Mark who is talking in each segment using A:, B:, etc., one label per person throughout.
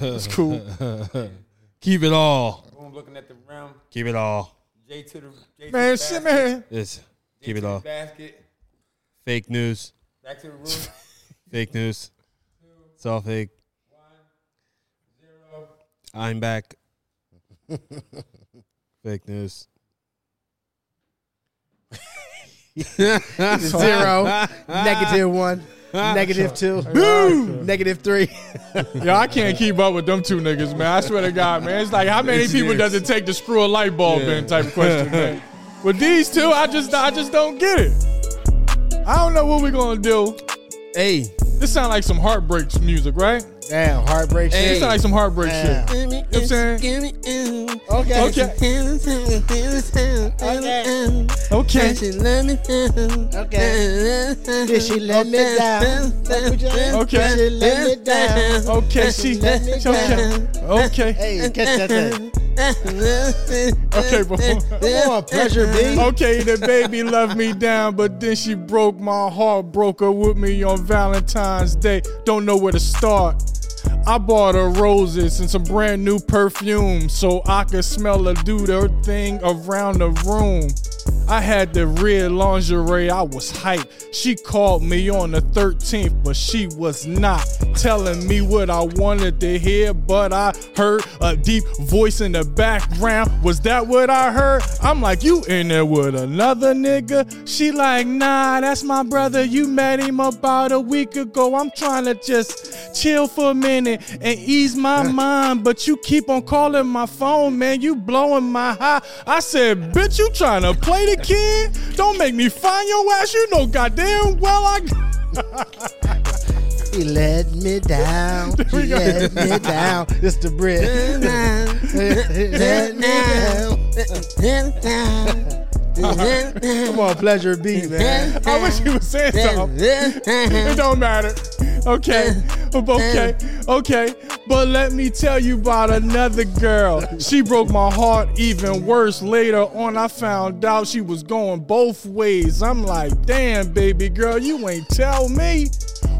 A: It's cool.
B: Keep it all.
C: Boom, looking at the rim.
B: Keep it all.
C: J to the J to the
A: Man,
C: basket.
A: shit, man.
B: It's
C: J
B: keep
C: to
B: it
C: the
B: all.
C: Basket.
B: Fake news.
C: Back to the roof.
B: Fake news. It's all fake. I'm back. Fake news.
D: Zero, negative one, negative two, negative three.
A: Yo, I can't keep up with them two niggas, man. I swear to God, man. It's like how many people does it take to screw a light bulb in type question, man. With these two, I just I just don't get it. I don't know what we're gonna do.
D: hey,
A: This sound like some heartbreaks music, right?
D: damn, heartbreak
A: It
D: shit.
A: sound like some heartbreak
D: Damn.
A: shit. You know what I'm saying?
D: okay.
A: Okay.
D: Okay.
A: Okay.
D: Okay. Did she let me down?
A: Okay.
D: Did she let me down?
A: Okay, she it's okay. Okay.
D: Hey, catch that thing.
A: Okay, before
D: Come on, pressure B.
A: Okay, the baby loved me down, but then she broke my heart. Broke her with me on Valentine's Day. Don't know where to start. I bought her roses and some brand new perfume so I could smell her do her thing around the room. I had the red lingerie, I was hyped. She called me on the 13th, but she was not telling me what I wanted to hear. But I heard a deep voice in the background. Was that what I heard? I'm like, you in there with another nigga? She like, nah, that's my brother. You met him about a week ago. I'm trying to just chill for a minute and ease my mind. But you keep on calling my phone, man. You blowing my high. I said, bitch, you trying to play the kid? Don't make me find your ass. You know goddamn well I
D: She let me down. She
A: we go.
D: let me down. It's the bridge. let me down. Come on, pleasure B, man.
A: I wish you was saying something. It don't matter. Okay. Okay. Okay. But let me tell you about another girl. She broke my heart even worse. Later on, I found out she was going both ways. I'm like, damn, baby girl, you ain't tell me.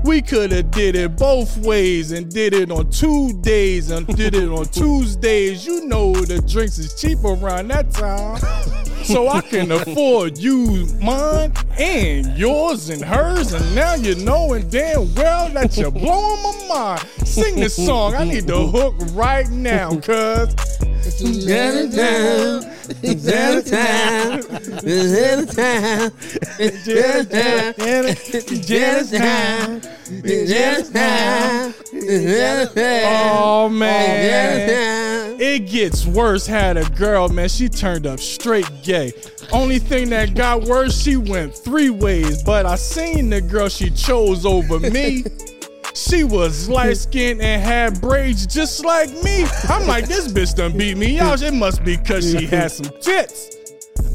A: We could have did it both ways and did it on two days and did it on Tuesdays. You know the drinks is cheap around that time. So I can afford you mine and yours and hers. And now you know and damn well that you're blowing my mind. Sing this song. I need the hook right now, cuz.
D: She let me down. She let me down. She let me down.
A: Just, just, just now.
D: Just now. Just now.
A: Oh man.
D: Just now.
A: It gets worse. Had a girl, man, she turned up straight gay. Only thing that got worse, she went three ways. But I seen the girl she chose over me. She was light skinned and had braids just like me. I'm like, this bitch done beat me out. It must be because she had some tits.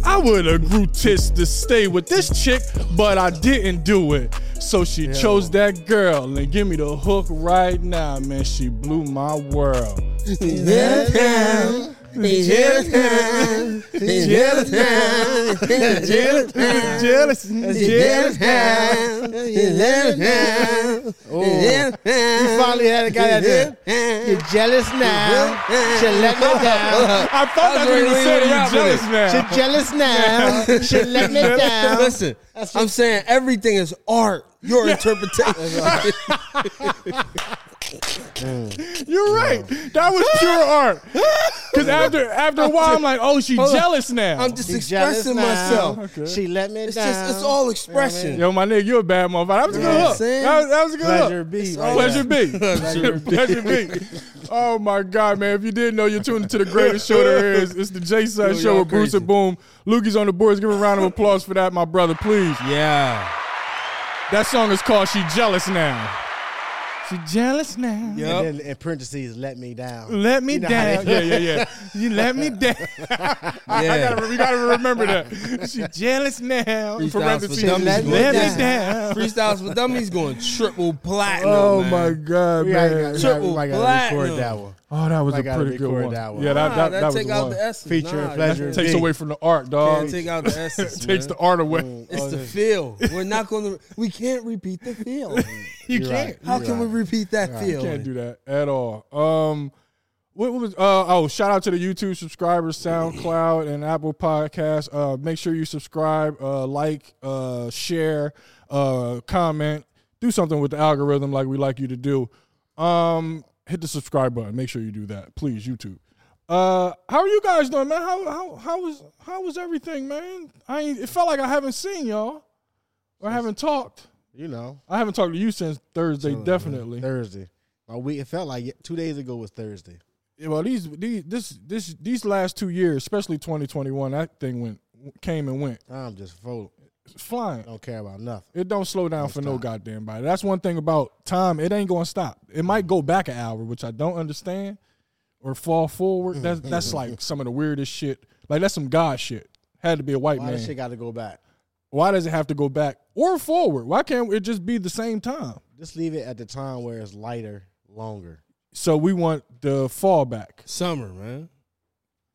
A: I would have grew tits to stay with this chick, but I didn't do it. So she chose that girl and give me the hook right now, man. She blew my world.
D: Just now. Just now. Just now. Just now.
A: jealous, jealous.
D: Oh. You finally had a guy that did. You're jealous now. She let me down.
A: I thought that's what you
B: Wait,
A: said.
B: wait,
A: You
B: wait,
A: jealous now.
D: She jealous now. She let me down.
B: Listen, I'm saying everything is art. Your interpretation.
A: You're right. That was pure art. Because after after a while, I'm like, oh, she jealous now.
B: I'm just
D: She jealous
B: expressing
D: now.
B: myself.
D: She let me
B: It's
D: down.
B: just it's all expression.
A: Yo, my nigga, you a bad motherfucker. That was a good hook.
B: saying?
A: That was, that was a good
D: pleasure
A: hook.
D: B. Right
A: Pleasure
D: now.
A: B. Pleasure B. Oh my God, man. If you didn't know, you're tuned into the greatest show there is. It's the J Sun Show with Bruce and Boom. Lukey's on the boards. Give him a round of applause for that, my brother, please.
B: Yeah.
A: That song is called She Jealous Now. She jealous now.
D: And then in parentheses, let me down.
A: Let me
D: You know how
A: down. Yeah, yeah, yeah. You let me down. I, I gotta, we gotta remember that. She jealous now.
B: Freestyles for
A: Parentheses.
B: dummies
A: Let me
D: going
A: down.
D: down.
B: Freestyles with dummies going triple platinum.
A: Oh
B: man.
A: my God,
D: We
A: man.
D: gotta, we gotta,
B: Triple
D: we gotta record
B: platinum.
D: that one.
A: Oh, that was
C: I
A: a
C: gotta
A: pretty good
C: record
A: one.
C: that one.
A: Yeah, that,
D: Nah,
A: that,
D: that,
A: that was
D: take
A: the
D: out
A: one.
D: the essence.
C: Feature,
D: Nah,
C: pleasure.
D: you
A: takes
C: Big.
A: away from the art, dog.
D: Can't Oh, take out the oh, essence.
A: takes
D: man.
A: the art away.
D: It's the feel. We're not going to. We can't repeat the feel.
A: you
C: You're
A: can't.
C: right.
D: How can we repeat that feel?
A: Can't do that at all. Um, what, what was uh oh? Shout out to the YouTube subscribers, SoundCloud, and Apple Podcasts. Uh, make sure you subscribe, uh, like, uh, share, uh, comment. Do something with the algorithm like we like you to do. Um, hit the subscribe button. Make sure you do that, please, YouTube. Uh, how are you guys doing, man? How how how was how was everything, man? I ain't, it felt like I haven't seen y'all. or I haven't talked.
C: You know,
A: I haven't talked to you since Thursday,
C: Chilling, man.
A: definitely.
C: Thursday. My week. It felt like two days ago was Thursday.
A: Yeah, well these these this this these last two years, especially 2021, that thing went came and went.
C: I'm just full.
A: It's flying.
C: Don't care about nothing.
A: It don't slow down for no
C: stop.
A: goddamn body. That's one thing about time. It ain't gonna stop. It might go back an hour, which I don't understand, or fall forward.
C: Mm-hmm.
A: That's that's like some of the weirdest shit. Like that's some God shit. Had to be a white
C: Why
A: man.
C: this shit got to go back?
A: Why does it have to go back or forward? Why can't it just be the same time?
C: Just leave it at the time where it's lighter, longer.
A: So we want the fallback.
D: Summer, man.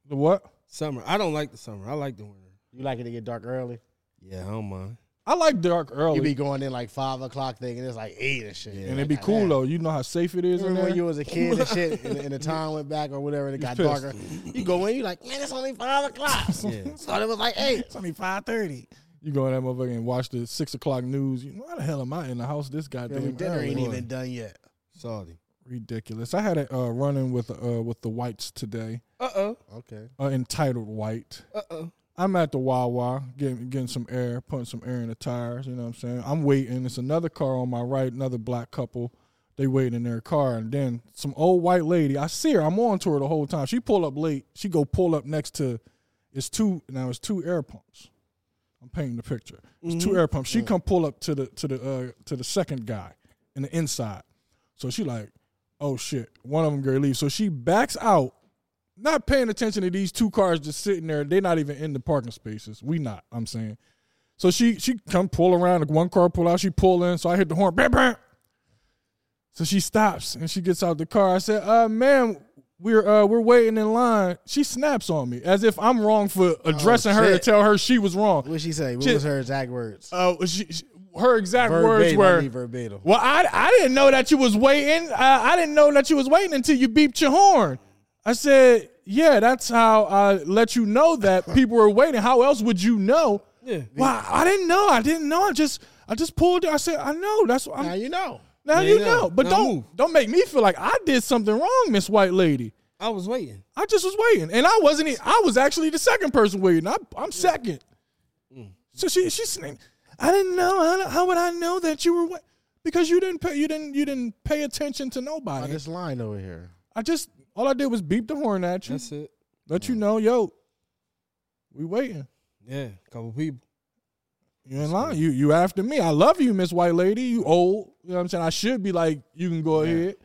A: The what?
D: Summer. I don't like the summer. I like the winter.
C: You like it to get dark early?
D: Yeah, I don't mind.
A: I like dark
C: You
A: early.
C: be going in like five o'clock thing, and it's like eight and shit.
A: and it'd be cool though. You know how safe it is. in
C: Remember
A: there?
C: when you was a kid and shit, and, and the time went back or whatever, and it got
A: pissed.
C: darker. You go in, you like, man, it's only five o'clock. Thought it was like eight.
A: It's only five thirty. You go in that motherfucker and watch the six o'clock news. You know why the hell am I in the house this goddamn
C: Really, dinner
A: early?
C: ain't even done yet.
D: Salty.
A: ridiculous? I had a uh, run-in with uh, with the whites today,
D: Uh oh.
C: Okay.
A: uh, entitled white.
D: Uh oh.
A: I'm at the Wawa getting getting some air, putting some air in the tires. You know what I'm saying? I'm waiting. It's another car on my right, another black couple. They waiting in their car, and then some old white lady. I see her. I'm on to her the whole time. She pull up late. She go pull up next to. It's two now. It's two air pumps. I'm painting the picture. It's two air pumps. She come pull up to the to the uh, to the second guy in the inside. So she like, oh shit. One of them girl leave. So she backs out not paying attention to these two cars just sitting there. They're not even in the parking spaces. We not. I'm saying. So she she come pull around. Like one car pull out. She pull in. So I hit the horn. Bam bam. So she stops and she gets out the car. I said, "Uh, ma'am, we're uh we're waiting in line." She snaps on me as if I'm wrong for addressing her to
C: Oh, shit.
A: tell her she was wrong.
C: What she say? What
A: Shit.
C: was her exact words?
A: Uh, she, she- her exact
C: verbatim. I
A: words
C: need
A: were,
C: verbatim.
A: "Well, I I didn't know that you was waiting. Uh, I didn't know that you was waiting until you beeped your horn." I said, "Yeah, that's how I let you know that people were waiting. How else would you know?"
D: Yeah.
A: Well, I didn't know. I didn't know. I just I just pulled. it. I said, "I know." That's what I'm,
C: Now you know.
A: now
D: Yeah,
A: you
D: yeah.
A: know, but
D: Now
A: don't
D: move.
A: don't make me feel like I did something wrong, Miss White Lady.
D: I was waiting.
A: I just was waiting, and I wasn't. e- I was actually the second person waiting. I, I'm second.
D: Mm.
A: So she she's saying, I didn't know. I don't- How would I know that you were wait-" because you didn't pay you didn't you didn't pay attention to
C: I
A: nobody.
C: just lying over here.
A: I just all I did was beep the horn at you,
D: That's it.
A: let you know, yo, we waiting.
D: Yeah. Couple people.
A: You ain't lying. You you after me. I love you, Miss White Lady. You old. You know what I'm saying? I should be like, you can go ahead.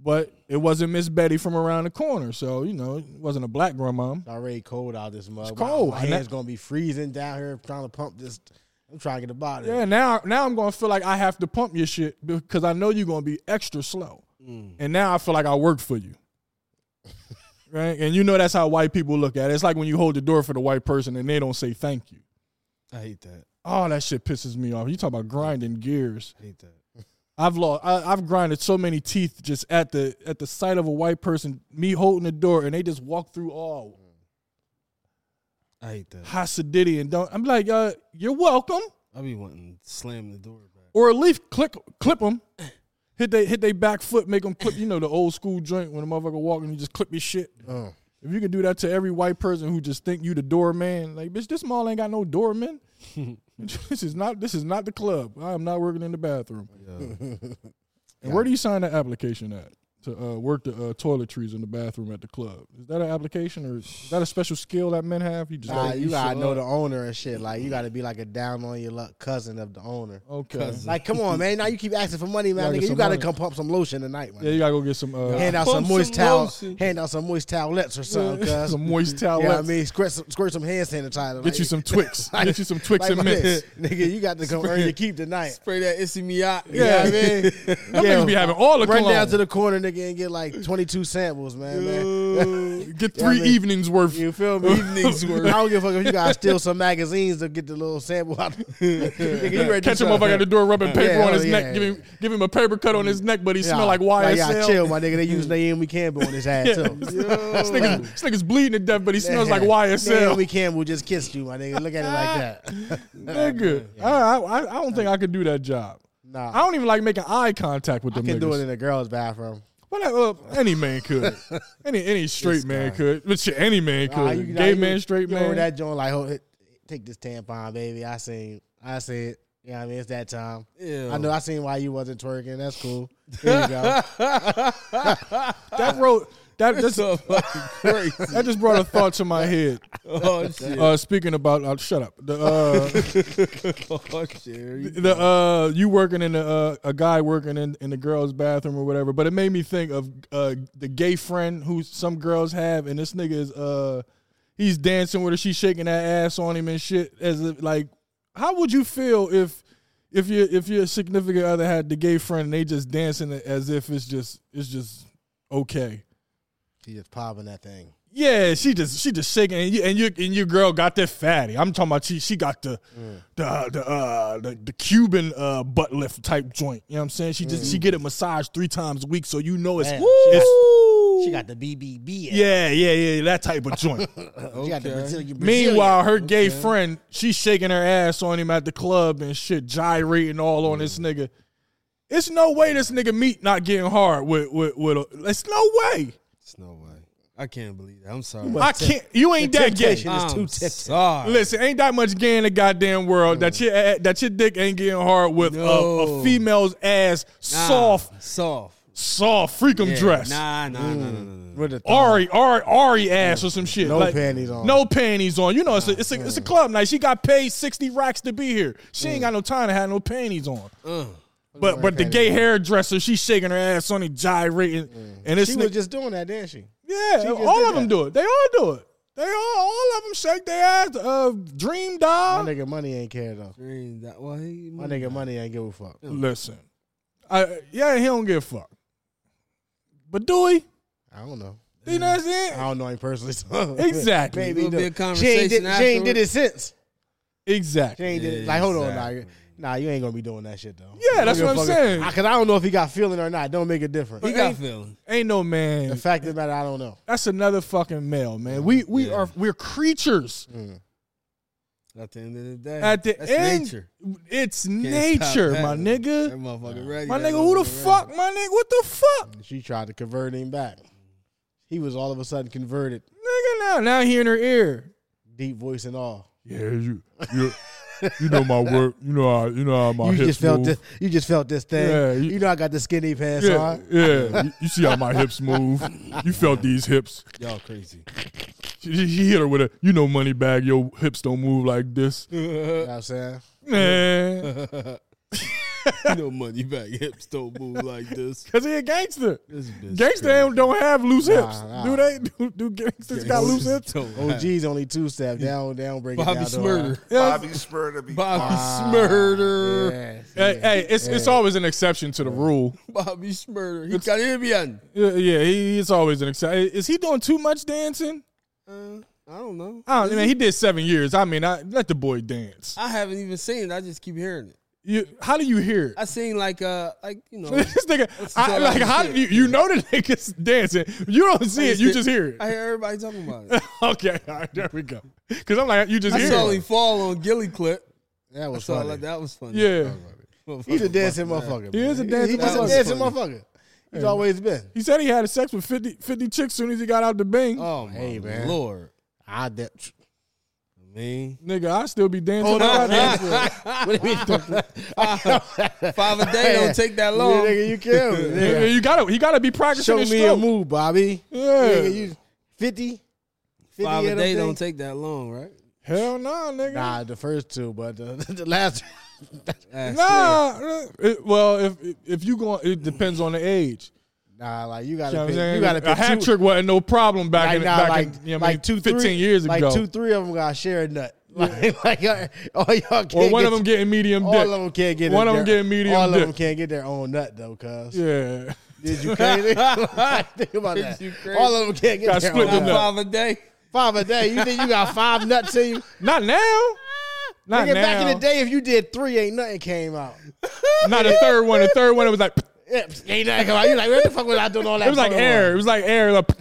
A: But it wasn't Miss Betty from around the corner. So, you know, it wasn't a black grandma.
C: It's already cold out this mug.
A: It's cold.
C: My
A: And
C: hands
A: that-
C: gonna be freezing down here trying to pump this. I'm trying to get a body.
A: Yeah, now now I'm gonna feel like I have to pump your shit because I know you're gonna be extra slow.
C: Mm.
A: And now I feel like I work for you. right? And you know that's how white people look at it. It's like when you hold the door for the white person and they don't say thank you.
D: I hate that.
A: Oh, that shit pisses me off. You talk about grinding gears.
D: I hate that.
A: I've lost. I, I've grinded so many teeth just at the at the sight of a white person, me holding the door, and they just walk through all
D: I
C: Mm.
D: hate that.
A: hostility and don't. I'm like, uh, you're welcome,
D: I be wanting to slam the door back.
A: or at least click clip them, hit they hit they back foot, make them clip. You know the old school joint when a motherfucker walk and you just clip your shit.
C: Mm.
A: If you can do that to every white person who just think you the doorman, like bitch, this mall ain't got no doorman. this is not this is not the club. I am not working in the bathroom. and where do you sign that application at to uh, work the uh, toiletries in the bathroom at the club? Is that an application or is that a special skill that men have? You uh, just
C: Nah,
A: gotta-
C: you gotta
D: should.
C: know the owner and shit. Like you gotta be like a down on your luck cousin of the owner.
A: okay.
D: Cousin.
C: Like, come on, man. Now you keep asking for money, man.
A: Oh. Gotta get
C: Nigga, you
A: some
C: gotta
A: money.
C: come pump some lotion tonight, man.
A: Yeah, you gotta go get some uh,
C: Hand out
D: Pump
C: some moist
D: some
C: towel.
D: lotion.
C: Hand out some moist towelets or something. cuz.
A: some moist towel.
C: uh, You know what I mean? Squirt some, squirt some hand sanitizer.
A: Get you some Twix. Get you some Twix and mints.
C: Nigga, you got to come earn your keep tonight.
D: Spray that Issey Miat.
C: You know what I mean?
A: Them niggas be having all the
C: Run
A: cologne.
C: down to the corner, nigga. nigga and get like 22 samples, man. man.
A: Uh, get three
C: I mean,
A: evenings worth.
C: You feel me?
D: Evenings
C: I
D: were.
C: don't give a fuck if you gotta steal some magazines to get the little sample out. Nigga, you ready to
A: Catch him
C: suck.
A: up. I got the door rubbing paper
C: Yeah,
A: on
C: oh,
A: his
C: yeah,
A: neck.
C: yeah.
A: Give him, give him a paper cut on his neck, but he smell like
C: Nah,
A: YSL.
C: yeah, chill, my nigga. They use Naomi Campbell on his ass too.
A: This nigga's, this nigga's bleeding to death, but he smells like
C: Yeah.
A: YSL.
C: Naomi Campbell just kissed you, my nigga. Look at it like that.
A: Nigga, I, I, I don't think I could do that job.
C: Nah.
A: I don't even like making eye contact with them
C: can
A: niggas.
C: do it in a girl's bathroom.
A: What I- well, any man could. Any any straight man could. But shit, any man could.
C: Nah, you- nah,
A: Gay
C: you-
A: man, straight
C: you remember
A: man.
C: that joint like, oh, hit- take this tampon, baby. I seen, I see it. You know what I mean? It's that time.
D: Ew.
C: I know. I seen why you wasn't twerking. That's cool. There you go.
A: That wrote that just
D: So fucking crazy.
A: that just brought a thought to my head.
D: Oh shit.
A: Uh, speaking about uh, shut up. The uh,
D: Oh shit.
A: the uh, you working in the uh, a guy working in, in the girls' bathroom or whatever. But it made me think of uh, the gay friend who some girls have, and this nigga is uh, he's dancing with her. She's shaking that ass on him and shit. As if like, how would you feel if if your if your significant other had the gay friend and they just dancing as if it's just it's just okay?
C: She just popping that thing.
A: Yeah, she just she just shaking, and you and you and your girl got that fatty. I'm talking about she she got the
C: Mm.
A: the the, uh, the the Cuban uh, butt lift type joint. You know what I'm saying? She just she get a massage three times a week, so you know it's,
C: Mm. Man,
A: it's
C: She got the BBB.
A: yeah
C: Yeah.
A: yeah yeah that type of joint.
C: She got the Brazilian.
A: Meanwhile, her gay friend she's shaking her ass on him at the club and shit, gyrating all on this
C: Mm.
A: nigga. It's no way this nigga meat not getting hard with with with. A, it's no way.
D: It's no way. I can't believe that. I'm sorry.
A: I can't. You ain't that gay.
C: temptation is too
D: I'm
C: tempting.
D: sorry.
A: Listen, ain't that much gay in the goddamn world that your a- that your dick ain't getting hard with a- a,
D: No.
A: female's ass
D: Nah,
A: soft,
D: soft.
A: soft freakum
D: Yeah.
A: dress.
D: Nah, nah, nah, nah, nah, nah.
C: With the thong.
A: Ari, Ari, Ari ass or some shit.
C: No
A: like,
C: panties on.
A: No panties on. You know, it's a, it's a, it's a club night. She got paid 60 racks to be here. She
C: Mm.
A: ain't got no time to have no panties on.
C: Uh.
A: But but the gay hairdresser, she's shaking her ass on it, gyrating. And it's
C: She was just doing that, didn't she?
A: Yeah,
C: just
A: all
C: did
A: of them
C: that.
A: do it. They all do it. They all, all of them shake their ass. Uh, Dream Doll.
C: My nigga, money ain't care though.
D: Dream that way.
C: My nigga, money ain't give a fuck.
A: Listen, I yeah, he don't give a fuck. But do he?
C: I don't know.
A: You know what I'm
C: I
A: saying?
C: don't know him personally. So
A: Exactly.
C: Maybe
D: It'll be
C: do.
D: a
C: she ain't did, she ain't did
D: conversation
C: it since. She
A: Exactly.
C: ain't did it. Like, hold on, nah, nah, you ain't gonna be doing that shit though.
A: Yeah, that's
C: You
A: what I'm
C: fucking-
A: saying.
C: I, Cause I don't know if he got feeling or not. Don't make a difference.
D: He got feeling.
A: Ain't no man.
C: the fact of the matter, I don't know.
A: That's another fucking male, man. We we are we're creatures.
D: At the end of the day,
A: At the
D: Mm. that's
A: end,
D: nature.
A: it's
D: Can't stop
A: nature, my
D: that.
A: nigga.
D: That motherfucker ready.
A: My
D: That Mm.
A: nigga, who the
D: motherfucker
A: fuck? My nigga, what the fuck?
C: She tried to convert him back. He was all of a sudden converted,
A: Nigga, now now he in her ear.
C: deep voice and all.
A: Yeah, you you, you know my work. You know how you know how my
C: you just felt this. You just felt this thing.
A: Oh, Yeah, you-
C: you, know, I got the skinny pants
A: Yeah, Uh,
C: on.
A: yeah. You, you see how my hips move. You felt these hips.
D: ready. Y'all crazy.
A: She, she- she hit her with a, you know, money bag. Your hips don't move like this,
C: You know what I'm saying.
A: man.
D: no money back. Hips don't move like this.
A: Cause he a gangster.
D: This bitch.
A: Gangster ain't- don't have loose
C: Nah,
A: hips,
C: nah.
A: do they? Do, do gangsters got loose hips?
C: OG's only two step down, down, break it
D: Bobby
C: down. to her.
D: Smurder.
E: Bobby Spurter be
D: Bobby Smurder.
C: Yes.
A: Hey, hey, it's it's always an exception to the rule.
D: Bobby Smurder. He got Indian.
A: Yeah, yeah he, he's always an exception. Is he doing too much dancing?
D: Uh, I don't know.
A: I don't, man, he did seven years. I mean, I, let the boy dance.
D: I haven't even seen it. I just keep hearing it.
A: You, how do you hear it?
D: I seen like uh like you know
A: this nigga,
D: That's
A: I,
D: all
A: like,
D: I
A: how
D: hear.
A: do you, you know the niggas dancing? You don't see it, you just hear it.
D: I hear everybody talking about it.
A: okay, all right, there we go. Because I'm like, you just
D: I
A: hear
D: saw
A: it.
D: him fall on Gilly clip.
C: That was
D: So
C: funny.
D: like, that was funny.
A: Yeah.
C: He's a dancing motherfucker.
A: He
C: man.
A: is a dancing
C: He just
D: motherfucker.
C: a dancing motherfucker. He's always been.
A: He said he had sex with 50, 50 chicks soon as he got out the bing.
D: Oh my
C: Hey, man.
D: lord.
C: I de-
D: I mean,
A: Nigga, I still be dancing.
C: Hold
A: I
C: on,
A: got that.
D: five a day don't take that long.
C: Yeah, nigga, you kill me.
A: Yeah,
C: nigga.
A: You gotta, he gotta be practicing.
C: Show
A: his
C: me a
A: stroke.
C: move, Bobby.
A: Yeah.
C: Nigga, you 50? 50
D: Five
C: of
D: a
C: them
D: day don't
C: things?
D: take that long, right?
A: Hell no, nigga.
C: Nah, the first two, but the, the last
D: Ass
A: Nah, it- well, if if you go, it depends on the age.
C: Nah, like you gotta
A: You, know what I'm
C: pick,
A: saying?
C: you gotta
A: a
C: pick
A: hat
C: two,
A: trick wasn't no problem back
C: like,
A: in
C: nah,
A: back
C: like,
A: in, you know what I mean,
C: like two
A: 15
C: three,
A: years
C: like
A: ago.
C: two, three of them gotta share a nut. Like, like uh, all y'all can't
A: or one
C: get,
A: of them getting medium
C: all
A: dick.
C: of them can't get
A: One
C: a-
A: of 'em
C: their-
A: getting medium
C: All of
A: dick.
C: them can't get their own nut though, cuz.
A: yeah.
C: Did you crazy? Think about that.
B: you crazy?
C: All of them can't get
A: Gotta
C: down
A: split
C: with
A: them
C: that.
A: up.
B: Father Day.
C: five a day. You think you got five nuts in you?
A: Not now. Not
C: Nigga,
A: now.
C: back in the day, if you did three, ain't nothing came out.
A: Not the third one. The third one it was like it
C: Yeah, ain't nothing come out. You like, what the fuck was I doing all that?
A: was like
C: for?
A: air. It was like air. Like,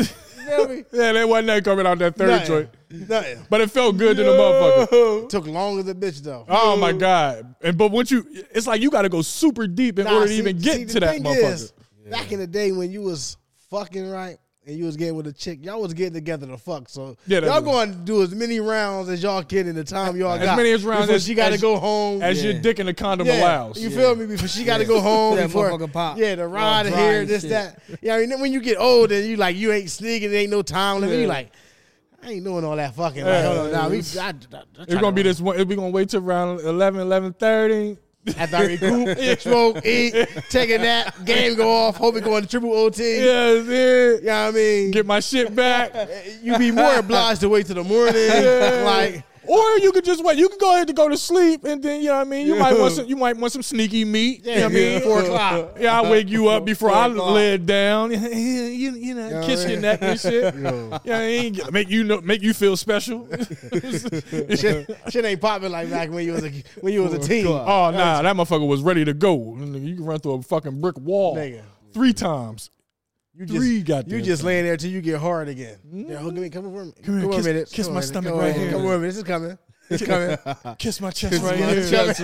C: Feel me?
A: yeah, there wasn't nothing coming out that third joint.
C: Nothing. Nothing.
A: But it felt good to the motherfucker.
C: Took long as a bitch though.
A: Oh my god! And but once you, it's like you got to go super deep in
C: Nah,
A: order
C: see-
A: to even
C: see,
A: get
C: the
A: to that
C: thing
A: motherfucker.
C: is, Back in the day when you was fucking right and you was getting with a chick, y'all was getting together to fuck. So
A: Yeah, that
C: y'all
A: was-
C: going to do as many rounds as y'all can in the time y'all
A: As
C: got.
A: many as rounds
C: before
A: as-
C: she got to
A: as-
C: go home.
A: as
B: Yeah.
A: your dick in the condom
C: yeah,
A: allows.
C: you feel me? Before she got to go home,
B: That
C: before,
B: motherfucker pop.
C: yeah, the ride
B: All dry
C: here,
B: and
C: this,
B: shit.
C: that. Yeah, I mean, then when you get old and you like you ain't sneaking, it ain't no time limit. You like, I ain't doing all that fucking. Like,
A: Yeah.
C: hold on, nah, we, I, I, I,
A: It's gonna be this one. We gonna wait till around 11, 11.30.
C: After I recoup, smoke, eat, take a nap, game go off, hope it go into triple OT.
A: Yeah, yeah.
C: You know what I mean? Eh,
A: Get my shit back.
C: you be more obliged to wait till the morning. Like,
A: Or you could just wait. You could go ahead to go to sleep, and then you know what I mean. You might want some. You might want some sneaky meat. you know what I mean.
C: four o'clock.
A: Yeah, I wake you up before I
B: o'clock.
A: lay it down. you, you know, kiss your neck and shit. Yeah, I mean, get- make you know, make you feel special.
C: Shit, shit ain't popping like back when you was a when you was a teen.
A: oh nah, that motherfucker was ready to go. Nigga, You can run through a fucking brick wall
C: Nigga.
A: three times.
C: you
A: three
C: just,
A: goddamn
C: you just laying there till you get hard again. Yeah, hold me, come over, come,
A: Mm-hmm. Come here,
C: over a
A: kiss-
C: minute.
A: kiss
C: Come
A: my
C: over a
A: stomach
C: minute.
A: right
C: Come over a
A: here.
C: minute. Come over, a minute. this is coming. It's coming.
A: Kiss my chest right
C: my
A: here.
C: chest.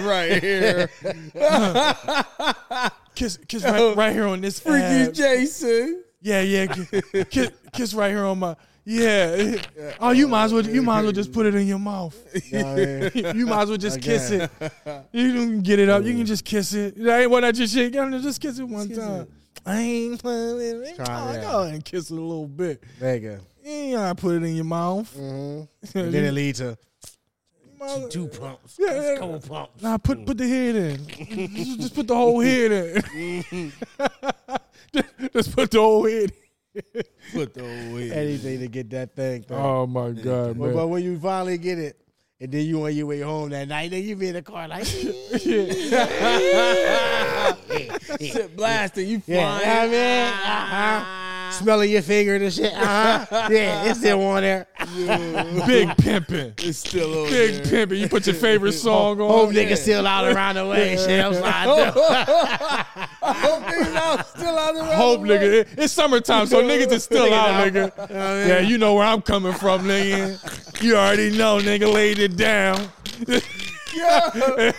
B: That's right here.
A: Kiss, kiss right, right here on this
B: Freaky
A: ab.
B: Jason.
A: Yeah, yeah. ki- Kiss, kiss right here on my. Yeah. Oh, you might as well. You might as well just put it in your mouth.
C: You know what I mean?
A: You might as well just kiss it. You can get it up. You can just kiss it. That ain't what that just shit. You know, Just kiss it one time. I ain't playing with it.
C: Try it out.
A: Go ahead and kiss it a little bit.
C: Nigga.
A: You know, put it in your mouth.
C: And then it lead to
A: Yeah,
C: two pumps.
A: yeah.
C: Couple pumps.
A: Nah, put put the head in. just, just put the whole head in. just, just put the whole head. in.
B: Put the wig.
C: Anything to get that thing. Bro.
A: Oh my god,
C: But,
A: man.
C: but when you finally get it, and then you on your way home that night, then you be in the car like,
B: Shit blasting. You
C: yeah,
B: flying.
C: I mean, uh-huh. smelling your fingers and shit. Uh-huh. yeah, it's still on there.
A: Big pimpin'.
B: It's still over
A: Big
B: there.
A: pimpin'. You put your favorite song on.
C: Home niggas still out around the way. and Shit, I'm sliding. down.
B: Hope niggas out still out there.
A: Hope nigga, It- it's summertime, so niggas is still out, nigga. Yeah, you know where I'm coming from, nigga. You already know, nigga, laid it down,
B: Yo, yo, that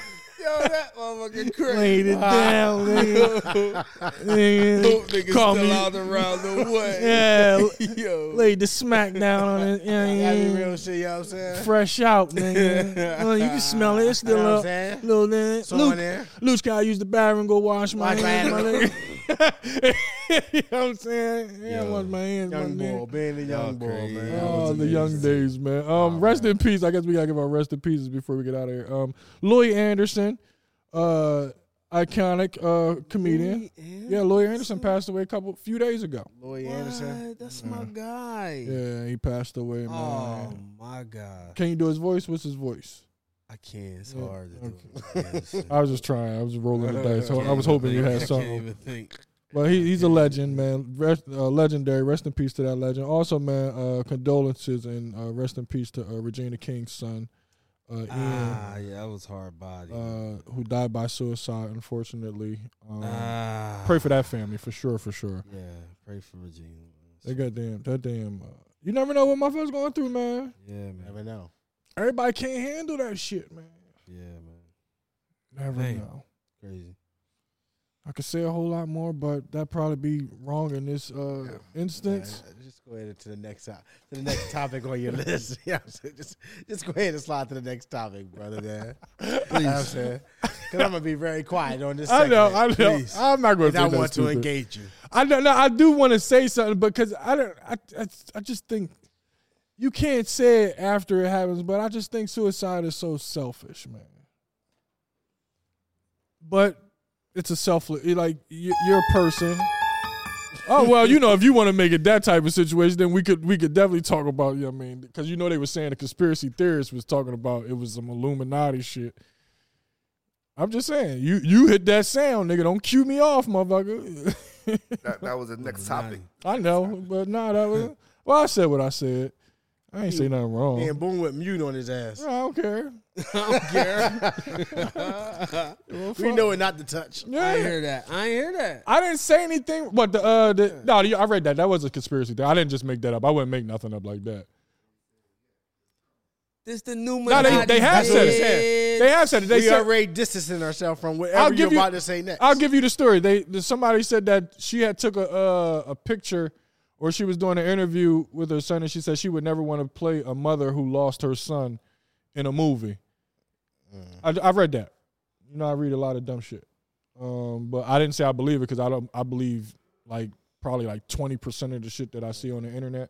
B: motherfucking crazy.
A: laid it down, nigga.
B: Ah. Hope
A: nigga.
B: niggas
A: Call
B: still
A: me,
B: out around the way.
A: yeah,
B: Yo.
A: laid the smack down on it. Yeah,
C: That be
A: yeah.
C: real shit, you know what I'm saying?
A: fresh out, nigga. Uh, you can smell it. It's still
C: You know what I'm
A: up.
C: saying?
A: Little nigga.
C: So in there.
A: Luke, Luke, can I use the bathroom? Go wash my
C: Wash my
A: hands, my nigga. you know what I'm saying? Yeah, I wash my hands, my
C: Young boy,
A: nigga.
C: being the young boy,
B: crazy.
C: man.
B: That
A: Oh,
B: was
A: the young days, man. Um, rest in peace. I guess we gotta give our rest in pieces before we get out of here. Um, Louis Anderson, uh, iconic uh comedian. yeah, Louis Anderson passed away a couple few days ago.
C: Lloyd Anderson.
B: What? That's my guy.
A: Yeah, he passed away, man.
B: Oh my god,
A: Can you do his voice? What's his voice?
B: I can't. It's hard to do.
A: I was just trying. I was rolling the dice. I was hoping you had
B: I
A: something.
B: can't even think.
A: But he, he's a legend, man. Rest, uh, legendary. Rest in peace to that legend. Also, man, uh, condolences and uh, rest in peace to uh, Regina King's son, uh, Ian,
B: Ah, yeah, that was hard body.
A: uh, who died by suicide, unfortunately. Um,
B: ah,
A: pray for that family, for sure, for sure.
B: yeah. Pray for Regina.
A: That goddamn, that damn. Uh, you never know what my motherfucker's going through, man.
B: Yeah, man.
C: Never know.
A: Everybody can't handle that shit, man.
B: Yeah, man.
A: Never
B: Damn.
A: know.
B: Crazy.
A: I could say a whole lot more, but that probably be wrong in this uh, instance.
C: Yeah, just go ahead to the next to the next topic on your list. Yeah, I'm saying? just just go ahead and slide to the next topic, brother. Man, You know what I'm saying? Because I'm gonna be very quiet on this.
A: I know,
C: segment.
A: I know.
C: Please.
A: I'm not going
C: And
A: to.
C: I want to engage you.
A: I don't know. I do want to say something because I don't. I, I I just think you can't say it after it happens, but I just think suicide is so selfish, man. But it's a selfless. Like you, you're a person. Oh well, you know, if you want to make it that type of situation, then we could we could definitely talk about. You know what I mean, because you know they were saying the conspiracy theorists was talking about it was some Illuminati shit. I'm just saying, you you hit that sound, nigga. Don't cue me off, motherfucker.
E: That, that was the next topic.
A: I know, but no, that was. Well, I said what I said. I ain't say nothing wrong.
C: And boom with mute on his ass.
A: I don't care.
C: We know it not to touch.
A: Yeah.
B: I ain't hear that. I ain't hear that.
A: I didn't say anything, but the uh, the, no, the- I read that. That was a conspiracy thing. I didn't just make that up. I wouldn't make nothing up like that.
B: This the new
A: No, they, they have said it. They have said it. They
C: we
A: said,
C: already distancing ourselves from
A: I'll
C: whatever
A: give
C: you're
A: you-
C: about to say next.
A: I'll give you the story. They the- somebody said that she had took a uh, a picture, or she was doing an interview with her son, and she said she would never want to play a mother who lost her son in a movie. I, I've read that. You know, I read a lot of dumb shit, um, but I didn't say I believe it because I don't. I believe like probably like twenty percent of the shit that I see on the internet.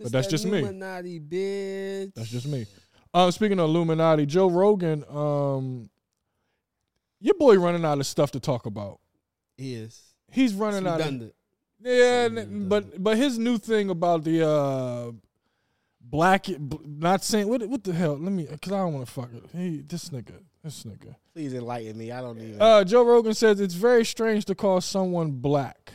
A: But that's just me.
B: Illuminati, bitch.
A: That's just me. Um, speaking of Illuminati, Joe Rogan, um, your boy running out of stuff to talk about.
B: He is.
A: He's
B: It's
A: running out of
B: redundant.
A: yeah, n- but but his new thing about the uh black bl- not saying what what the hell? Let me because I don't want to fuck it. He this nigga, this nigga.
C: Please enlighten me. I don't even.
A: Uh, Joe Rogan says it's very strange to call someone black.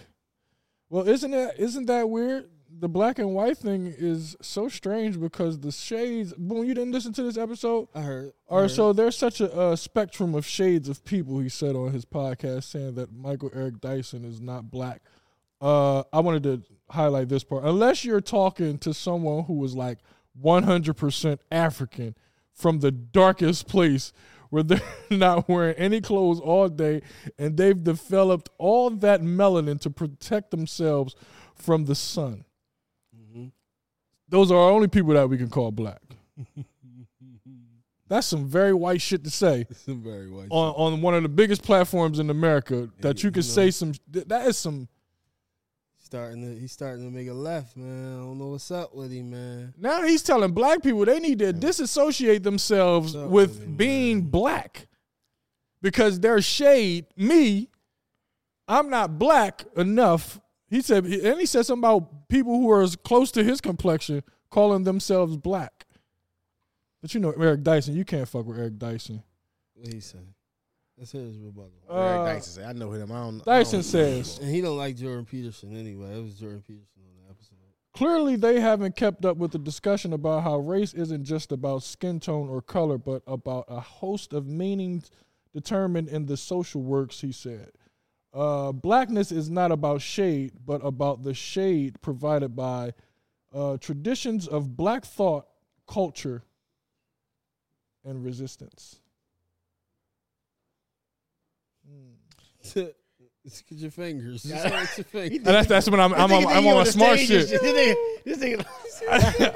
A: Well, isn't that isn't that weird? The black and white thing is so strange because the shades. Boom, you didn't listen to this episode.
B: I heard. I
A: Or
B: heard.
A: so there's such a, uh spectrum of shades of people. He said on his podcast, saying that Michael Eric Dyson is not black. Uh, I wanted to highlight this part. Unless you're talking to someone who was like 100% African from the darkest place where they're not wearing any clothes all day and they've developed all that melanin to protect themselves from the sun. Those are our only people that we can call black. That's some very white shit to say
B: Very white.
A: on, on one of the biggest platforms in America that you can say some. th- That is some.
B: Starting to, he's starting to make a left, man. I don't know what's up with him, man.
A: Now he's telling black people they need to disassociate themselves
B: What's up
A: with
B: with it,
A: being black because their shade, me, I'm not black enough. He said, and he said something about people who are as close to his complexion calling themselves black. But you know, Eric Dyson, you can't fuck with Eric Dyson.
B: What he say? That's his rebuttal.
A: uh,
C: Eric Dyson. said- I know him. I don't. I
A: Dyson
C: don't-
A: says,
B: And he don't like Jordan Peterson anyway. It was Jordan Peterson on the episode.
A: Clearly, they haven't kept up with the discussion about how race isn't just about skin tone or color, but about a host of meanings determined in the social works, he said. Uh, blackness is not about shade, but about the shade provided by uh, traditions of black thought, culture, and resistance.
B: Just get your fingers. Just get your fingers.
A: that's, that's when I'm, I'm,
C: This
A: on-
C: nigga
A: I'm
C: think
A: on
C: he
A: my
C: the
A: smart
C: stage
A: shit.
C: and shit. This nigga, this nigga.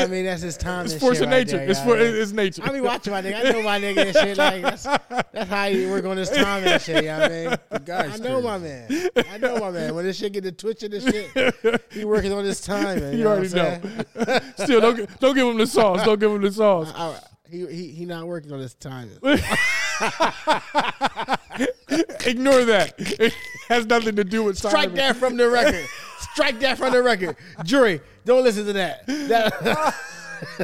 C: I mean, that's his time.
A: It's
C: and
A: force
C: shit
A: of
C: right
A: nature.
C: there,
A: It's,
C: y'all.
A: for, it's nature.
C: I be watching my nigga. I know my nigga and shit. Like that's, that's how you work on this time and shit. You know what I mean, I know my man. I know my man. When this shit get to twitching and shit, he working on this time. Man, you,
A: You
C: know
A: already
C: what I'm saying?
A: know. Still, don't gi- don't give him the sauce. Don't give him the sauce.
C: All right. He, he he not working on his time.
A: Ignore that. It has nothing to do with
C: Strike that from the record. Strike that from the record. Jury, don't listen to that. That-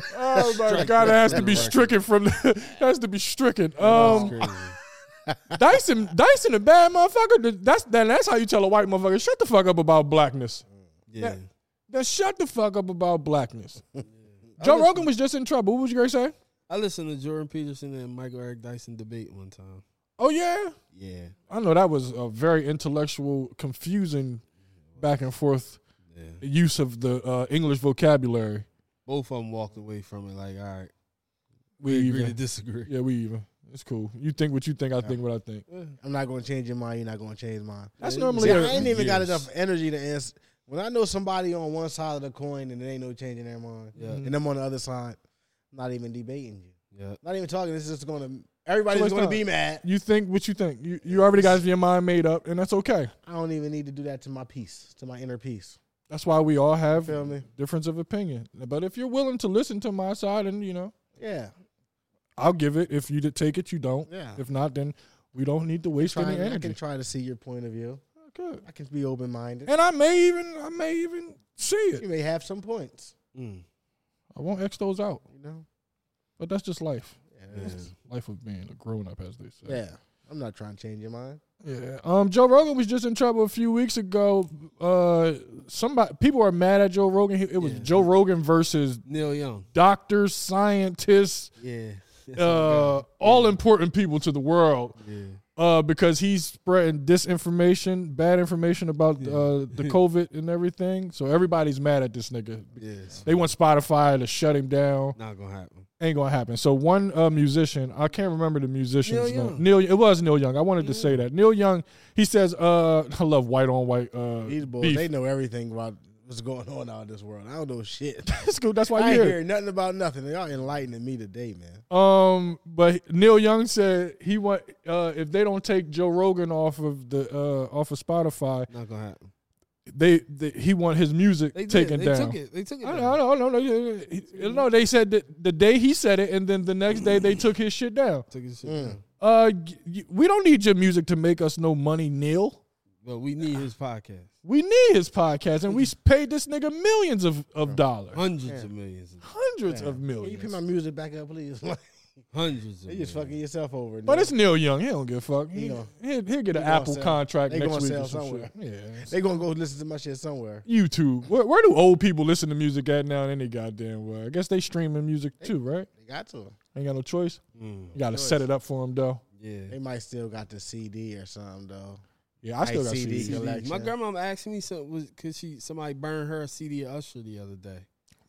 A: Oh my god, it has to be stricken from. The, has to be stricken. Um, Dyson, Dyson, a bad motherfucker. That's then. That's how you tell a white motherfucker shut the fuck up about blackness.
B: Yeah.
A: Then shut the fuck up about blackness. Joe Rogan was just in trouble. What was you gonna say?
B: I listened to Jordan Peterson and Michael Eric Dyson debate one time.
A: Oh yeah,
B: Yeah.
A: I know that was a very intellectual, confusing, back and forth
B: Yeah.
A: use of the uh, English vocabulary.
B: Both of them walked away from it like, all right,
A: We,
B: agree to
A: even.
B: disagree.
A: Yeah, we even. It's cool. You think what you think. I think what I think.
C: I'm not going to change your mind. You're not going to change mine.
A: That's
B: Yeah,
A: normally.
C: See,
A: a-
C: I ain't even got
B: Yes.
C: enough energy to answer. When I know somebody on one side of the coin and there ain't no changing their mind,
B: Yeah.
A: Mm-hmm.
C: and I'm on the other side, I'm not even debating you.
B: Yeah.
C: Not even talking. This is just going to. Everybody's
A: Waste
C: going to
A: time.
C: be mad.
A: You think what you think. You you already got your mind made up, and that's okay.
C: I don't even need to do that to my peace, to my inner peace.
A: That's why we all have
C: Feel me?
A: difference of opinion. But if you're willing to listen to my side, and you know,
C: Yeah.
A: I'll give it. If you did take it, you don't.
C: Yeah.
A: If not, then we don't need to waste
C: Try,
A: any
C: I can
A: energy.
C: try to see your point of view.
A: Good.
C: I can be open minded.
A: And I may even I may even see
C: You
A: it.
C: may have some points.
B: Mm.
A: I won't X those out.
C: You know.
A: But that's just life.
C: Yeah.
A: Life of being a grown up, as they say.
C: Yeah. I'm not trying to change your mind.
A: Yeah. Um, Joe Rogan was just in trouble a few weeks ago. Uh, somebody people are mad at Joe Rogan. He- It was Joe Rogan versus
B: Neil Young.
A: doctors, scientists,
B: Yeah.
A: uh, all important people to the world. Uh, because he's spreading disinformation, bad information about uh, the COVID and everything. So everybody's mad at this nigga.
B: Yes.
A: They want Spotify to shut him down.
B: Not gonna happen.
A: Ain't gonna happen. So one uh, musician, I can't remember the musician's
B: Neil
A: name.
B: Young.
A: Neil, it was Neil Young. I wanted to say that Neil Young. He says, "Uh, I love white on white uh,
C: These boys,
A: beef."
C: they know everything about what's going on out in this world. I don't know shit.
A: That's good. That's why
C: I
A: you
C: ain't
A: here.
C: hearing nothing about nothing. Y'all enlightening me today, man.
A: Um, but Neil Young said he want uh, if they don't take Joe Rogan off of the uh, off of Spotify,
B: Not gonna happen.
A: they, they he want his music
B: They
A: taken
B: did. They
A: down.
B: took it. They took it.
A: I
B: down.
A: don't know. No, no, no, no. They said that the day he said it, and then the next day they took his shit down.
B: Took his shit down.
A: Uh, y- y- we don't need your music to make us no money, Neil.
B: But we need his podcast.
A: We need his podcast, and we s- paid this nigga millions of, of dollars,
B: Hundreds of millions.
A: hundreds of
C: Can you put
A: millions.
C: my music back up, please? Like,
B: Hundreds of
C: you just
B: millions.
C: fucking yourself over.
A: But
C: nigga.
A: it's Neil Young. He don't give a fuck. He,
C: gonna-
A: he'll, he'll get an
C: gonna
A: Apple
C: sell.
A: contract
C: They
A: next
C: gonna
A: week or
C: sell
A: some
C: somewhere.
A: shit. Yeah.
C: they gonna go listen to my shit somewhere.
A: YouTube. Where, where do old people listen to music at now? In any goddamn way. I guess they streaming music too, right?
C: They got to.
A: Ain't got no choice.
B: Mm,
A: You got to set it up for them though.
B: yeah.
C: They might still got the CD or something though.
A: Yeah, I still got
C: CD.
A: CDs.
C: Collection.
B: My grandma asked me so was could she somebody burn her a CD of Usher the other day.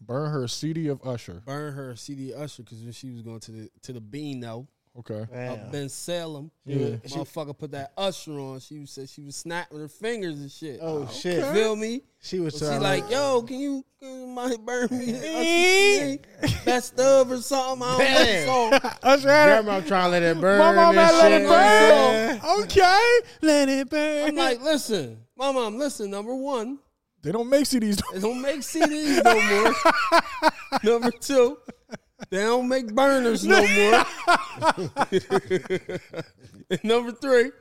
A: Burn her a CD of Usher.
B: Burn her a CD of Usher because when she was going to the to the Beano
A: Okay.
B: up in Salem,
A: Yeah.
B: motherfucker put that Usher on. She said she was snapping her fingers and shit.
C: Oh shit!
B: You feel me?
C: She was
B: She
C: trying.
B: like, yo, can you can you mind burn me an Usher CD? that stub or something? I
C: Damn.
B: don't know. So
A: Usher had
C: grandma trying to let it burn.
A: My mom
C: and
A: had let it
C: shit.
A: burn. Okay, let it burn.
B: I'm like, listen, my mom, listen. Number one,
A: they don't make CDs.
B: They don't make CDs no more. Number two, they don't make burners no more. and number three,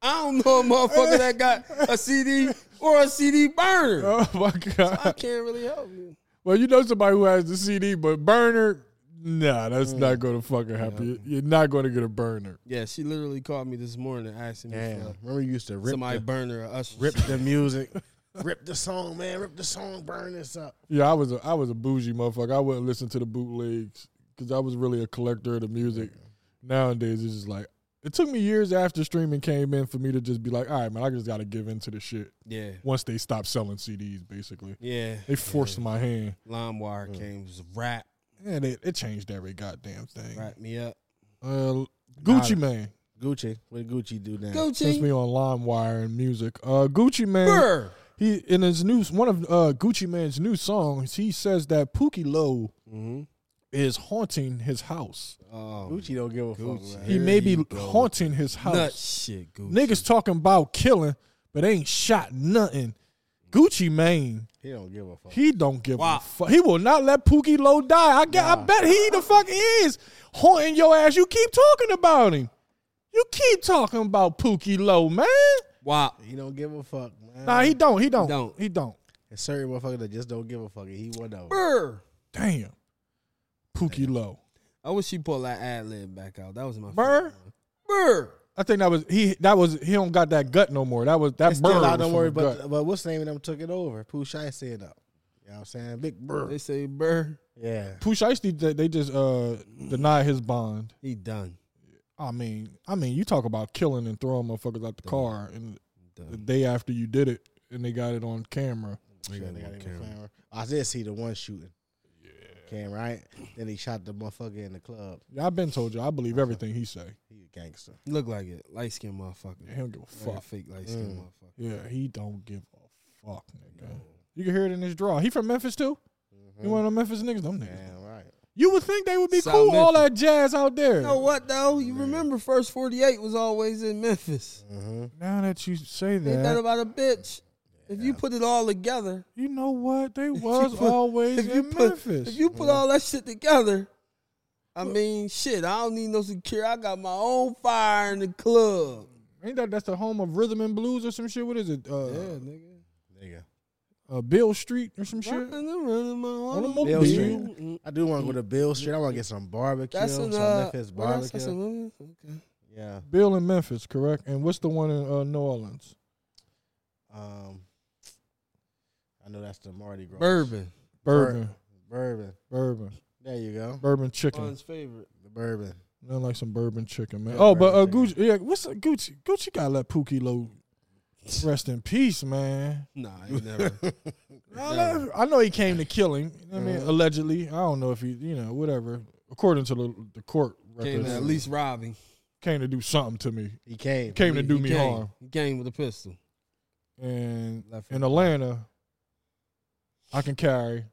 B: I don't know a motherfucker that got a CD or a CD burner.
A: Oh my
B: I
A: god.
B: can't really help you.
A: Well, you know somebody who has the CD, but burner. Nah, that's not going to fucking happen. You- You're not going to get a burner.
B: Yeah, she literally called me this morning asking me
C: Damn.
B: for
C: Remember you used to rip
B: somebody
C: the,
B: burner or us.
C: rip the music, rip the song, man, rip the song, burn this up.
A: Yeah, I was a I was a bougie motherfucker. I wouldn't listen to the bootlegs because I was really a collector of the music. Nowadays, it's just like it took me years after streaming came in for me to just be like, all right, man, I just got to give in to the shit.
B: Yeah,
A: Once they stopped selling CDs, basically,
B: yeah.
A: they forced my hand.
B: LimeWire
C: Mm.
B: came, was rap,
A: And it, it changed every goddamn thing.
B: wrap me up.
A: Uh, Gucci Man
C: Gucci, what did Gucci do now?
A: puts
B: Gucci,
A: me on LimeWire and music. Uh, Gucci Man.
B: Burr.
A: He in his new one of uh, Gucci Man's new songs, he says that Pookie Low is haunting his house.
B: Oh,
C: Gucci don't give a fuck. Man.
A: He may be haunting his house.
B: nut shit, Gucci.
A: Niggas talking about killing, but ain't shot nothing. Gucci Mane,
C: He don't give a fuck.
A: he don't give
B: Wow.
A: a fuck. He will not let Pookie Low die. I, get, I bet he the fuck is haunting your ass. You keep talking about him. You keep talking about Pookie Low, man.
B: Wow.
C: He don't give a fuck, man.
A: Nah, he don't. He don't.
B: Don't.
A: He don't.
C: There's certain motherfuckers that just don't give a fuck. and He one of them.
B: Burr.
A: Damn. Pookie Low.
B: I wish you pulled that ad lib back out. That was my
A: Burr?
B: favorite one. Burr.
A: I think that was he. That was he don't got that gut no more. That was that
C: It's
A: burn.
C: still out,
A: was
C: don't
A: from
C: worry.
A: the gut.
C: But but what's the name of them took it over? Pooh Shiesty said up. You know what I'm saying? Big
B: They
C: bird.
B: say Burr.
C: Yeah.
A: Pooh Ice, they, they just uh denied his bond.
B: He done.
A: I mean, I mean, you talk about killing and throwing motherfuckers out the car, and the day after you did it, and they got it on camera.
C: Shit, they got him on camera. I did see the one shooting. Yeah. Cam, right? Then he shot the motherfucker in the club.
A: Yeah, I've been told you, I believe everything he say.
C: He a gangster.
B: He Look like it. Light skinned motherfucker.
A: He don't give a
B: Like a
A: fuck.
B: fake light skinned
C: Mm.
B: motherfucker.
A: Yeah, he don't give a fuck, nigga. You can hear it in his draw. He from Memphis too. You one of them Memphis niggas? Them niggas.
C: Damn right.
A: You would think they would be
B: Mm-hmm. South
A: cool. All
B: Memphis.
A: that jazz out there.
B: You know what though? You remember First 48 was always in Memphis.
A: Now that you say
B: Ain't that
A: that,
B: about a bitch? If you put it all together,
A: you know what? They was
B: put-
A: always
B: if you
A: in
B: put
A: Memphis.
B: if you put all that shit together, I mean shit, I don't need no security. I got my own fire in the club.
A: Ain't that that's the home of rhythm and blues or some shit? What is it? Uh,
B: Yeah, nigga.
C: Nigga.
A: uh Bill Street or some shit?
B: Riding around in my
A: Automobile.
C: Bill
A: Bill.
C: Street. I do want to go to Bill Street. I want to get some barbecue.
B: That's
C: some
B: an uh,
C: Memphis
B: what else?
C: barbecue.
B: That's a woman? Okay.
C: Yeah.
A: Bill in Memphis, correct? And what's the one in uh, New Orleans?
C: Um, I know that's the Mardi Gras.
D: Bourbon.
A: Bourbon,
C: Bourbon.
A: bourbon,
C: There you go.
A: bourbon chicken.
D: Ron's favorite.
C: The bourbon.
A: Nothing like some bourbon chicken, man.
C: Yeah,
A: oh, but uh,
C: bourbon
A: Gucci, yeah, what's uh, Gucci? Gucci gotta let Pookie Low rest in peace, man.
D: Nah, ain't never.
A: I, love- I know he came to killing. I mean, allegedly. I don't know if he, you know, whatever. According to the, the court
D: Came
A: records,
D: to at least robbing.
A: came to do something to me.
C: He came.
A: Came to do
D: He
A: me
D: came.
A: harm.
D: He came with a pistol.
A: And
D: Left
A: in Atlanta, I can carry.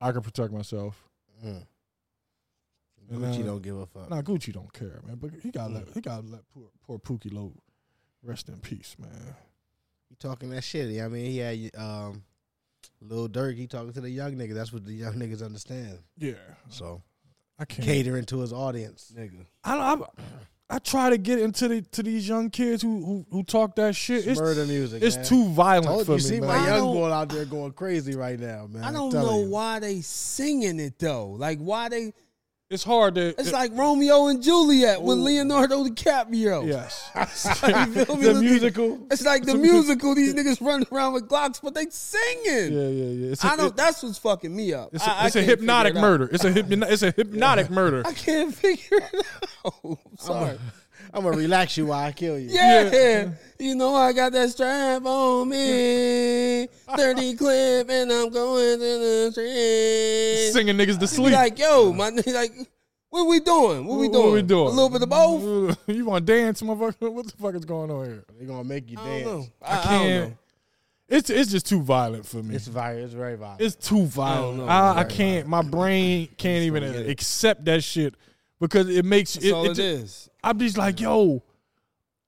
A: I can protect myself.
C: Mm.
A: And,
C: Gucci
A: uh,
C: don't give a fuck.
A: Nah, Gucci don't care, man. But he got to
D: Mm.
A: let he got to let poor poor Pookie Low rest in peace, man.
C: He talking that shit. I mean, he had um, Lil Durk. He talking to the young niggas. That's what the young niggas understand.
A: Yeah,
C: So
A: I can't.
C: catering to his audience.
D: Nigga.
A: I, don't- I I try to get into the to these young kids who who, who talk that shit. It's,
C: murder music.
A: it's
C: man.
A: too violent
C: Told
A: for
C: you,
A: me.
C: see
A: man.
C: my
D: I
C: young
D: don't-
C: boy out there going crazy right now, man.
D: I
C: I'm
D: don't
C: telling
D: know
C: you.
D: why they singing it though. Like why they?
A: It's hard to.
D: It's like Romeo and Juliet with Leonardo DiCaprio.
A: yes,
D: You feel me?
A: the musical.
D: It's like the musical. These niggas running around with Glocks, but they singing.
A: Yeah, yeah, yeah. It's a,
D: I don't.
A: it-
D: That's what's fucking me up.
A: it's
D: I-
A: a,
D: I
A: it's a
D: can't figure
A: hypnotic
D: it out.
A: murder. It's a hypno, It's a hypnotic murder.
D: I can't figure it out. I'm sorry.
C: I'm gonna relax you while I kill you.
D: Yeah. You know I got that strap on me. 30 clip and I'm going to the street.
A: Singing niggas to
D: Be
A: sleep.
D: like, yo, my nigga, like, what we doing? What we doing?
A: What we doing?
D: A little bit of both?
A: you want to dance, motherfucker? What the fuck is going on here?
C: They gonna make you
D: I don't know.
C: dance.
D: I, I
A: can't.
D: don't know.
A: It's it's just too violent for me.
C: It's
A: It's,
C: violent. It's very violent.
A: too violent.
D: know.
A: I, I can't. My brain can't even accept that shit because it makes
D: That's all it
A: ju-
D: is.
A: I'm just like, yo,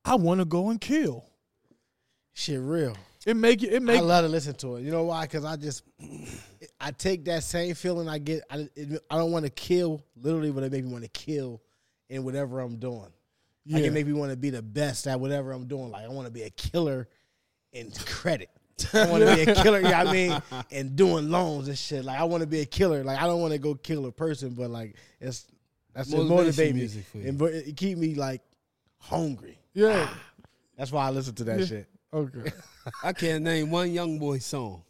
A: I want to go and kill.
C: shit real.
A: It make it
C: I
A: make
C: love to listen to it. You know why? Because I just I take that same feeling I get. I, it, I don't want to kill literally, but it make me want to kill in whatever I'm doing. Like
A: Yeah.
C: it make me want to be the best at whatever I'm doing. Like I want to be a killer in credit. I want to be a killer. Yeah, I mean, and doing loans and shit. Like I want to be a killer. Like I don't want to go kill a person, but like it's that's what
D: Motivation
C: motivate me
D: music for you.
C: and but it keep me like hungry.
A: yeah.
C: That's why I listen to that shit.
A: Okay,
D: I can't name one young boy song.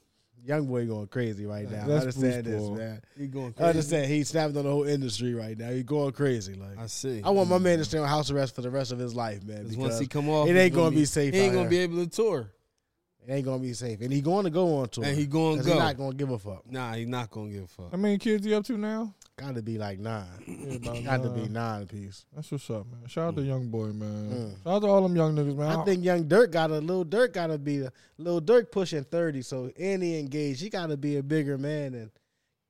C: Young boy going crazy right now.
A: That's
C: understand
A: Bruce
C: this,
A: Paul.
C: man.
D: You going crazy?
C: I understand he's snapping on the whole industry right now. He's going crazy. Like
D: I see.
C: I want my man to stay on house arrest for the rest of his life, man.
D: Because
C: Because
D: once he come off,
C: it
D: he
C: ain't gonna be, safe.
D: He ain't
C: out
D: gonna be
C: here.
D: able to tour.
C: It ain't gonna be safe, and he going to go on tour.
D: And he gonna
C: 'Cause
D: go.
C: He not gonna give a fuck.
D: Nah, he not gonna give a fuck.
A: how many kids you up to now?
C: Got to be like nine.
A: Yeah, about
C: Got to
A: nine.
D: Uh.
C: be nine piece.
A: That's what's up, man. Shout
D: Mm.
A: out to young boy, man. Shout out to all them young niggas, man.
C: I think Young Dirk got a little Dirk got to be a little Dirk pushing thirty. So and he engaged. He got to be a bigger man and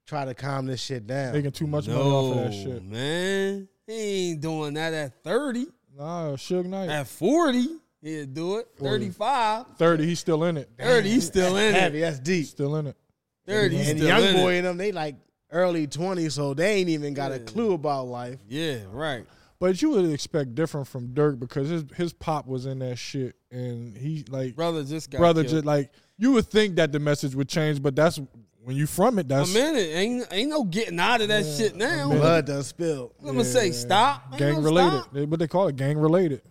C: try to calm this shit down.
A: making too much money
D: No,
A: off of that shit.
D: Oh, man, he ain't doing that at thirty.
A: Nah, Suge Knight,
D: At forty, he'll do it. Thirty-five,
A: thirty, he's still in it.
D: thirty, he's still in
C: Heavy.
D: it.
C: That's deep.
A: Still in it.
D: Thirty, he's
C: and
D: still
C: young
D: in
C: boy
D: it.
C: and them, they like early twenties, so they ain't even got a clue about life.
D: Yeah, right.
A: But you would expect different from Dirk because his his pop was in that shit, and he like brother,
D: Brother just got killed.
A: just like you would think that the message would change, but that's when you from it.
D: a
A: That's
D: minute. Ain't ain't no getting out of that shit now. I'm
C: Blood done spilled.
D: gonna say stop. Ain't
A: gang
D: no
A: related.
D: stop.
A: They, what they call it, gang related.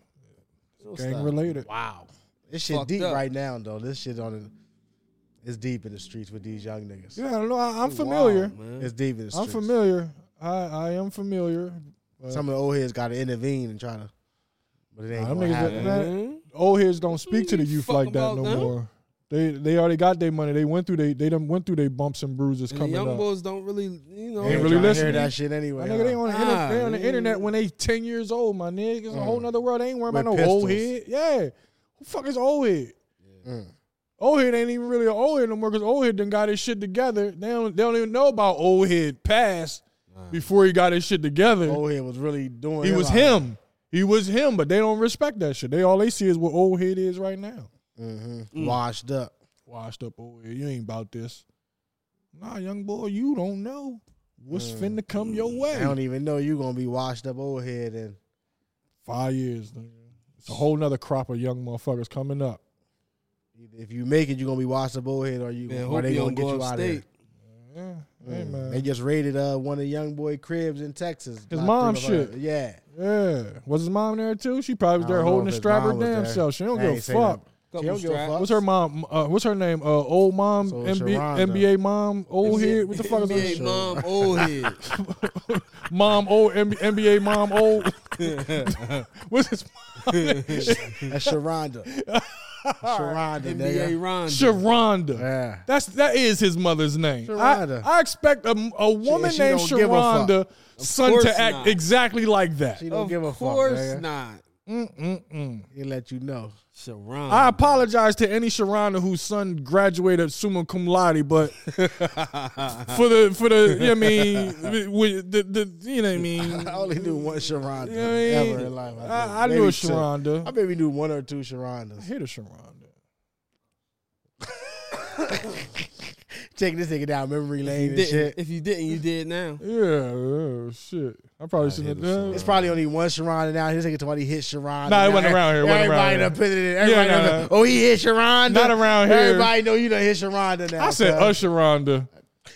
A: gang related.
C: Wow, this shit
D: Fucked
C: deep
D: up.
C: right now though. This shit on the, it's deep in the streets with these young niggas.
A: Yeah, I don't know. I, I'm familiar.
C: It's deep in the
A: I'm
C: streets.
A: familiar. I I am familiar. But
C: Some of the old heads got to intervene and try to, but it ain't
A: Nah, them
C: gonna
A: niggas
C: happen.
A: that, that- old heads don't speak to the youth
D: fuck
A: like that
D: about
A: no
D: them?
A: more. They they already got their money. They went through they they done went through their bumps and bruises
D: And the
A: coming
D: young
A: up.
D: boys don't really, you know,
A: Ain't
C: They
A: really
C: tryna
A: listening.
C: Hear that shit anyway.
A: My nigga, they
C: huh?
A: on, the internet, they on the
D: Nah,
A: internet when they ten years old. My nigga, it's a whole nother world. They ain't worried
C: Mm. With
A: about no old
C: pistols.
A: head. Yeah, who the fuck is old head?
C: Mm.
A: Old head ain't even really an old head no more because old head done got his shit together. They don't, they don't even know about old head past before he got his shit together.
C: old head was really doing.
A: he
C: him
A: was
C: out.
A: him. He was him, but they don't respect that shit. They all they see is what old head is right now.
C: Mm-hmm.
D: Mm.
C: washed up.
A: Washed up old head. You ain't about this. Nah, young boy, you don't know what's
C: Mm.
A: finna come your way.
C: I don't even know you gonna be washed up old head and
A: Five years, nigga. It's a whole nother crop of young motherfuckers coming up.
C: if you make it, you gonna be washed up old head or you
D: man,
C: or
D: hope
C: they
D: you
C: gonna
D: don't
C: get
D: go
C: you out of
D: upstate.
C: here.
A: Yeah. Hey, man.
C: They just raided uh, one of Young Boy cribs in Texas.
A: His
C: Locked
A: mom
C: him up.
A: shit.
C: Yeah.
A: Yeah. Was his mom there too? She probably was
C: I
A: there
C: don't know
A: holding
C: if
A: the
C: his
A: strap her
C: mom was
A: damn
C: there.
A: self. She don't
C: I
A: give a
C: ain't say nothing.
A: fuck.
C: She don't give a fuck.
A: What's her mom? Uh, what's her name? Uh, old mom,
C: So it's
A: NBA,
C: Sharonda.
A: NBA mom, old head. What the fuck is
D: NBA
A: her?
D: mom old head.
A: Mom, old M- NBA mom, old. what's his mom?
C: That's Sharonda. Sharonda,
D: NBA
C: nigga.
D: Ron.
A: Sharonda.
C: Yeah.
A: That's that is his mother's name. I,
C: Sharonda.
A: I expect a, a woman
C: she
A: named
C: don't give a fuck.
A: Sharonda son
D: course
A: to act
D: not.
A: exactly like that.
C: She don't
D: Of
C: give a fuck.
D: course
C: nigga.
D: not.
C: He let you know.
D: Sharon.
A: I apologize to any Sharonda whose son graduated summa cum laude, but for the for the you know what I mean with the, the you know what I mean.
C: I only knew one Sharonda
A: You know what I mean?
C: ever in life.
A: I-
C: think.
A: I knew
C: Maybe
A: a
C: two.
A: Sharonda.
C: I maybe knew one or two Sharondas.
A: hit a Sharonda.
C: Taking this nigga down memory lane and
D: Didn't.
C: shit.
D: If you didn't, you did now.
A: Yeah, oh, shit. I probably shouldn't have done.
C: It's probably only one Sharonda now. This nigga somebody hit Sharonda.
A: Nah, it
C: Now
A: wasn't around here. It wasn't
C: everybody
A: around
C: done
A: here.
C: put it in. Everybody
A: Yeah,
C: done
A: nah,
C: put- oh, he hit Sharonda.
A: Not around here.
C: Everybody know you done hit Sharonda now.
A: I said
C: cuz.
A: a Sharonda.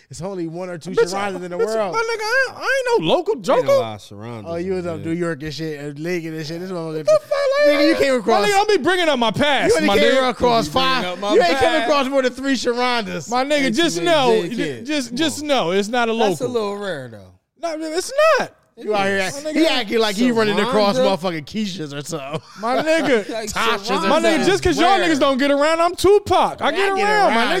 C: It's only one or two
A: Bitch,
C: Sharondas in the
A: bitch,
C: world.
A: My nigga, I, ain't- I ain't no local
D: Ain't a
A: joker.
D: lot of Sharondas
C: Oh, you was
D: out
C: up New
D: there.
C: York and shit, and Lincoln and shit. This one was
A: The fuck, like,
C: Nigga, you came across.
A: My nigga, I'll be bringing up my past.
C: You only
A: my
C: came
A: nigga.
C: across five.
D: up
C: You
D: my
C: ain't
D: bag.
C: came across more than three Sharondas.
A: My nigga,
D: Ain't you
A: just
D: a
A: know,
D: big kid?
A: just
D: Come
A: just know, it's not a local.
D: That's a little rare though.
A: No, it's not.
C: you out here,
A: My nigga,
C: he acting like he running across
D: Sharonda?
C: motherfucking Keishas or something.
A: My nigga.
C: Tasha's
A: My
C: or
A: nigga,
C: something.
A: just cause y'all
C: Where?
A: niggas don't get around, I'm Tupac. I get,
C: I
A: around, my
C: get around,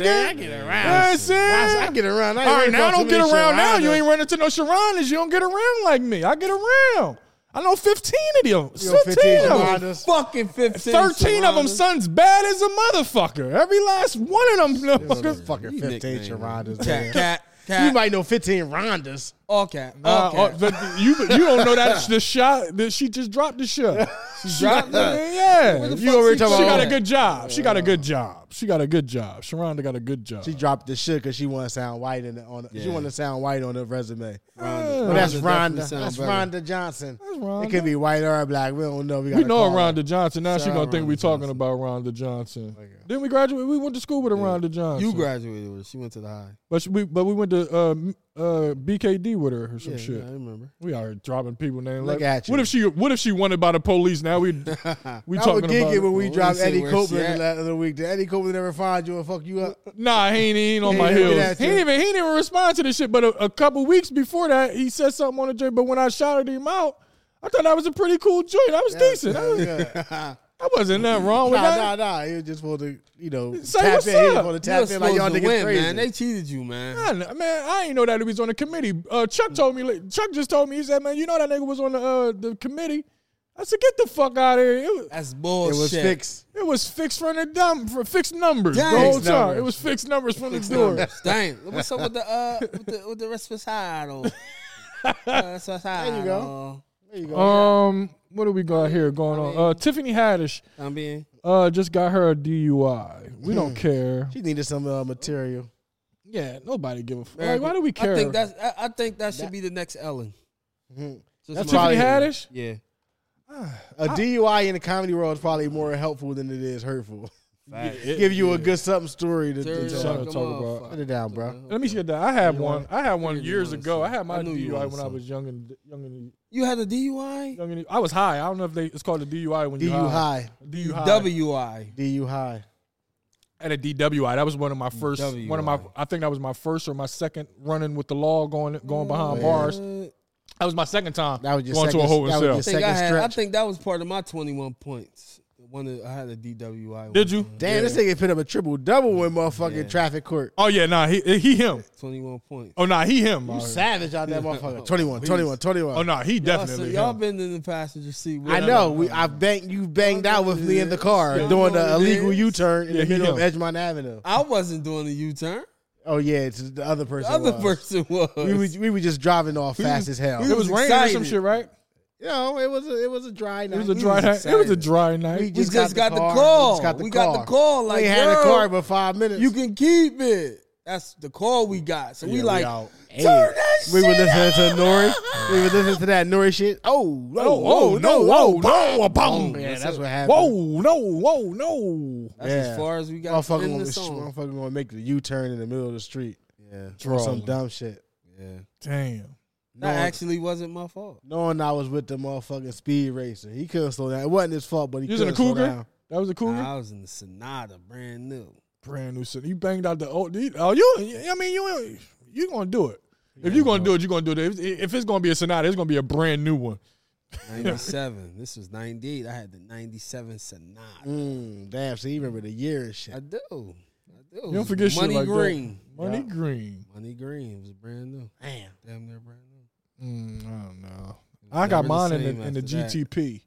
A: nigga.
C: nigga. I get
A: You
C: around.
A: know what I'm saying?
C: I, I get around. I ain't
A: All right,
C: running
A: now I
C: across
A: don't
C: too
A: get
C: many
A: around. Now
C: Sharondas.
A: you ain't running to no Sharonas. You don't get around like me. I get around. I know 15 of them.
C: You know,
A: 15, of them.
C: Sharondas.
D: Fucking fifteen.
A: 13 of them
D: Sharondas.
A: sons bad as a motherfucker. Every last one of them. motherfuckers.
C: Fucking
D: You
C: 15
D: nickname,
C: Sharondas.
D: Cat,
C: man.
D: cat,
C: You
D: cat.
C: might know 15 Rondas.
D: all cat.
A: Uh,
D: All
A: uh,
D: cat.
A: but you you don't know that the shot that she just dropped the shot. She
D: dropped it?
A: yeah.
D: Where the
A: You
D: fuck
A: over
D: she
A: talking about? She got
D: dropped
A: a
D: it?
A: good job. She got a good job. She got a good job. Sharonda got a good job.
C: She dropped the shit because she want to sound white in the, on. The, She
D: Yeah.
C: want to sound white on her resume.
D: Rhonda.
C: But that's
D: Rhonda
C: Rhonda.
D: definitely
C: That's
D: sound
C: Rhonda Johnson.
A: Rhonda.
C: It could be white or black. We don't know. We,
A: we
C: gotta
A: know a
C: call her.
A: Rhonda Johnson. Now she
C: Shout
A: gonna
C: out
A: think
C: Rhonda
A: we talking
C: Johnson.
A: about Rhonda Johnson. Then we graduated. We went to school with a Rhonda Johnson.
D: You graduated with her. She went to the high.
A: but she- we but we went to uh, m- uh, BKD with her or some
D: Yeah,
A: shit.
D: yeah, I remember.
A: We are dropping people names.
C: Look
A: like,
C: at you.
A: What if she what if she wanted by the police? Now we we
C: I was
A: talking about.
C: giggling
A: it.
C: when we
D: Well,
C: dropped
D: let me see
C: Eddie
D: where she
C: Copeland
D: at.
C: the other week. Did Eddie Copeland ever find you and fuck you up?
A: Nah, he ain't, he ain't on
C: He
A: my
C: ain't looking
A: heels.
C: at
A: He
C: you.
A: ain't even he didn't even respond to this shit. But a, a couple weeks before that, he said something on the joint. But when I shouted him out, I thought that was a pretty cool joint. I was decent. I, was,
C: Yeah.
A: I wasn't nothing wrong with
C: nah,
A: that.
C: nah, nah. He was just supposed to, you know,
A: Say
C: tap
A: what's
C: in. He was
A: up.
C: supposed to
D: You were
C: tap in like y'all
D: supposed to
C: niggas
D: win,
C: crazy.
D: man. They cheated you, man.
A: I kn- Man, I ain't know that he was on the committee. Uh, Chuck told me. like, Chuck just told me. He said, "Man, you know that nigga was on the uh, the committee." I said, "Get the fuck out of here!" It was,
D: That's
C: it
D: bullshit.
C: was fixed.
A: it was fixed from the dumb for fixed numbers
D: Dang.
A: the whole
C: Fixed
A: time.
C: numbers.
A: It was fixed numbers from the door.
D: Numbers. Damn. What's up with the uh with the with the Uh, resposado? There
C: you go. There you go.
A: Um, what do we got here going on? Uh, Tiffany Haddish.
D: I'm being Hmm.
A: Uh, just got her a DUI. We don't care.
C: she needed some uh, material.
A: Yeah, nobody give a fuck. Like, why do we care?
D: I think that's I, I think that should be the next Ellen. Just
C: That's
D: my-
A: Tiffany
C: probably-
A: Haddish.
D: Yeah.
C: A DUI in the comedy world is probably more helpful than it is hurtful.
A: It-
C: Give you a good something story to, to
D: Dirty
A: Shut
C: tell.
A: up.
D: like a
A: talk about-
D: motherfucker.
C: Put it down, bro.
A: Let me see that. I had
D: You
A: one.
D: want-
A: I had one
D: you
A: years
D: wanted
A: ago. I
D: some.
A: had my
D: I knew you
A: DUI
D: wanted
A: when I
D: some.
A: was young and young and
D: You had a DUI?
A: young and I was high. I don't know if they it's called a DUI when you
C: DU high.
A: DU high.
D: WI.
C: DU high.
A: and a DWI. That was one of my first. One of my.
D: DWI.
A: I think that was my first or my second running with the law, going going behind bars.
D: I
A: That was my second time.
C: Oh, That was your
A: going to a
C: second-
A: holding
C: that was
A: cell.
C: your
D: think I
C: Second
D: had I
C: stretch.
D: think that was part of my 21 points. The One that I had a DWI.
A: Did you?
C: Damn, this nigga put up a triple double when motherfucking traffic court.
A: Oh yeah, nah. He he him.
D: 21 points.
A: Oh nah, he him.
C: Savage out that motherfucker. 21, 21, 21.
A: Oh nah, he
D: Y'all,
A: definitely.
D: so y'all
A: him.
D: been in the passenger seat. with
C: I
D: him.
C: know. We I banged you banged out with me in the car
D: Y'all
C: doing
D: know
C: the
D: we
C: illegal
D: did.
C: U turn in
A: Yeah,
C: the
A: he
C: middle of
A: him.
C: Edgemont Avenue.
D: I wasn't doing a U-turn.
C: Oh yeah, it's the other person.
D: Other
C: was.
D: person was.
C: We were, we were just driving off fast as hell.
A: It was
D: was
A: raining or some
D: excited.
A: shit, right?
C: you know, it was a, it was a dry night.
A: It was a dry night. It was a
D: excited.
A: dry night.
C: We
D: We
C: just,
D: just, got, the,
C: We
D: call.
C: just got the
D: we
C: call.
D: got the call. Like,
C: we had
D: yo,
C: a car but five minutes.
D: you can keep it. That's the call we got. So we
C: Yeah,
D: like,
C: out.
D: turn that
C: we
D: shit
C: were listening to Nori. We were listening to that Nori shit. Oh, oh,
A: whoa, no, whoa, no, boom.
C: Yeah, that's what happened.
A: Whoa, no, whoa, no.
D: That's
C: Yeah.
D: as far as we got
C: Motherfucker
D: in
C: gonna,
D: the
C: sh-
D: song.
C: motherfucker gonna make the U turn in the middle of the street.
D: Yeah,
C: Or some dumb shit.
D: yeah.
A: Damn.
D: That
C: No.
D: actually wasn't my fault.
C: Knowing I was with the motherfucking speed racer, he couldn't slow down. It wasn't his fault, but he
A: You was in
C: couldn't
A: a
C: slow
A: cougar?
C: down.
A: That was a cougar?
D: I was in the Sonata, brand new.
A: Brand new city. You banged out the old. you- Oh, you. I mean, you. You gonna do it. If you're gonna do it, you're gonna do it. If, if it's gonna be a Sonata, it's gonna be a brand new one.
D: 97. this was 98. I had the 97 Sonata.
C: Mm, damn, so you remember the year and shit.
D: I do. I do.
A: You don't forget shit
D: Money
A: like that.
D: Green.
A: Money Green.
D: Money Green was brand new.
C: Damn.
D: Damn near brand new.
A: Mm, I don't know. I got
D: never the
A: mine in
D: same
A: the, in the
D: after that.
A: GTP,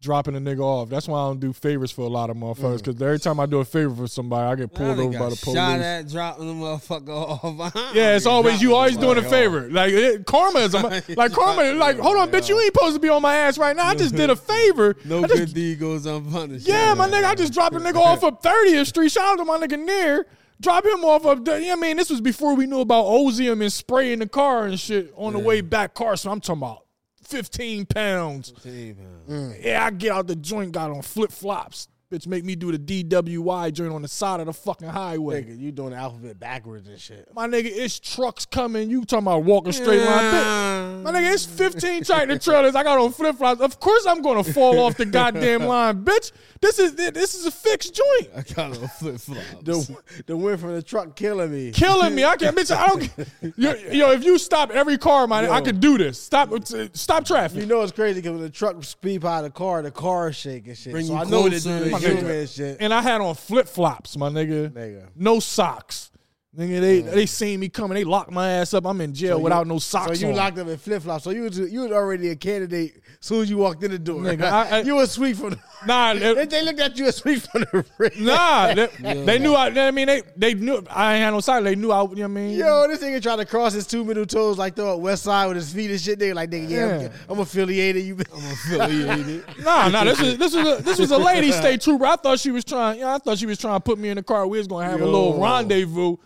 A: dropping a nigga off. That's why I don't do favors for a lot of motherfuckers.
D: Mm.
A: Because every time I do a favor for somebody, I get pulled
D: Now they
A: over by
D: got
A: the police.
D: Shot at dropping the motherfucker off.
A: Yeah, it's always you always doing a
D: Like,
A: favor. Like it, karma is a, like karma. Like hold on, bitch, you ain't supposed to be on my ass right now. I just did a favor.
D: No
A: I just-
D: good deed goes unpunished.
A: Yeah, my nigga, I just dropped a nigga off up 30th Street. Shout out to my nigga Near. Drop him off up there. Yeah, I mean, this was before we knew about ozium and spraying the car and shit on the way back. Car, so I'm talking about 15 pounds.
D: Damn, man.
A: Yeah, I get out the joint, got on flip flops. Bitch, make me do the DWI joint on the side of the fucking highway.
C: Nigga, you doing the alphabet backwards and shit.
A: My nigga, it's trucks coming. You talking about walking straight line? Bitch, My nigga, it's 15 tractor trailers. I got on flip flops. Of course, I'm gonna fall off the goddamn line, bitch. This is this is a fixed joint.
D: I got a flip flop.
C: The, the wind from the truck killing me.
A: killing me. I can't, bitch. I don't. Yo, yo, if you stop every car, man, I could do this. Stop, stop
C: You
A: traffic.
C: know it's crazy because when the truck speed by the car, the car shake and shit.
D: Bring
C: so
D: you
C: I know they
D: closer
C: do the
D: and
C: human
A: shit.
C: and shit.
A: And I had on flip flops, my nigga.
C: Nigga.
A: No socks, nigga. They they seen me coming. They locked my ass up. I'm in jail without no
C: So
A: socks.
C: you
A: on.
C: locked up in flip flops. So you was you was already a candidate as soon as you walked in the door.
A: Nigga, I- I-
C: you was sweet from the
A: Nah,
C: they,
A: it-
C: they looked at you as sweet from the ring.
A: nah. They, they knew. I, I mean, they they knew I ain't had no sock. They knew I. You know what I mean,
C: Yo, this nigga tried to cross his two middle toes like throw up West Side with his feet and shit. Nigga, like nigga, yeah,
A: Yeah.
C: I'm, I'm affiliated. You, been,
D: Affiliated.
A: Nah, nah. This is this was a, this was a lady state trooper. I thought she was trying. You know, I thought she was trying to put me in the car. We was gonna have a little
C: Yo.
A: rendezvous. You know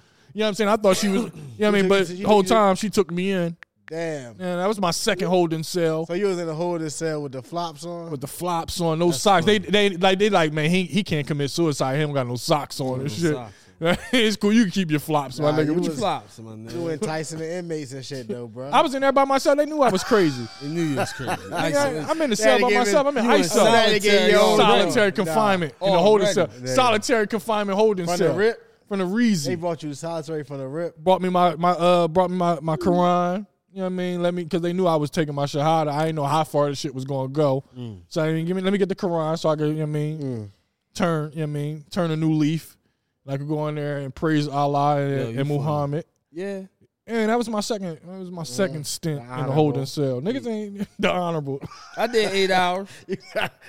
A: what I'm saying? I thought she was. You know what I mean?
C: took-
A: But
C: you
A: the whole
C: took- you took-
A: time she took me in.
C: damn.
A: Yeah, that was my second holding cell
C: So you was in a holding cell with the flops on.
A: with the flops on, no socks. They they like they like man, he he can't commit suicide. He don't got no socks on and shit.
D: socks
A: it's cool. You can keep your flops,
C: Nah,
A: my nigga.
C: you
A: What you-
C: was-
D: Flops, my nigga.
C: You enticing the inmates and shit though, bro.
A: I was in there by myself. They knew I was crazy.
D: They knew you was crazy.
A: Nigga, I, am in the
C: They
A: cell
C: had to
A: by
C: give it-
A: myself. I'm in
C: you in
A: ISO.
C: solitary
A: Solitary,
C: already.
A: solitary
C: Nah.
A: confinement in the holding cell.
C: Already.
A: Solitary confinement holding
C: From the
A: cell.
C: rip?
A: From the
C: they
A: Reezy.
C: brought you to solitary from the rip.
A: Brought me my my uh brought me my
C: Mm.
A: my Quran. You know what I mean? Let me because they knew I was taking my shahada. I didn't know how far this shit was gonna go.
C: Mm.
A: So I mean, give me let me get the Quran so I could you know what I mean turn you know what I mean turn a new leaf. And I could go in there and praise Allah and,
D: you
A: and
D: funny.
A: Muhammad.
D: Yeah.
A: And that was my second. That was my second stint in the
C: Mm. honorable.
A: holding cell. Niggas ain't the honorable.
D: I did eight hours.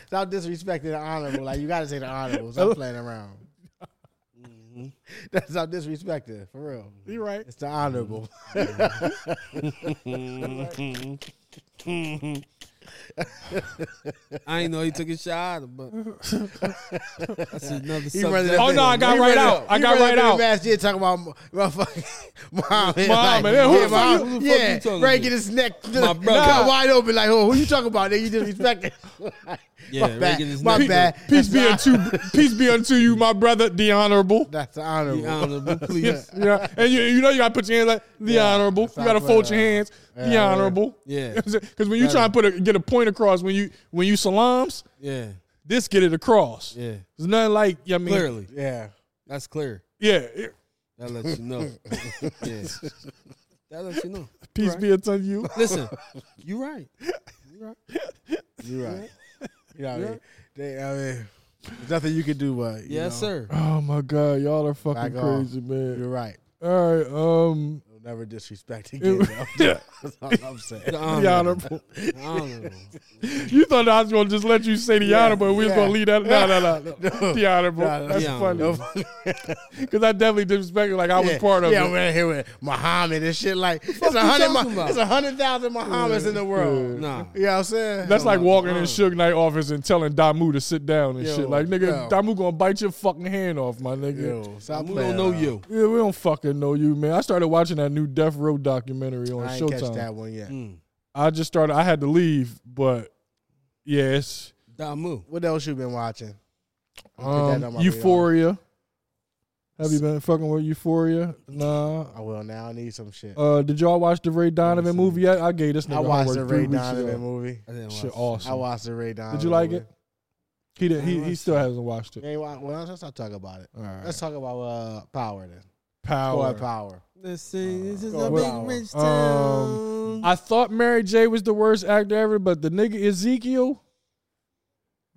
C: Stop disrespecting the honorable. Like you gotta say the honorable. Stop playing around. That's not disrespected, for real.
A: You right?
C: It's the honorable.
D: I ain't know he took a shot, but that's another
C: He running
D: subject.
C: up
A: Oh,
C: in-
A: no, I got right
C: he running
A: out.
C: up-
A: I
C: he
A: got
C: running
A: right
C: up in
A: out.
C: the Mass Jid talking about motherfucking Muhammad.
A: Muhammad, yeah, who the fuck you-
D: who the
C: yeah,
D: fuck you talking
C: breaking
D: to?
C: his neck,
D: My brother.
C: cut wide open. Like, oh, who you talking about? Nigga, you disrespecting?
D: Yeah,
C: my bad.
D: breaking his
C: my
D: neck.
C: bad.
A: Peace
C: That's
A: be
C: the-
A: unto peace be unto you, my brother, the honorable.
C: That's the honorable.
D: The honorable, please.
A: Yeah, yeah. and you, you know you gotta put your hands like the honorable. You
C: not
A: gotta fold
C: right.
A: your hands, the
C: yeah.
A: honorable.
D: Yeah.
A: because when you try and put a, get a point across when you when you salams,
D: Yeah,
A: this get it across.
D: yeah.
A: It's nothing like yeah, I mean,
D: Clearly,
C: Yeah.
D: that's clear.
A: yeah. it-
D: That lets you know. yeah. That lets you know.
A: peace be unto you.
D: Listen, you right. You right.
C: You're right. You know what I mean? They, I mean, there's nothing you can do, but you
D: Yes,
C: know,
D: sir.
A: Oh my God, y'all are fucking
C: Back off.
A: crazy, man.
C: You're right.
A: All right, um,
C: We'll never disrespect again.
A: it- yeah,
C: That's all I'm saying.
D: The
A: the
D: honorable.
A: honorable.
D: The honorable.
A: You thought I was gonna just let you say the honorable, and we was
C: yeah.
A: gonna leave that. No, no, no, no. the honorable.
C: No, no,
A: That's
D: the
A: funny.
D: honorable.
A: Because I definitely disrespected, like I was
C: yeah,
A: part of
C: yeah,
A: it.
C: we're here with Muhammad and shit. Like, there's a
D: you
C: hundred,
D: talking
C: Mu-
D: about?
C: there's a hundred thousand Muhammads in the world.
D: Nah. Uh-uh.
C: You know what I'm saying?
A: That's like walking in Suge Knight office and telling Damu to sit down and
C: Oh Yo,
A: shit. Like nigga,
C: yo.
A: Damu gonna bite your fucking hand off, my nigga.
C: Yo, stop
D: We
C: playing
D: don't
A: Oh,
D: know
C: around.
D: you.
A: Yeah, we don't fucking know you, man. I started watching that new Death Row documentary on
C: I ain't catch
A: Showtime.
C: that one yet.
D: Mm.
A: I just started. I had to leave, but yes,
D: Damu.
C: What else you been watching? I'll put that
A: um,
C: on my radar.
A: Euphoria. Have you been fucking with Euphoria? Nah.
C: I will now. I need some shit.
A: Uh, did y'all watch the Ray Donovan movie yet? I gave this nigga
C: I watched
A: homework
C: the
A: three
C: Ray
A: weeks
C: Donovan
A: ago.
C: movie.
D: I didn't
A: Shit,
D: watch it.
C: I
A: awesome.
C: watch the Ray Donovan.
A: Did you like
C: movie.
A: it? He did. He,
C: I
A: he
C: watched
A: still
C: it.
A: hasn't watched it.
C: Yeah, you want- well, let's, let's talk about it.
A: All right.
C: Let's talk about uh, power then.
A: power.
C: Power, power.
D: Let's see. This is
A: go
D: a
A: with
D: big
C: our-
D: rich
A: um,
D: Oh, town.
A: I thought Mary J was the worst actor ever, but the nigga Ezekiel.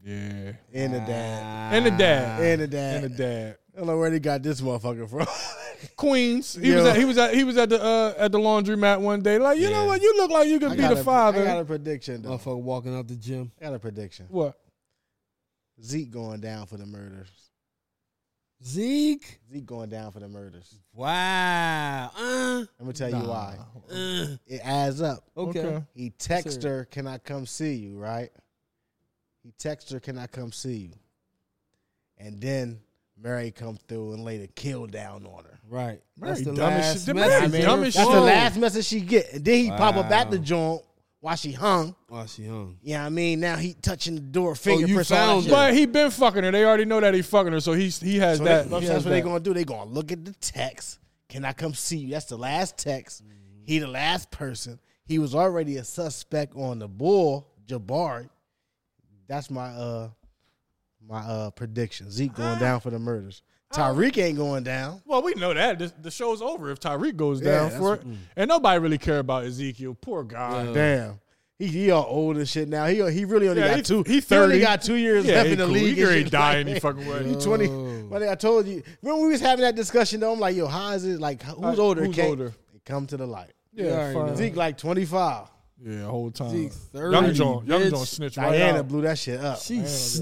A: Yeah.
C: In the dad.
A: And the dad.
C: In the dad.
A: And the dad.
C: I don't know where they got this motherfucker from.
A: Queens. He
C: Yo.
A: was at he was at he was at the uh, at the laundromat one day. Like, you know
C: Yeah.
A: what? You look like you could
C: I
A: be
C: got
A: the
C: a-
A: father.
C: I got a prediction though.
D: Motherfucker walking out the gym.
C: I got a prediction.
A: what?
C: Zeke going down for the murders.
D: Zeke.
C: Zeke going down for the murders.
D: Wow. Uh,
C: I'm gonna tell you why.
D: uh,
C: It adds up.
D: okay.
A: Okay.
C: He texted her, "Can I come see you?" Right? He texted her, "Can I come see you?" And then Mary come through and lay the kill down on her.
D: Right.
A: Mary dumb as shit. Mary
D: message
A: dumb
D: ever
A: as
C: That's
A: shit.
C: the
A: Whoa.
C: last message she get. And then he pop up at the
D: Wow.
C: joint while she hung.
D: Oh, she hung.
C: Yeah, I mean now he touching the door, finger
D: you
C: press, all that
D: found
C: shit.
D: her.
A: But he been fucking her. They already know that he fucking her, so he's he has
C: So
A: that.
C: they- that's
A: he has
C: what they
A: that.
C: gonna do. They gonna look at the text. Can I come see you? That's the last text.
A: Mm-hmm.
C: He the last person. He was already a suspect on the bull Jabari. That's my uh my uh prediction. Zeke going down for the murders.
A: Oh.
C: Tyreek ain't going down.
A: Well, we know that the, the show's over if Tyreek goes
C: Yeah,
A: down
C: that's mm.
A: for it, and nobody really care about Ezekiel. Poor guy.
C: Damn. He, he all old and shit now. He he really only
A: Uh. Yeah,
C: got
A: he-
C: two.
A: he 30.
C: only got two years
A: Yeah,
C: left
A: he
C: in the
A: cool.
C: league.
A: He
C: and
A: ain't
C: shit.
A: die any fucking way.
C: You twenty.
A: Oh.
C: Well, I told you. Remember we was having that discussion though. I'm like, yo, how is it? Like, who's
A: Like,
C: older?
A: who's
C: Kate?
A: older?
C: It come to the light.
A: Yeah, fine.
C: Zeke like 25.
A: Yeah, whole time.
D: Zeke
A: Young
D: 30,
A: John, Young
D: bitch.
A: John snitch right
C: Diana
A: out.
C: blew that shit up.
D: She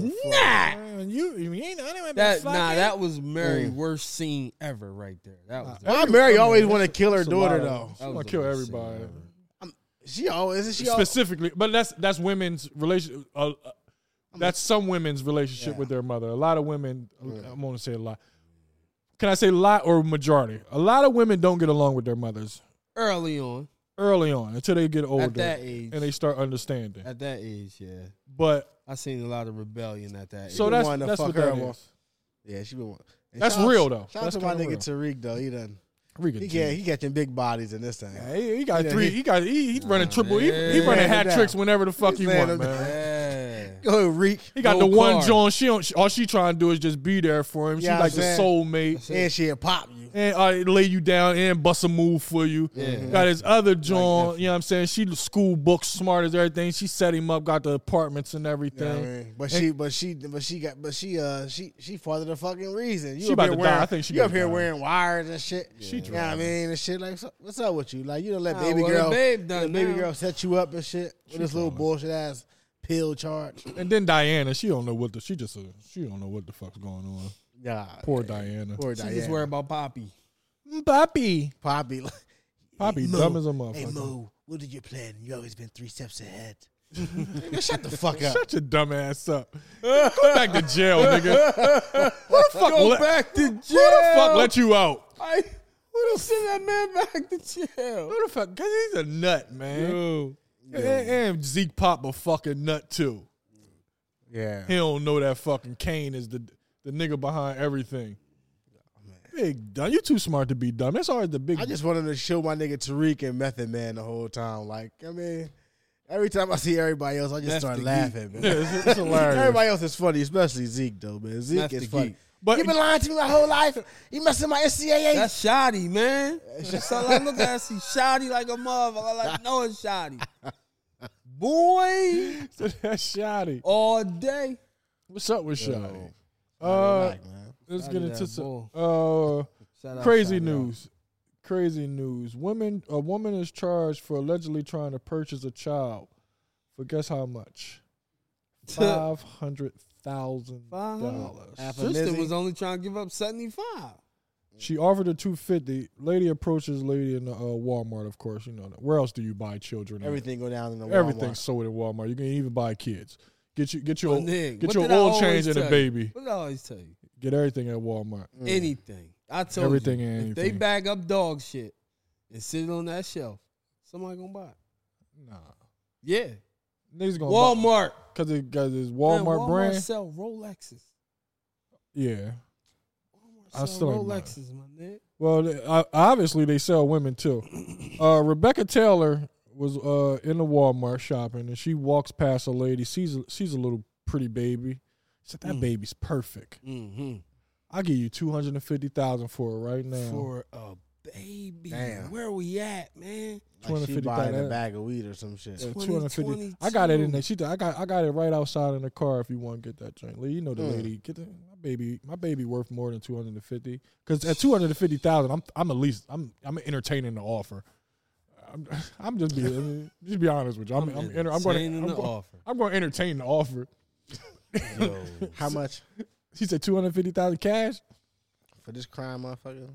D: snapped.
A: Man, you, you ain't the only one
D: That
A: been
D: nah,
A: fucking.
D: that was Mary
A: Mm.
D: worst scene ever right there. That was
C: Why Mary always want to kill her daughter though.
A: She
D: That was
A: want
D: the
A: to kill
D: worst
A: everybody.
D: scene
C: She always isn't she always
A: Specifically, but that's that's women's relation. Uh, uh, that's some women's relationship with their mother. A lot of women, I'm gonna say a lot. Can I say a lot or majority? A lot of women don't get along with their mothers
D: early on
A: early on until they get older
D: at that age.
A: and they start understanding.
D: at that age, yeah,
A: But
D: I seen a lot of rebellion at that.
A: so
C: been
D: age.
A: that's
C: wanting to
A: that's
C: fuck
A: what
C: her
A: that
C: up.
A: is.
C: Yeah, she been want- and
A: That's
C: shout out-
A: real, though.
C: Shout out
A: That's
C: to my
A: kinda
C: nigga
A: real.
C: Tariq though. He done
A: Riga
C: he
A: G.
C: get he catching big bodies in this thing.
A: Yeah, he, he got
C: Yeah,
A: three.
C: he-
A: He, got he, he's running triple. He, he
D: Yeah,
A: running
C: yeah,
A: hat
C: yeah.
A: tricks whenever the fuck
C: He's
A: he
C: laying
A: want,
C: them
A: man.
D: yeah,
C: Go ahead, Reek.
A: He got
D: No
A: the one
D: car.
A: John. She don't. All she trying to do is just be there for him. She
C: Yeah,
A: like
C: I'm
A: the
C: saying.
A: soulmate
C: And she'll pop you.
A: and uh, lay you down and bust a move for you.
D: Yeah.
A: Got his other John. you know what I'm saying? She the school book smart as everything. She set him up. Got the apartments and
C: You know what I
A: everything.
C: mean? But she, but she, but she got, but she, uh, she, she for the fucking reason. You
A: She
C: up
A: about
C: here
A: to die.
C: wearing,
A: I think she
C: You up
A: gonna
C: here
A: die.
C: wearing wires and shit.
A: She
C: you know what I
A: driving.
C: mean? And shit like, so- what's up with you? Like, you don't let
D: Ah,
C: baby
D: well,
C: girl,
D: the babe
C: let
D: done
C: baby
D: now.
C: girl set you up and shit with this little bullshit ass pill charge.
A: And then Diana. She don't know what the. She just. uh, she don't know what the fuck's going on.
C: Yeah,
A: Poor Diana. Mm,
C: poor
D: she just worried about Poppy.
A: Poppy.
C: Poppy. like,
A: Poppy
C: Mo,
A: dumb as a
C: Hey
A: motherfucker.
C: Mo, what did you plan? You always been three steps ahead. Nigga, shut the fuck up.
A: Shut your dumb ass up. Go back to jail, nigga. Who the fuck
D: Go
A: let-
D: back to jail.
A: Who the fuck let you out?
D: I, who the send that man back to jail?
A: Who the fuck? Cause he's a nut, man.
D: Yo,
A: And, and Zeke Pop a fucking nut too.
C: Yeah,
A: He don't know that fucking Kane is the the nigga behind everything. Big dumb. You too smart to be dumb. That's always the big.
C: I just wanted to show my nigga Tariq and Method Man the whole time. Like, I mean, every time I see everybody else, I just start laughing. Man.
A: Yeah, it's, it's hilarious.
C: Everybody else is funny, especially Zeke though, man. Zeke
D: That's
C: is
D: the
C: funny.
D: geek.
A: But-
C: you been lying to me my whole life. You messing my NCAA.
D: that's shoddy, man. That's all I look at. I see shoddy like a motherfucker. Like no, it's shoddy. Boy,
A: So that's shoddy.
D: all day.
A: Oh, What's up with shoddy?
C: Relax,
A: Uh,
C: man.
A: let's
D: Shoddy
A: get
D: that
A: into
D: bull.
A: some uh,
D: Shout out
A: crazy
D: Shoddy, dog.
A: news. Crazy news. Women. A woman is charged for allegedly trying to purchase a child for guess how much? Five hundred thousand dollars.
C: Half a
D: Tristan
C: Lizzie.
D: was only trying to give up seventy five.
A: She offered her two fifty. Lady approaches lady in uh, Walmart, of course. You know that. Where else do you buy children? at?
C: Everything go down in the
A: Everything's
C: Walmart.
A: sold at Walmart. You can even buy kids. Get you get your
D: Nigga,
A: get
D: what
A: your
D: did I
A: oil
D: always
A: change and
D: tell
A: a
D: you?
A: baby.
D: What did I always tell you?
A: Get everything at Walmart.
C: Mm.
D: Anything. I told
A: Everything
D: you.
A: and
D: if they
A: anything.
D: bag up dog shit and sit it on that shelf, somebody gonna buy it.
A: Nah,
D: Yeah.
A: niggas gonna
D: Walmart.
A: because it because it's
D: Man,
A: Walmart brand.
D: sell Rolexes.
A: Yeah,
D: Walmart
A: I still ain't buying.
D: Rolexes, my nigga.
A: Well, th- o- obviously they sell women too. Uh, Rebecca Taylor was uh, in the Walmart shopping, and she walks past a lady, sees a, sees a little pretty baby. Said
D: Mm.
A: that baby's perfect.
D: Mm-hmm.
A: I'll give you two hundred and fifty thousand for it right now.
D: For a baby,
C: Damn.
D: where we at, man?
C: Like she
A: 250
C: buying a
A: thousand.
C: bag of weed or some shit.
A: Yeah, 250. I got it in there. She, th- I got, I got it right outside in the car. If you want to get that joint, Lee, you know the
D: Mm.
A: lady. Get the, my baby, my baby worth more than two hundred and fifty. Because at two hundred and fifty thousand, I'm, I'm at least, I'm, I'm entertaining the offer. I'm, I'm just be, I mean, just be honest with you. I'm, I'm, enter, I'm going, to,
D: entertaining
A: I'm,
D: the
A: going,
D: offer.
A: I'm going to entertain the offer.
C: Yo, how much
A: She said two hundred fifty thousand cash.
C: for this crime, motherfucker?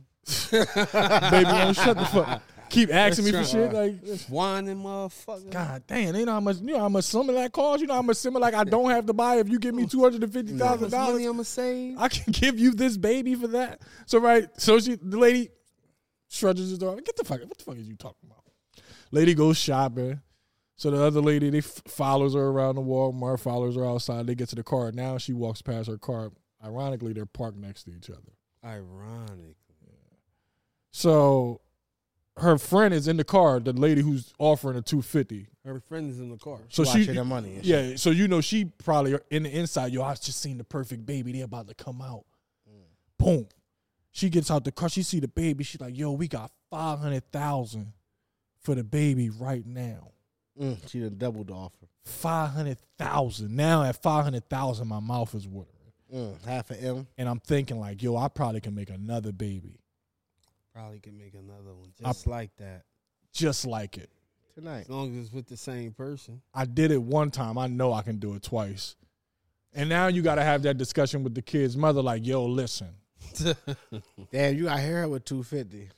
A: baby, man, shut the fuck. Keep asking me for shit. Like,
D: Whining motherfucker.
A: God damn, they know how much. You know how much Similac costs. You know how much Similac I don't have to buy if you give me two hundred and fifty thousand dollars.
D: Money I'ma save.
A: I can give you this baby for that. So right, so she the lady trudges the door. Get the fuck! What the fuck is you talking about? Lady goes shopping. So the other lady, they f- follows her around the Walmart, follows her outside. They get to the car. Now she walks past her car. Ironically, they're parked next to each other.
D: Ironic.
A: So her friend is in the car. The lady who's offering a two fifty.
D: Her friend is in the car.
A: So
C: Watching
A: she,
C: their money. And shit.
A: yeah. So you know she probably in the inside. Yo, I just seen the perfect baby. They about to come out. Boom. She gets out the car. She see the baby. She like, yo, we got five hundred thousand for the baby right now.
C: Mm, she done doubled the offer.
A: Five hundred thousand. Now at five hundred thousand, my mouth is watering,
C: Mm, half an M.
A: and I'm thinking like, yo, I probably can make another baby
D: Probably could make another one just like that.
A: just like it.
C: tonight.
D: As long as it's with the same person.
A: I did it one time. I know I can do it twice. And now you got to have that discussion with the kid's mother. Like, yo, listen,
C: Damn, you got her with two fifty.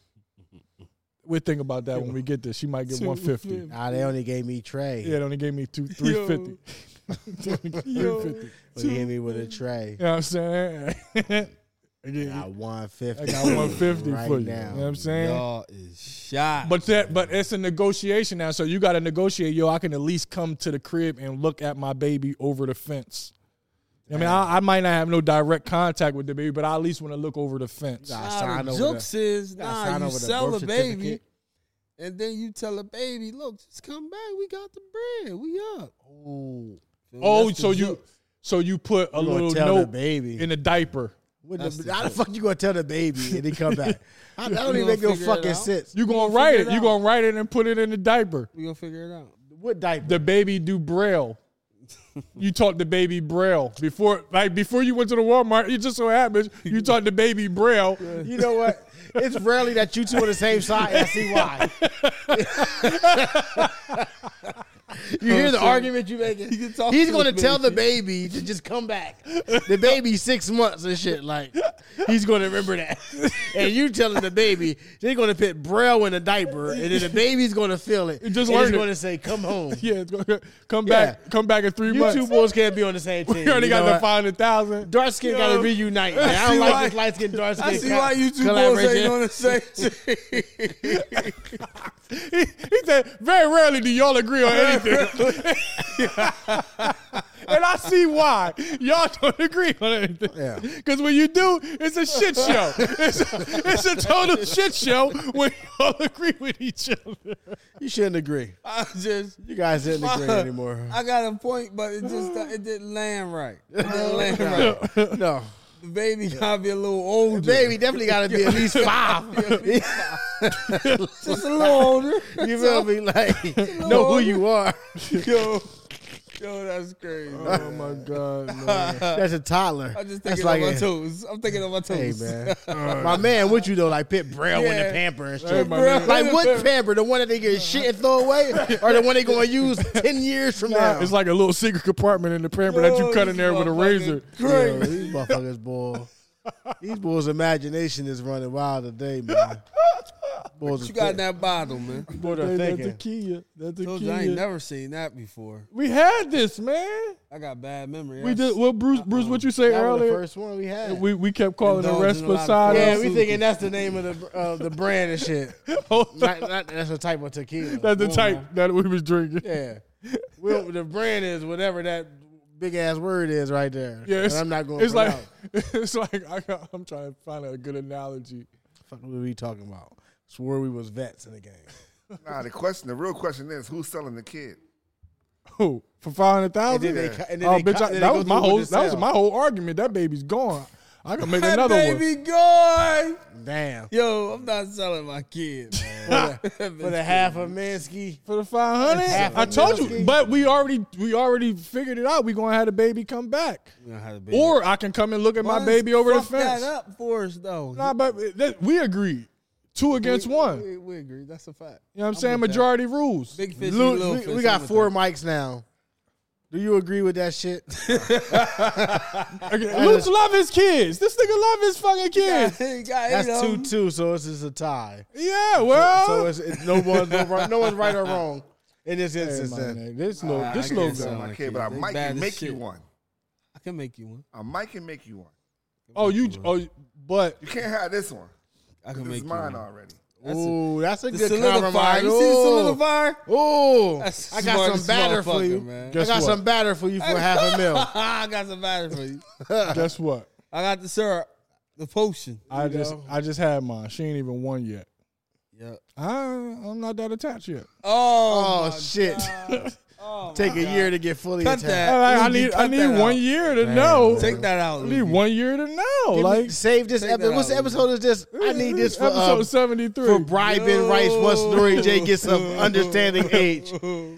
A: we'll think about that when we get there. She might get one fifty.
C: Ah, they only gave me tray.
A: Yeah, they only gave me two three fifty. Three fifty.
C: But he hit me with a tray.
A: You know what I'm saying? I get-
C: I one fifty.
A: I got one fifty
C: right
A: for you.
C: now.
A: You know what I'm saying?
D: Y'all is shot.
A: But that but it's a negotiation now, so you gotta negotiate, yo, I can at least come to the crib and look at my baby over the fence. I mean, I, I might not have no direct contact with the baby, but I at least want to look over the fence.
C: Nah,
D: Nah,
C: sign
D: the
C: over
D: jokes is
C: gotta
D: nah,
C: sign
D: you
C: over the
D: sell
C: birth
D: a baby,
C: certificate.
D: and then you tell a baby, look, just come back. We got the bread. We up.
C: Ooh.
D: Feel me?
A: Oh,
D: That's the
A: so you
D: joke.
A: so you put a
C: You gonna
A: little
C: tell the
A: note
C: baby.
A: in a diaper.
C: What
D: That's
C: the,
D: the
C: how the
D: joke.
C: fuck you gonna tell the baby and he come back? I, that don't even
D: You gonna
C: make no
D: figure it
C: fucking
D: out?
C: sense.
A: You gonna
D: gonna
A: write
D: figure
A: it.
D: it
A: You
D: out.
A: gonna write it and put it in the diaper.
D: we gonna figure it out.
C: What diaper?
A: The baby do braille. You taught the baby braille before, like before you went to the Walmart. It just so happens you taught the baby braille.
C: You know what? It's rarely that you two on the same side. I see why. you hear the argument you making?
D: You can talk
C: He's
D: to
C: going to
D: the
C: tell the baby to just come back. The baby six months and shit. Like he's going to remember that. And you telling the baby they're going to put braille in a diaper, and then the baby's going to feel it.
A: You just
C: and
A: learned
C: he's
A: it.
C: going to say, "Come home."
A: Yeah, it's gonna, come
C: Yeah.
A: back, come back in three
C: You two
A: months.
C: boys can't be on the same team.
A: You already
C: You know
A: got the
C: what?
A: five hundred thousand.
C: Dark skin
A: Yo.
C: got to reunite. man. I
D: see
C: don't like
D: why-
C: this light skin, dark skin.
D: I see why you two boys
C: collaboration.
D: ain't on the same team.
A: He, he said, very rarely do y'all agree on anything, and I see why y'all don't agree on anything.
C: Yeah.
A: Because when you do, it's a shit show. It's a, it's a total shit show when y'all agree with each other.
C: You shouldn't agree.
D: I just,
C: You guys didn't agree
D: Fuck.
C: anymore.
D: I got a point, but it just, it didn't land right. It
C: Oh,
D: didn't land right.
C: no.
D: The baby gotta be a little older.
C: Baby definitely got to be at least five.
D: just a little older.
C: you feel me? Like, know who you are.
D: yo, yo, that's crazy.
A: Oh my god,
C: That's a toddler.
D: I'm just
C: That's
D: thinking
C: like
D: on my
C: a-
D: toes. I'm thinking on my
C: Hey,
D: toes.
C: man. my man with you, though, like, pit Braille in the
D: Yeah.
C: pamper and shit.
A: Hey, my man.
C: like, what pamper? The one that they get shit and throw away? Or the one they going to use 10 years from now?
A: It's like a little secret compartment in the pamper that you
D: Yo,
A: cut in
D: this
A: there with a
D: motherfucker
A: razor.
C: Yo, these motherfuckers, boy. These boys' imagination is running wild today, man. Boys
D: You got in that bottle, man.
C: boys are
A: Hey, that's a
C: thinking.
A: Kia. That's a
D: Told you I ain't
A: Kia.
D: never seen that before.
A: We had this, man.
D: I got bad memory.
A: We did. Well, Bruce, Bruce, what you say
C: That was the
A: earlier?
C: first one we had.
A: We we kept calling it
D: Indulging a lot of
A: Respasado.
D: food.
C: yeah, we thinking that's the name of the of the brand and shit.
A: Oh,
C: Not- not- that's the type of tequila.
A: That's the type that we was drinking.
C: yeah. We don't- the brand is whatever that big ass word is right there.
A: Yeah,
C: and
A: it's,
C: I'm not going.
A: It's like it's like I got, I'm trying to find a good analogy.
C: fuck, what are we talking about? Swore we was vets in the game.
E: Nah, the question, the real question is, who's selling the kid?
A: Who for five hundred thousand?
C: And then they,
A: Oh,
C: cu- and then they
A: bitch!
C: cu-
A: I,
C: then they
A: that
C: go
A: was my
C: through with
A: whole
C: the
A: that was
C: sale.
A: my whole argument. That baby's gone. I can make another one.
D: baby gone.
C: Damn.
D: Yo, I'm not selling my kid. Man.
C: For the half of Mansky.
A: For the five
C: Half
A: hundred,
C: a
A: I told
C: million.
A: you. But we already we already figured it out. We gonna have the baby come back, or I can come and look at my baby over the
D: Fuck that
A: fence.
D: up for us though.
A: Nah, but that, we agreed two against one. You
D: We, we agree. That's a fact.
A: know what I'm saying? Majority rules.
D: Big fish,
C: Lou-
D: little
C: we,
D: fish.
C: we
D: I'm
C: got
D: with
C: four
D: that.
C: mics now. Do you agree with that shit?
A: Okay, Luke love his kids. This nigga love his fucking kids.
D: He got
C: That's
D: eight of
C: two
D: them.
C: two, so it's just a tie.
A: Yeah, well.
C: So it's, it's no one's no, right- no one's right or wrong in this
A: Oh. Hey,
C: instance.
A: my
C: then.
A: nigga, this little,
D: I
A: this
D: can't
A: little.
D: sell
A: Girl.
D: it.
E: My
D: Selling
E: kid,
D: the
E: but I
D: kid. They
E: might
D: bad
E: can
D: as
E: make you
D: shit.
E: one.
D: I can make you one.
E: I might can make you one.
A: Oh, you. Oh, but
E: You can't have this one.
D: I can
E: This
D: make
E: is
D: you
E: mine
D: one.
E: already.
C: Ooh, that's a
D: The
C: good
D: solidifier.
C: compromise.
D: You see the
C: Ooh,
D: solidifier?
C: Ooh.
D: That's the
C: I got some
D: smartest
C: batter for
D: motherfucker,
C: you.
D: man.
C: I
D: Oh,
A: Guess
C: got
A: what?
C: some batter for you for half a mil.
D: I got some batter for you.
A: guess what?
D: I got the syrup, the potion.
A: I just, I just had mine. She ain't even won yet.
D: Yep.
A: I, I'm not that attached yet.
D: Oh,
C: Oh shit! Take a year to get fully
D: Cut
C: attached.
D: that.
A: I, I
D: Luigi,
A: need,
D: cut
A: I need
D: that
A: one
D: out.
A: year to know.
D: Take that out.
A: I need
D: Luigi.
A: one year to know.
C: Give me-
A: like
C: save this
D: Take that
C: episode. What's
D: out,
C: episode is this? I need this for
A: episode
C: uh,
A: 73.
C: for bribing Rice once Nori J gets up understanding age.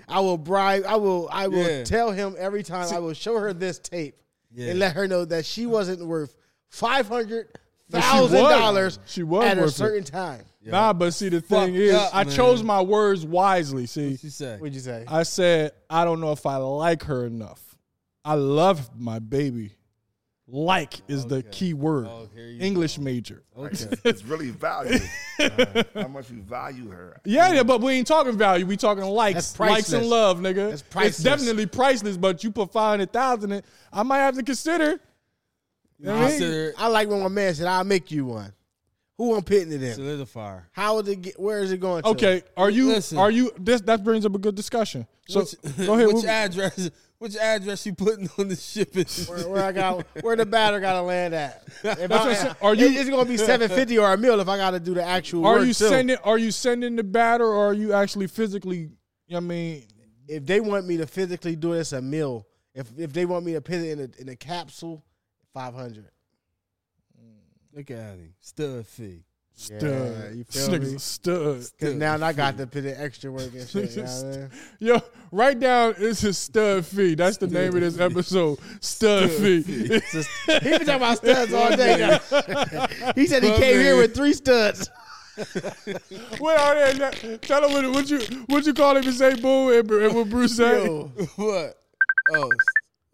C: I will bribe. I will. I will
D: Yeah.
C: tell him every time. I will show her this tape
D: Yeah.
C: and let her know that she wasn't worth five hundred
A: she
C: thousand
A: was.
C: dollars.
A: She was
C: at a
A: worth it.
C: certain time.
A: Nah, but see, the
D: Fucked
A: thing is,
D: up,
A: I
D: man.
A: chose my words wisely. See,
D: She said.
C: What'd you say?
A: I said, I don't know if I like her enough. I love my baby. Like is the key word.
D: Oh, here you
A: English major.
E: It's really value. How much you value her.
A: Yeah, yeah, but we ain't talking value. We talking likes,
C: That's
A: likes and
C: priceless.
A: love, nigga.
C: That's priceless.
A: It's definitely priceless. But you put five hundred thousand in, I might have to consider. You know what I mean?
D: Consider
C: I like when my man said, "I'll make you one." Who I'm pitting it in?
D: solidifier.
C: How would it get? Where is it going? To?
A: Okay, are you?
D: Listen.
A: Are you? This that brings up a good discussion. So
D: which,
A: go ahead.
D: Which
A: we-
D: address? Which address you putting on the shipping?
C: where, where I got where the batter gotta land at. If
A: what I'm
C: I,
A: saying. Are you-
C: it- it's gonna be seven fifty or a meal if I gotta do the actual.
A: are
C: work,
A: you
C: too.
A: sending? Are you sending the batter, or are you actually physically? you know what I mean,
C: If they want me to physically do this a meal, if if they want me to put it in a, in a capsule, five hundred.
D: Look at him, stud fee.
A: stud.
C: Yeah, you
A: this
C: feel
A: nigga's
C: me?
A: a stud.
C: Because now I got to put in extra work and shit. you know what I mean?
A: Yo, write down it's a stud fee. That's the name of this episode. Stud fee.
C: It's just- he been talking about studs all day. now. he said he came here with three studs.
A: what are they? now? Tell him what, what you what you call him and say boo and, Bru- and what Bruce say.
C: Yo,
D: What? Oh, s-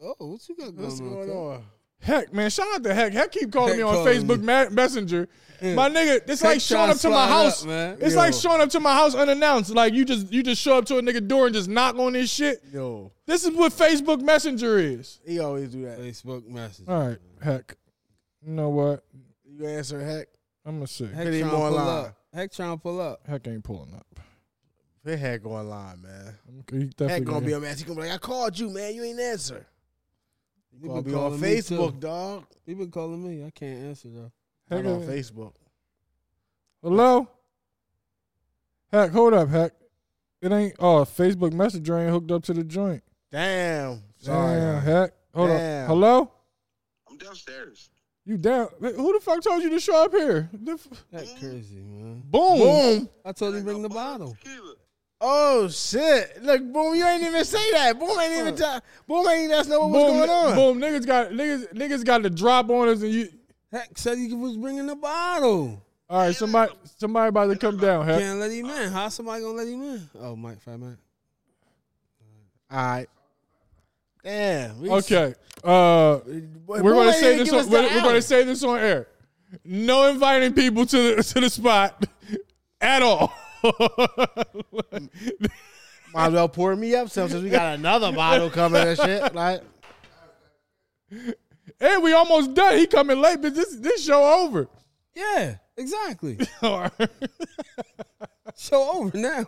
D: oh, what you got going
C: what's
D: on?
C: going
D: cuz?
C: on?
A: Heck, man, shout out to Heck. Heck keep calling
D: Heck
A: me on
D: calling
A: Facebook
D: me.
A: ma- Messenger. My nigga, it's like showing
D: tryna
A: up to my
D: slide up,
A: house.
D: man.
A: it's like showing up to my house unannounced. Like you just you just show up to a nigga door and just knock on this shit.
C: Yo,
A: This is what Facebook Messenger is.
C: he always do that.
D: Facebook message.
A: All right, Heck. You know what?
C: You answer heck.
A: I'm gonna see.
D: Heck
C: Put him
D: trying to
C: on
D: pull
C: line.
D: up. Heck trying to pull up.
A: Heck ain't pulling up.
C: Put heck online, man.
A: He definitely
C: That gonna
A: gonna
C: be a mess. He gonna be like, I called you, man. You ain't answer. You
D: You
C: gonna
D: been
C: be on
D: calling me,
C: Facebook,
D: too.
C: dog.
D: You been calling me. I can't answer though.
A: Heck
C: Not on
A: ain't-
C: Facebook.
A: Hello? Heck, hold up, Heck. It ain't oh Facebook Messenger ain't hooked up to the joint.
C: Damn. Sorry.
A: Damn, Heck. Hold up.
C: Damn.
A: Hello?
F: I'm downstairs.
A: You down? Who the fuck told you to show up here? The f-
D: That crazy man.
A: Boom.
C: Boom.
D: I told you bring the bottle.
F: Tequila.
C: Oh shit. Look, boom, you ain't even say that. Boom ain't even ta- boom ain't even let us know what
A: Boom,
C: was going on.
A: boom, niggas got niggas niggas got the drop on us and you.
D: Heck said he was bringing the bottle.
A: All right, somebody somebody about to come down, Heck.
D: Can't let him in. How somebody gonna let him in? Oh, Mike, five man.
C: All right. Damn. We
A: Okay, uh,
C: Boy,
A: we're
C: boom
A: gonna
C: ain't
A: say
C: even
A: this.
C: give
A: On,
C: us
A: we're,
C: the
A: we're gonna
C: out.
A: say this on air. No inviting people to the to the spot at all.
C: Might as well pour me up some since we got another bottle coming and shit. Like
A: and we almost done. He coming late, but this this show over. Um,
D: Yeah, exactly.
A: All right.
D: Show over now.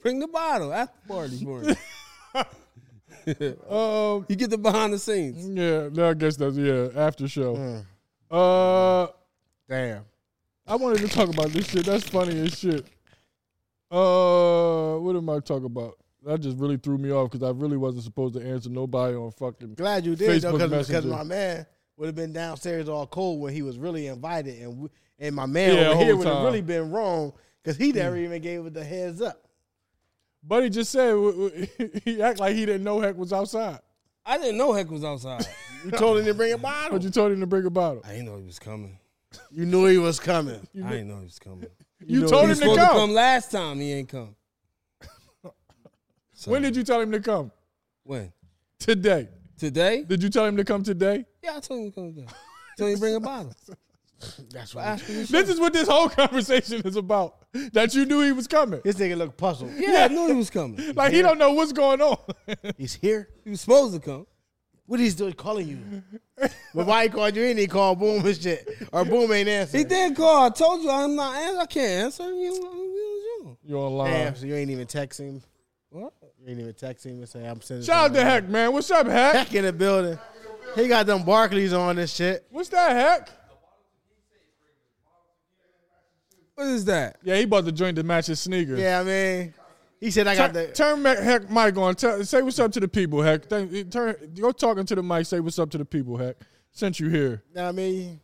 D: Bring the bottle after party for him.
A: Um,
B: You get the behind the scenes.
A: yeah, no, I guess that's yeah after
C: Hmm.
A: show. Uh,
C: Damn.
A: I wanted to talk about this shit. That's funny as shit. Uh, what am I talking about? That just really threw me off because I really wasn't supposed to answer nobody on fucking.
C: Glad you did though,
A: Facebook
C: because
A: Messenger.
C: my man would have been downstairs all cold when he was really invited, and we, and my man
A: Yeah,
C: over here
A: whole
C: would have
A: time.
C: really been wrong because he never even gave it the heads up.
A: Buddy just said w- w- he act like he didn't know Heck was outside,
D: I didn't know Heck was outside.
C: You told him to bring a bottle.
A: but you told him to bring a bottle.
D: I didn't know he was coming.
C: You knew he was coming.
D: I didn't know he was coming.
A: You,
C: know,
A: told
D: He
A: him
D: was
A: to
D: supposed to come
A: come.
D: last time. He ain't come. So,
A: When did you tell him to come?
D: When?
A: Today.
D: Today?
A: Did you tell him to come today?
D: Yeah, I told him to come today. Told him to bring a bottle.
C: That's
D: I
C: right.
D: asked him to
A: This is what this whole conversation is about. That you knew he was coming.
C: This nigga look puzzled.
D: Yeah, I knew he was coming.
A: Like he don't know what's going on.
C: He's here.
D: He was supposed to come.
C: What is doing calling you? but why he called you in? He called Boom and shit, or Boom ain't answer.
D: He did call. I told you I'm not answer. I can't answer. You, you,
A: You're online.
C: Damn, so you ain't even text him.
D: What?
C: You ain't even text him and say I'm sending.
A: Shout out to
C: somebody."
A: Heck, man. What's up, Heck?
C: Heck in the building. He got them Barclays on this shit.
A: What's that, Heck?
D: What is that?
A: Yeah, he about to join the match his sneakers.
C: Yeah, I mean, he said I got
A: Turn,
C: the.
A: turn Ma- Heck mic on. Tell- say what's up to the people, Heck. Thank- turn, go talking to the mic. Say what's up to the people, Heck. Since you here,
C: Know what I mean,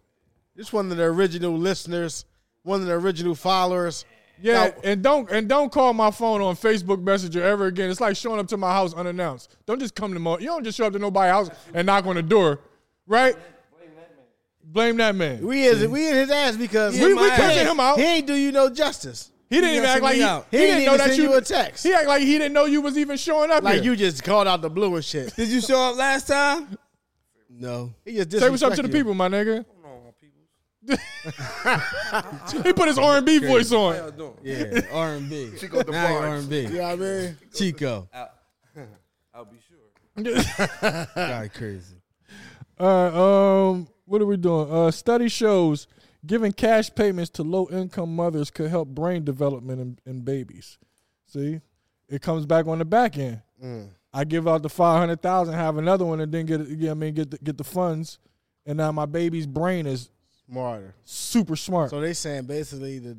C: just one of the original listeners, one of the original followers.
A: yeah,
C: Now-
A: and don't and don't call my phone on Facebook Messenger ever again. It's like showing up to my house unannounced. Don't just come to my. You don't just show up to nobody's house and knock on the door, right? Blame that man.
C: We is we in his ass because
A: We- we cussing him out.
C: He ain't do you no justice.
A: He didn't even act
D: cussing
A: like
D: me
A: he,
D: out.
A: he
C: He
A: didn't
C: didn't
A: know
C: even
A: that
C: send
A: you
C: you a text.
A: He act like he didn't know you was even showing up.
C: Like
A: here.
C: you just called out the blue and shit.
D: Did you show up last time? No.
C: He just
A: say what's up to
C: disrespect
A: the
C: you.
A: people, my nigga. he put his R and B voice on.
D: Yeah, R&B.
E: got the
D: Now
E: bars.
D: R&B.
C: You know what I mean?
D: Chico.
G: I'll be sure.
D: Got crazy.
A: All right, um, what are we doing? Uh, study shows giving cash payments to low income mothers could help brain development in, in babies. See, it comes back on the back end. I give out the five hundred thousand, have another one, and then get it- yeah, I mean get the, get the funds, and now my baby's brain is
C: Smarter.
A: super smart.
C: So they saying basically the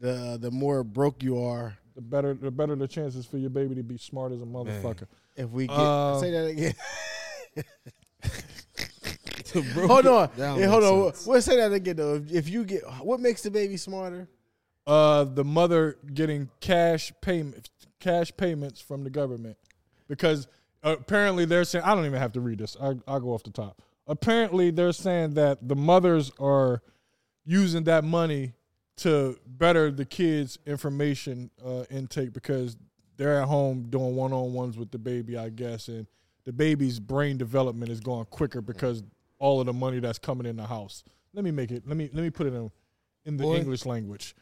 C: the the more broke you are,
A: the better the better the chances for your baby to be smart as a motherfucker.
C: if we get
A: Uh,
C: say that again. hold on,
D: That don't
C: Yeah, hold
D: make
C: on.
D: sense.
C: We'll say that again though. If, if you get what makes the baby smarter,
A: Uh, the mother getting cash payment cash payments from the government because uh, apparently they're saying I don't even have to read this. I I go off the top. Apparently they're saying that the mothers are using that money to better the kids' information uh, intake because they're at home doing one on ones with the baby, I guess, and the baby's brain development is going quicker because all of the money that's coming in the house. Let me make it. Let me let me put it in in the English language.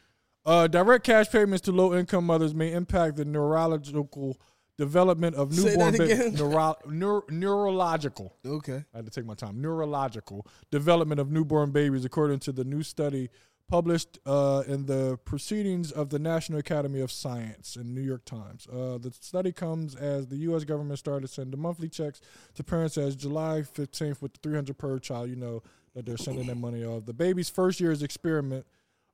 A: Uh, direct cash payments to low income mothers may impact the neurological development of
D: Say
A: newborn
D: that
A: babies.
D: again.
A: Neuro, neur, neurological.
D: Okay.
A: I had to take my time. Neurological development of newborn babies, according to the new study published uh, in the Proceedings of the National Academy of Science in New York Times. Uh, the study comes as the U.S. government started sending monthly checks to parents as July 15th with 300 per child. You know that they're sending that money off. The baby's first year's experiment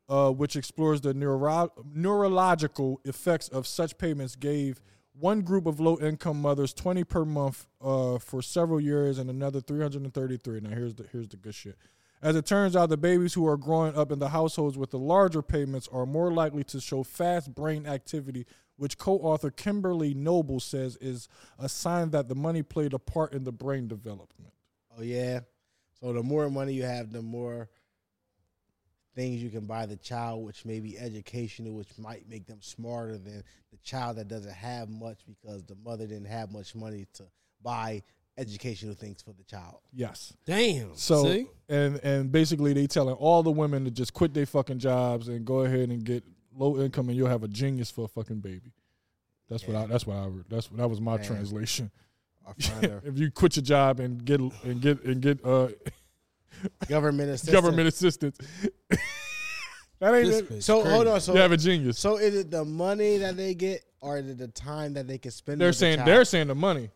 A: uh, which explores the neuro- neurological effects of such payments, gave one group of low income mothers 20 per month uh, for several years and another 333. Now, here's the, here's the good shit. As it turns out, the babies who are growing up in the households with the larger payments are more likely to show fast brain activity, which co author Kimberly Noble says is a sign that the money played a part in the brain development.
C: oh yeah. So the more money you have, the more things you can buy the child, which may be educational, which might make them smarter than the child that doesn't have much because the mother didn't have much money to buy educational things for the child.
A: Yes.
D: Damn.
A: So
D: See?
A: and and basically they telling all the women to just quit their fucking jobs and go ahead and get low income and you'll have a genius for a fucking baby. That's what I that's what I re- that's what that was my translation.
C: Our finder,
A: If you quit your job and get and get and get uh
C: government assistance.
A: government assistance. that ain't
D: This
A: it.
D: bitch
C: So
D: crazy.
C: hold on. So
A: You have a genius.
C: So is it the money that they get, or is it the time that they can spend?
A: they're
C: with the
A: saying
C: child?
A: they're saying the money.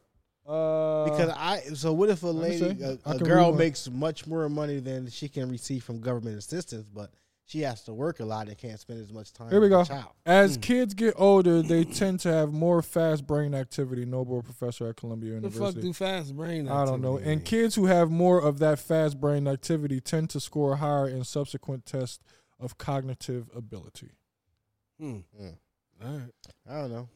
A: Uh,
C: Because I so what if a
A: me
C: lady
A: see.
C: a,
A: I
C: a
A: can
C: girl
A: read one.
C: makes much more money than she can receive from government assistance, but she has to work a lot and can't spend as much time.
A: Here we
C: with
A: go.
C: the Child. Hmm.
A: As kids get older, they tend to have more fast brain activity. Noble professor at Columbia
D: The fuck
A: University.
D: do fast brain?
A: I don't know. And kids who have more of that fast brain activity tend to score higher in subsequent tests of cognitive ability.
C: I don't know.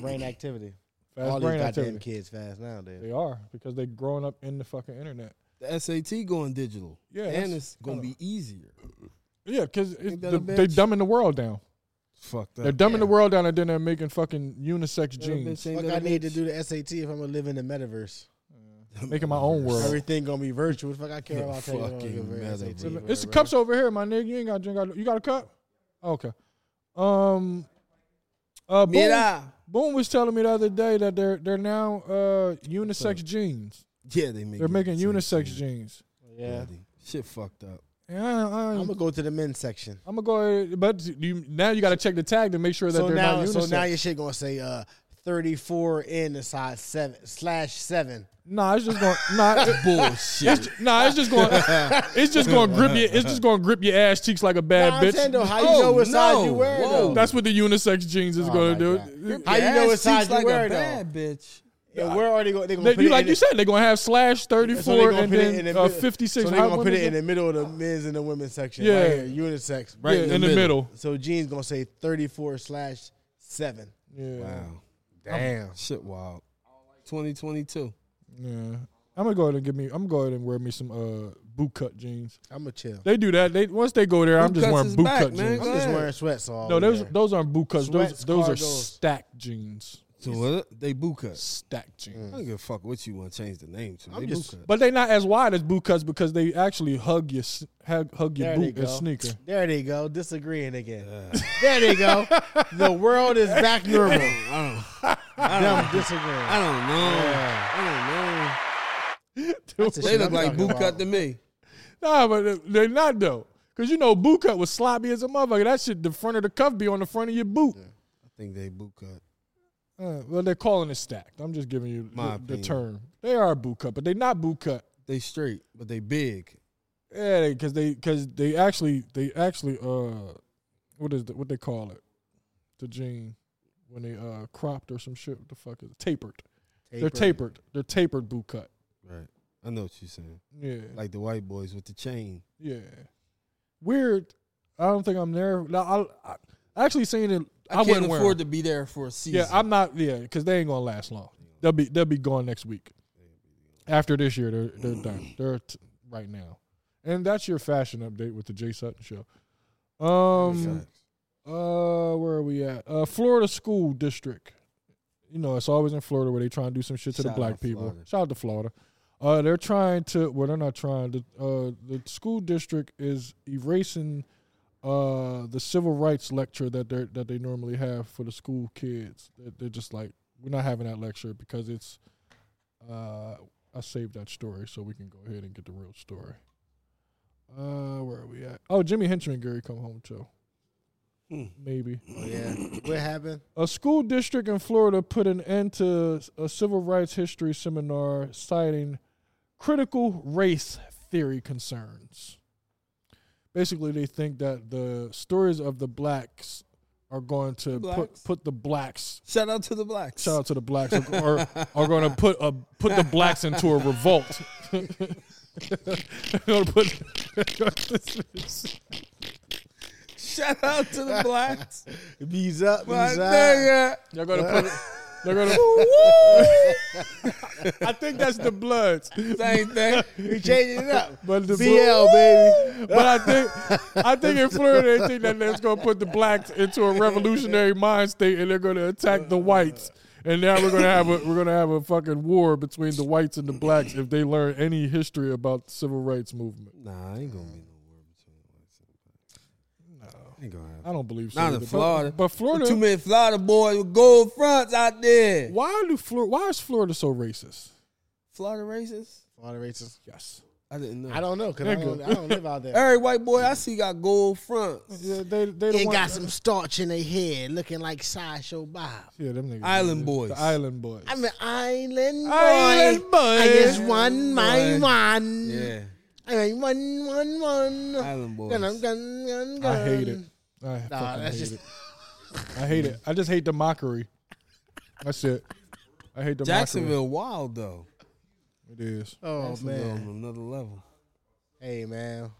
C: brain activity.
A: Fast
C: All
A: brain
C: these goddamn
A: activity.
C: kids fast nowadays.
A: They are because they're growing up in the fucking internet.
D: The SAT going digital.
A: Yeah,
D: and
A: that's-
D: it's gonna be easier.
A: Yeah, because
D: Ain't that
A: the,
D: a
A: they
D: bitch?
A: dumbing the world down.
D: Fuck
A: They're dumbing the world down, and then they're making fucking unisex jeans,
C: Fuck, I need to do the SAT if I'm gonna live in the metaverse.
A: making my own world.
C: Everything gonna be virtual. Fuck, I care about taking
D: Fucking
C: the SAT.
D: metaverse.
C: whatever.
A: It's the cups over here, my nigga. You ain't got to drink. out- You got a cup? Okay. Um. Uh, Boom,
D: Mira.
A: Boom was telling me the other day that they're they're now uh unisex jeans.
D: Yeah, they make
A: They're making unisex jeans.
C: Yeah,
D: Shit fucked up.
A: Yeah, I,
C: I'm
A: am
C: gonna go to the men's section.
A: gonna go. Ahead, but you, now you got to check the tag to make sure that
C: So
A: they're
C: now,
A: not
C: so
A: unisex.
C: now your shit gonna say uh 34 in the size seven slash seven.
A: nah, it's just going. Nah, it-
D: Bullshit.
A: It's, nah, it's just going. It's just going to grip your. It's just going to grip your ass cheeks like a bad
C: Nah, I'm
A: bitch.
C: saying though, how you
D: Oh,
C: know what size you
D: no.
C: wear though?
D: Whoa.
A: That's what the unisex jeans is
C: Oh my
D: Oh,
A: going to do.
C: God.
A: It-
C: How you know
D: Ass
C: what size
D: cheeks
C: you
D: like
C: wear,
D: a
C: though?
D: bad bitch.
C: Yeah, where are they going? They gonna
A: They,
C: put
A: you
C: it
A: like
C: in
A: you
C: the-
A: said, they're gonna have slash thirty
C: so they
A: four
C: gonna
A: and
C: put it
A: then
C: in the
A: uh,
C: mid-
A: fifty six.
C: So they're gonna put it in the middle of the men's and the women's section. Yeah,
A: Yeah.
C: right here, unisex.
A: yeah, in, the middle.
C: So jeans gonna say 34 slash seven.
A: Yeah,
D: Wow.
C: Damn.
D: Shit wild. 2022.
A: yeah. I'm gonna go ahead and give me. I'm gonna go ahead and wear me some uh boot cut jeans.
C: I'm gonna chill.
A: They do that. They once they go there, I'm
D: Boot
A: just
D: cuts
A: wearing
D: is
A: boot
D: back,
A: cut
D: man.
A: jeans.
C: I'm
D: Go
C: just
D: ahead.
C: wearing sweats all.
D: Oh,
A: No, those
C: year.
A: those aren't boot cuts.
C: Sweats,
A: those those are
C: cargos.
A: stacked jeans.
D: So what? They boot cut.
A: Stacked jeans.
D: I don't give a fuck what you want to change the name to.
C: I'm
D: they
C: just-
D: boot cut.
A: But they not as wide as boot cuts because they actually hug your s- hug, hug your
C: There they
A: boot and
C: go.
A: sneaker.
C: There they go. Disagreeing again. There they go. the world is back normal.
D: I
C: Them disagreeing.
D: don't. I don't know.
C: Yeah.
D: I
C: That's the
D: don't know. They
C: shit
D: look
C: I'm
D: like
C: talking
D: boot
C: about.
D: cut to me.
A: Nah, but they- they not though. Cause you know boot cut was sloppy as a motherfucker. That shit, the front of the cuff be on the front of your boot.
D: I think they boot cut.
A: Uh, well, they're calling it stacked. I'm just giving you
D: My
A: the, the
D: opinion.
A: term. They are boot cut, but they not boot cut.
D: They straight, but they big.
A: Yeah, because they because they actually they actually uh what is the, what they call it the jean when they uh cropped or some shit. What the fuck is it? tapered? They're tapered. They're tapered boot cut.
D: Right. I know what you're saying.
A: Yeah,
D: Like the white boys with the chain.
A: yeah. Weird. I don't think I'm there. No, I, I actually seen it. I,
D: I, can't
A: wouldn't wear. 'em.
D: afford to be there for a season.
A: Yeah, I'm not. Yeah, because they ain't gonna last long. They'll be they'll be gone next week. After this year, they're they're done. They're t- right now, and that's your fashion update with the Jay Sutton show. Um, uh, where are we at? Uh, Florida school district. You know, it's always in Florida where they try and do some shit to
D: Shout
A: the black
D: out
A: people.
D: Florida.
A: Shout out to Florida. Uh, they're trying to. Well, they're not trying. The uh, the school district is erasing uh the civil rights lecture that they that they normally have for the school kids. They're, they're just like we're not having that lecture because it's. Uh, I saved that story so we can go ahead and get the real story. Uh, where are we at? Oh, Jimmy Henchman, Gary, come home too. Maybe
C: Oh, yeah. What happened?
A: a school district in Florida put an end to a civil rights history seminar citing critical race theory concerns. Basically, they think that the stories of the blacks are going to put,
D: Blacks?
A: put the blacks.
D: Shout out to the blacks.
A: Shout out to the blacks are, are, going to put a, put the blacks into a revolt. they're going to put.
D: Shout out to the blacks.
C: Bees up.
D: My
C: Bees up.
D: nigga.
A: They're going to put. They're going to. I think that's the bloods.
D: Same thing.
C: We changing it up.
A: But the
C: BL, baby.
A: But I think I think in Florida they think that that's gonna put the blacks into a revolutionary mind state and they're gonna attack the whites. And now we're gonna have a we're gonna have a fucking war between the whites and the blacks if they learn any history about the civil rights movement.
D: Nah, ain't gonna be no war between the whites and the blacks. No. Ain't gonna happen.
A: I don't believe so.
D: Not in
A: either. But-
D: Florida.
A: But, Florida
D: Too many Florida boys with gold fronts out there.
A: why do Flor- why is Florida so racist?
D: Florida racist?
C: All the races.
A: Yes.
D: I didn't know.
C: I don't know because I, don't- I don't live out there.
D: Every white boy I see got gold fronts.
A: Yeah, they they the
C: They
A: one,
C: got some starch in their head, looking like Sideshow Bob.
A: yeah, them niggas.
D: Island
A: The
D: boys.
A: island boys.
C: I'm an island boy.
A: Island boy.
C: I just won my
D: Boy.
C: one.
D: Yeah,
C: I won, won, won.
D: Island boys.
C: Gun, gun, gun,
A: I hate it.
C: gun.
A: I fucking
C: Nah, that's
A: hate
C: just
A: it. I hate it. I just hate the mockery. That's it. I hate the
D: Jacksonville wild though.
A: mockery. It is.
C: Oh
D: Jacksonville
C: man.
D: on another level.
C: Hey man.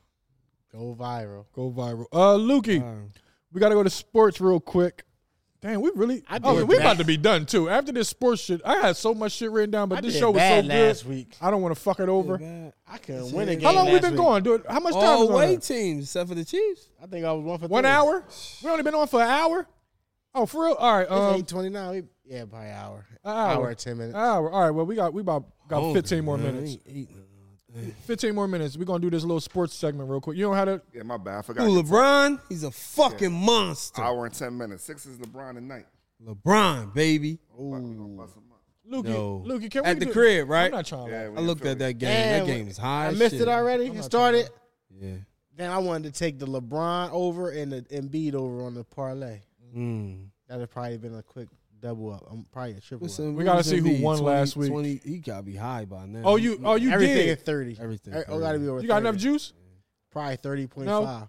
C: Go viral.
A: Go viral. Uh, Lukey, we gotta go to sports real quick. Damn, we really.
C: I
A: oh,
C: did
A: we about
C: bad.
A: to be done too. After this sports shit, I had so much shit written down, but
C: I
A: this
C: did
A: show was so
C: bad
A: good.
C: last week.
A: I don't want to fuck it over.
D: Man.
C: I couldn't win a game.
A: How long we
C: last
A: been
C: week. Oh,
A: going, dude? How much time?
D: All
A: is on
D: away
A: there?
D: teams except for the Chiefs.
C: I think I was one for
A: One
C: three.
A: hour? We only been on for an hour? Oh, for real? All right. Um,
C: Eight twenty nine. Yeah, by an hour.
A: An
C: hour.
A: hour.
C: and ten minutes.
A: hour. All right. Well, we got we about got
D: Hungry,
A: 15 more
D: man.
A: minutes.
D: I ain't eating.
A: 15 more minutes. We're gonna do this little sports segment real quick. You don't have to.
E: Yeah, my bad. I forgot.
D: Ooh, LeBron, he's a fucking
A: Uh,
D: monster.
E: Hour and ten minutes. Six is LeBron tonight.
D: LeBron, baby.
E: Fuck, we gonna bust him up.
A: Lukey,
D: No.
A: Lukey, can
D: At
A: we
D: the
A: do-
D: crib, right?
A: I'm not trying.
E: Yeah,
A: to
E: we
D: I
E: in
D: looked at that
E: Philly.
D: game.
C: Damn,
D: that game is high.
C: I
D: as
C: missed
D: shit.
C: it already. It started.
D: Yeah.
C: Then I wanted to take the LeBron over and the Embiid over on the parlay.
D: Mm.
C: That'd have probably been a quick double up. I'm probably a triple. up.
D: Listen,
A: We gotta
D: who's
A: see who
D: Embiid?
A: won last week.
D: 20, he gotta be high by now.
A: Oh, you. Oh, you
C: Everything
A: did.
C: at thirty.
D: Everything
C: Eh, Oh,
D: 30.
C: gotta be over.
A: You got
C: 30.
A: enough juice?
C: Probably thirty point five.
A: No.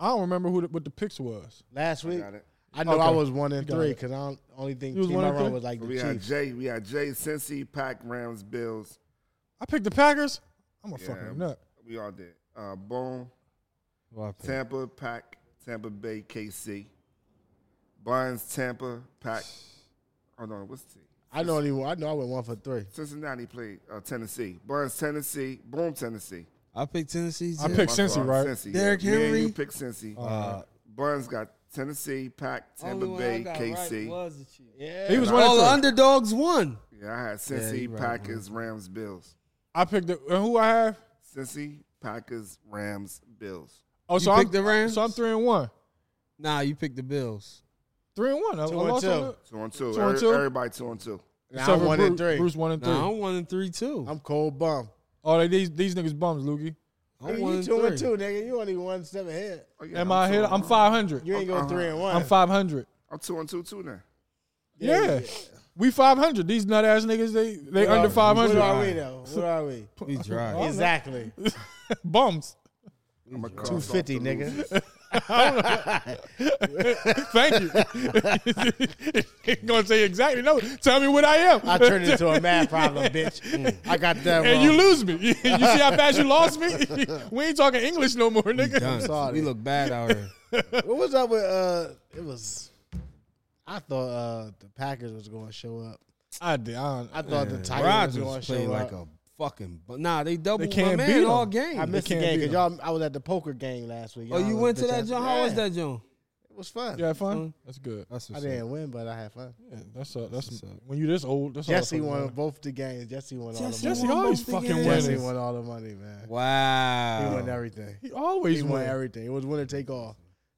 A: I don't remember who the, what the picks was.
C: Last
E: I
C: week,
E: got it.
C: I know
A: Okay.
C: I was one and
A: got
C: three
A: it.
C: because I don't, only think
A: You was
C: team
A: one
C: I
A: and
C: run
A: three?
C: was like the
E: We had
C: Chiefs.
E: Jay. We had Jay, Cincy, Pack, Rams, Bills.
A: I picked the Packers. I'm a
E: Yeah.
A: fucking nut.
E: We all did. Uh, Boom,
D: Well, I think-
E: Tampa, Pack, Tampa Bay, KC. Barnes, Tampa, Pack. Hold on, what's the team?
C: I don't even. I know I went one for three.
E: Cincinnati played uh, Tennessee. Barnes, Tennessee. Boom, Tennessee.
D: I picked Tennessee.
A: I
D: too.
A: picked
E: My
A: Cincy,
E: fault,
A: right?
E: Cincy,
D: Derrick
E: yeah. Me and
D: Henry.
E: You picked Cincy. Burns got Tennessee, Pack, Tampa
D: Only one I
E: Bay,
D: got
E: KC.
D: right was the Chiefs.
A: He was one
D: All the
A: of three.
D: underdogs won.
E: yeah, I had
D: Yeah,
E: Cincy,
D: you right,
E: Packers, Rams, Bills.
A: I picked the. And who I have?
E: Cincy, Packers, Rams, Bills.
A: Oh,
D: You
A: so I'm
D: picked the Rams?
A: so I'm three and one.
D: Nah, you picked the Bills.
A: Three and one. I,
C: Two
A: I
C: and
A: lost
C: two.
A: on it.
E: Two on two.
A: Two on
E: Every-
A: two?
E: Everybody two on two.
C: Now
A: Except
C: I'm
A: for
C: one
A: Bru-
C: and three.
A: Bruce one and three.
D: Nah, I'm one and three too.
C: I'm cold bum.
A: Oh, they, these these niggas bums, Lukey.
D: I'm
C: Nigga,
D: one
C: you
D: and
C: two
D: three.
C: and two, nigga. You only one step ahead.
E: Oh, yeah,
A: Am I
E: two
A: here?
E: on
A: I'm
E: one.
A: five hundred.
C: You ain't go three and one.
A: I'm five hundred.
E: I'm two on two too now.
A: Yeah.
C: yeah.
A: we five hundred. These nut ass niggas, they they
C: What
A: under
C: are-
A: five
C: What
A: hundred.
C: are we though? What are we?
D: We dry.
A: Oh,
C: Exactly.
A: Bums.
E: I'm a
C: Two fifty, nigga.
A: Thank you. Gonna say exactly no. Tell me what I am.
C: I turned it into a math problem, bitch. I got that
A: and
C: wrong.
A: you lose me. you see how fast you lost me? we ain't talking English no more, nigga.
D: Done. We look bad out here.
C: What was up with uh? It was. I thought uh the Packers was going to show up.
A: I did. I don't,
C: I thought the Titans was going
D: Rodgers
C: to show
D: played like
C: up.
D: a fucking. bu- Nah, they doubled my
A: can't
D: man
A: beat 'em.
D: all
A: I
D: game.
C: I missed the
A: can't
C: game
A: beat
C: because y'all. I was at the poker game last week.
D: oh,
C: Y'all
D: you
C: was
D: went to
C: bitch
D: that
C: ass-
D: John? How was
C: Yeah,
D: that John?
C: It was fun.
A: you had fun? That's good.
D: That's
C: I
D: what's up.
C: didn't win, but I had fun.
A: Yeah, that's a, that's
D: What's up?
A: when you this old. That's all
C: Jesse
A: that fucking
C: won
A: matters.
C: both the games. Jesse won all the
A: Jesse
C: money.
A: always
D: Almost
A: fucking
D: again.
A: won
C: Jesse
A: winning.
C: won all the money, man.
D: Wow.
C: He won everything.
A: He
C: He
A: always
C: won Oh.
A: won.
C: everything. It was winner take all.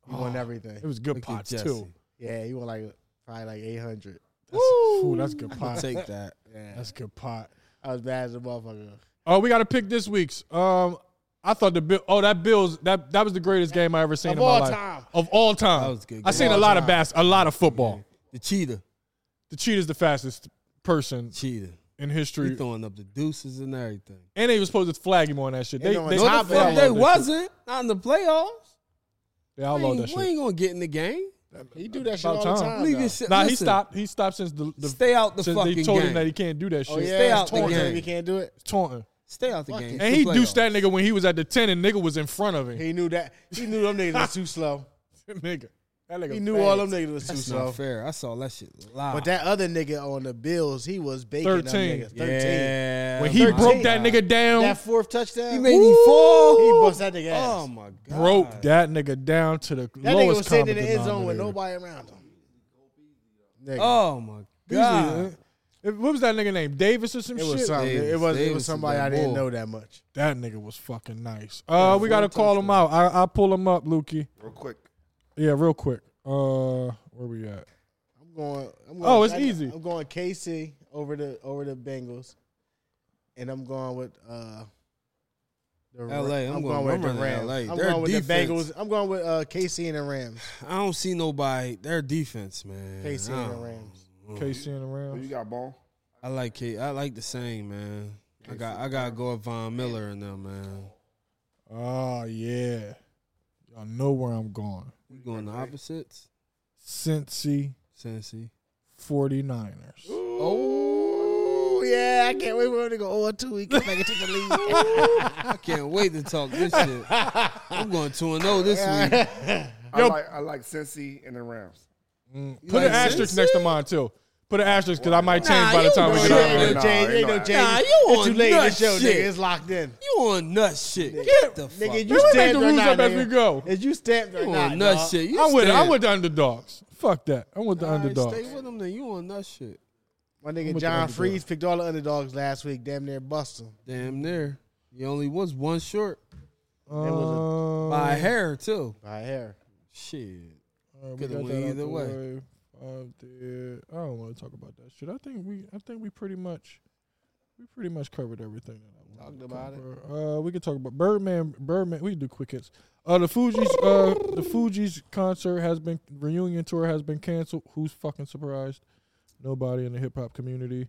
C: He won everything.
A: It was good
D: Look at
A: pots
D: Jesse.
A: too.
C: Yeah, he won like probably like eight hundred.
A: Ooh, that's good
D: I can
A: pot.
D: take that.
C: Yeah,
A: That's good pot.
C: I was bad as a motherfucker.
A: Oh, we got to pick this week's. Um, I thought the bill. Oh, that Bills. That that was the greatest game I ever seen
C: Of
A: in my
C: all
A: life.
C: time.
A: Of all time.
D: That was a good
A: I
D: game.
A: seen
D: Of
A: a
D: all
A: lot of
D: time.
A: bass, a lot of football.
D: The cheetah.
A: The cheetah's the fastest person
D: Cheetah.
A: in
D: He
A: history,
D: throwing up the deuces and everything.
A: and they was supposed to flag him on that shit. They
C: And on
A: they,
C: top
A: they,
C: Top
D: What
C: of that
D: the fuck? They
C: one.
D: wasn't not in the playoffs. We
A: outlawed that
D: ain't, we
A: shit.
D: ain't gonna get in the game.
C: He do that shit
A: About
C: all the
A: time.
C: time.
D: Leave
C: though.
D: your shit.
A: Nah, he
D: listen,
A: stopped. He stopped since the, the
D: Stay out the
A: since
D: fucking
A: they told
D: game.
A: him that he can't do that shit.
C: Oh yeah,
D: Stay out
C: it's
D: the
C: torture.
D: game.
C: You can't do it.
A: It's taunting.
D: Stay out the
C: Fuck
D: game.
A: And
C: it.
D: It's
A: he
D: the
A: deuced that
D: playoffs.
A: nigga when he was at the ten, and nigga was in front of him.
C: He knew that. He knew them niggas was too slow.
A: nigga, that nigga.
C: He knew
A: fast.
C: all them niggas was too
D: That's not
C: slow.
D: fair. I saw that shit live.
C: But that other nigga on the Bills, he was baking
A: 13.
C: them niggas. Thirteen.
D: yeah,
A: When he
D: my
A: broke that
D: God.
A: nigga down,
C: That fourth touchdown.
D: he made me fall.
C: He bust that nigga ass.
D: Oh my god,
A: broke that nigga down to the
C: that nigga
A: lowest
C: was sitting in the
A: common
C: end zone with
A: denominator.
C: nobody around him. Nigga.
D: Oh my
A: Beasley,
D: god,
A: eh? what was that nigga name? Davis or some
C: it
A: shit?
C: was something.
D: Davis,
C: it was. It
D: Davis
C: was
D: is
C: somebody
D: that
C: I didn't
D: bull.
C: know that much.
A: That nigga was fucking nice. Uh, we gotta call him out. I, I'll pull him up, Lukey.
E: Real quick.
A: Yeah, real quick. Uh, where we at?
C: I'm going. I'm going
A: Oh, it's
C: I-
A: easy.
C: I'm going KC over the over the Bengals, and I'm going with uh The Ra-
D: LA, I'm going- I'm
C: with the
D: running
C: Rams.
D: LA.
C: I'm
D: Their
C: going with
D: defense-
C: the Bengals. I'm going with uh, KC and the Rams.
D: I don't see nobody. Their defense, man.
C: KC
D: I
C: and the
D: don't-
C: Rams.
A: KC and the
E: Who you
A: Rams.
E: got, Bone?
D: I like K. I like the same, man. I got I got to go with Von Miller and them, man.
A: Oh yeah, y'all know where I'm going.
D: We going the opposites.
A: Cincy
D: Cincy.
A: 49ers.
C: Oh yeah, I can't wait for him to go 0 2. He come back and take the lead.
D: I can't wait to talk this shit. I'm going 2 and 0 this week.
E: I like I like Cincy and the Rams.
A: Put an asterisk next to mine too. Put an asterisk because I might change by the
D: you
A: time we
C: Ain't
A: get
C: no
A: out.
E: know
A: of
C: change.
A: here.
E: Nah,
C: Ain't no
E: nah.
C: change.
D: Nah, you
C: It's
D: on
C: too late in
D: nut
C: the show,
D: shit.
C: nigga. It's locked in.
D: You on nut shit. Get the fuck.
C: Nigga, you
D: you
A: We make
C: stamped
A: the
C: or
A: rules
C: not,
A: up as
C: nigga.
A: we go.
C: Is you stamped or not?
D: on nut
C: dawg?
D: shit. You
A: I'm with I'm
D: stand-
A: with the underdogs. Fuck that. I'm with the
D: All right,
A: underdogs.
D: Stay with them then. You on nut shit.
C: My
A: I'm
C: nigga
A: with the
C: John
A: underdog.
C: Freeze picked all the underdogs last week. Damn near bust him.
D: Damn near. You only was one short
A: Um,
D: by a hair too.
C: By hair.
D: Shit.
A: all right, Uh, we
D: Could've
A: got
D: went
A: that out
D: either
A: the
D: way.
A: Up there. I don't want to talk about that shit. I think we I think we pretty much we pretty much covered everything that I wanted
C: Talked
A: to
C: about it.
A: cover. Uh, we could talk about Birdman. Birdman. We can do quick hits. Uh, the Fuji's uh the Fuji's concert has been reunion tour has been canceled. Who's fucking surprised? Nobody in the hip hop community.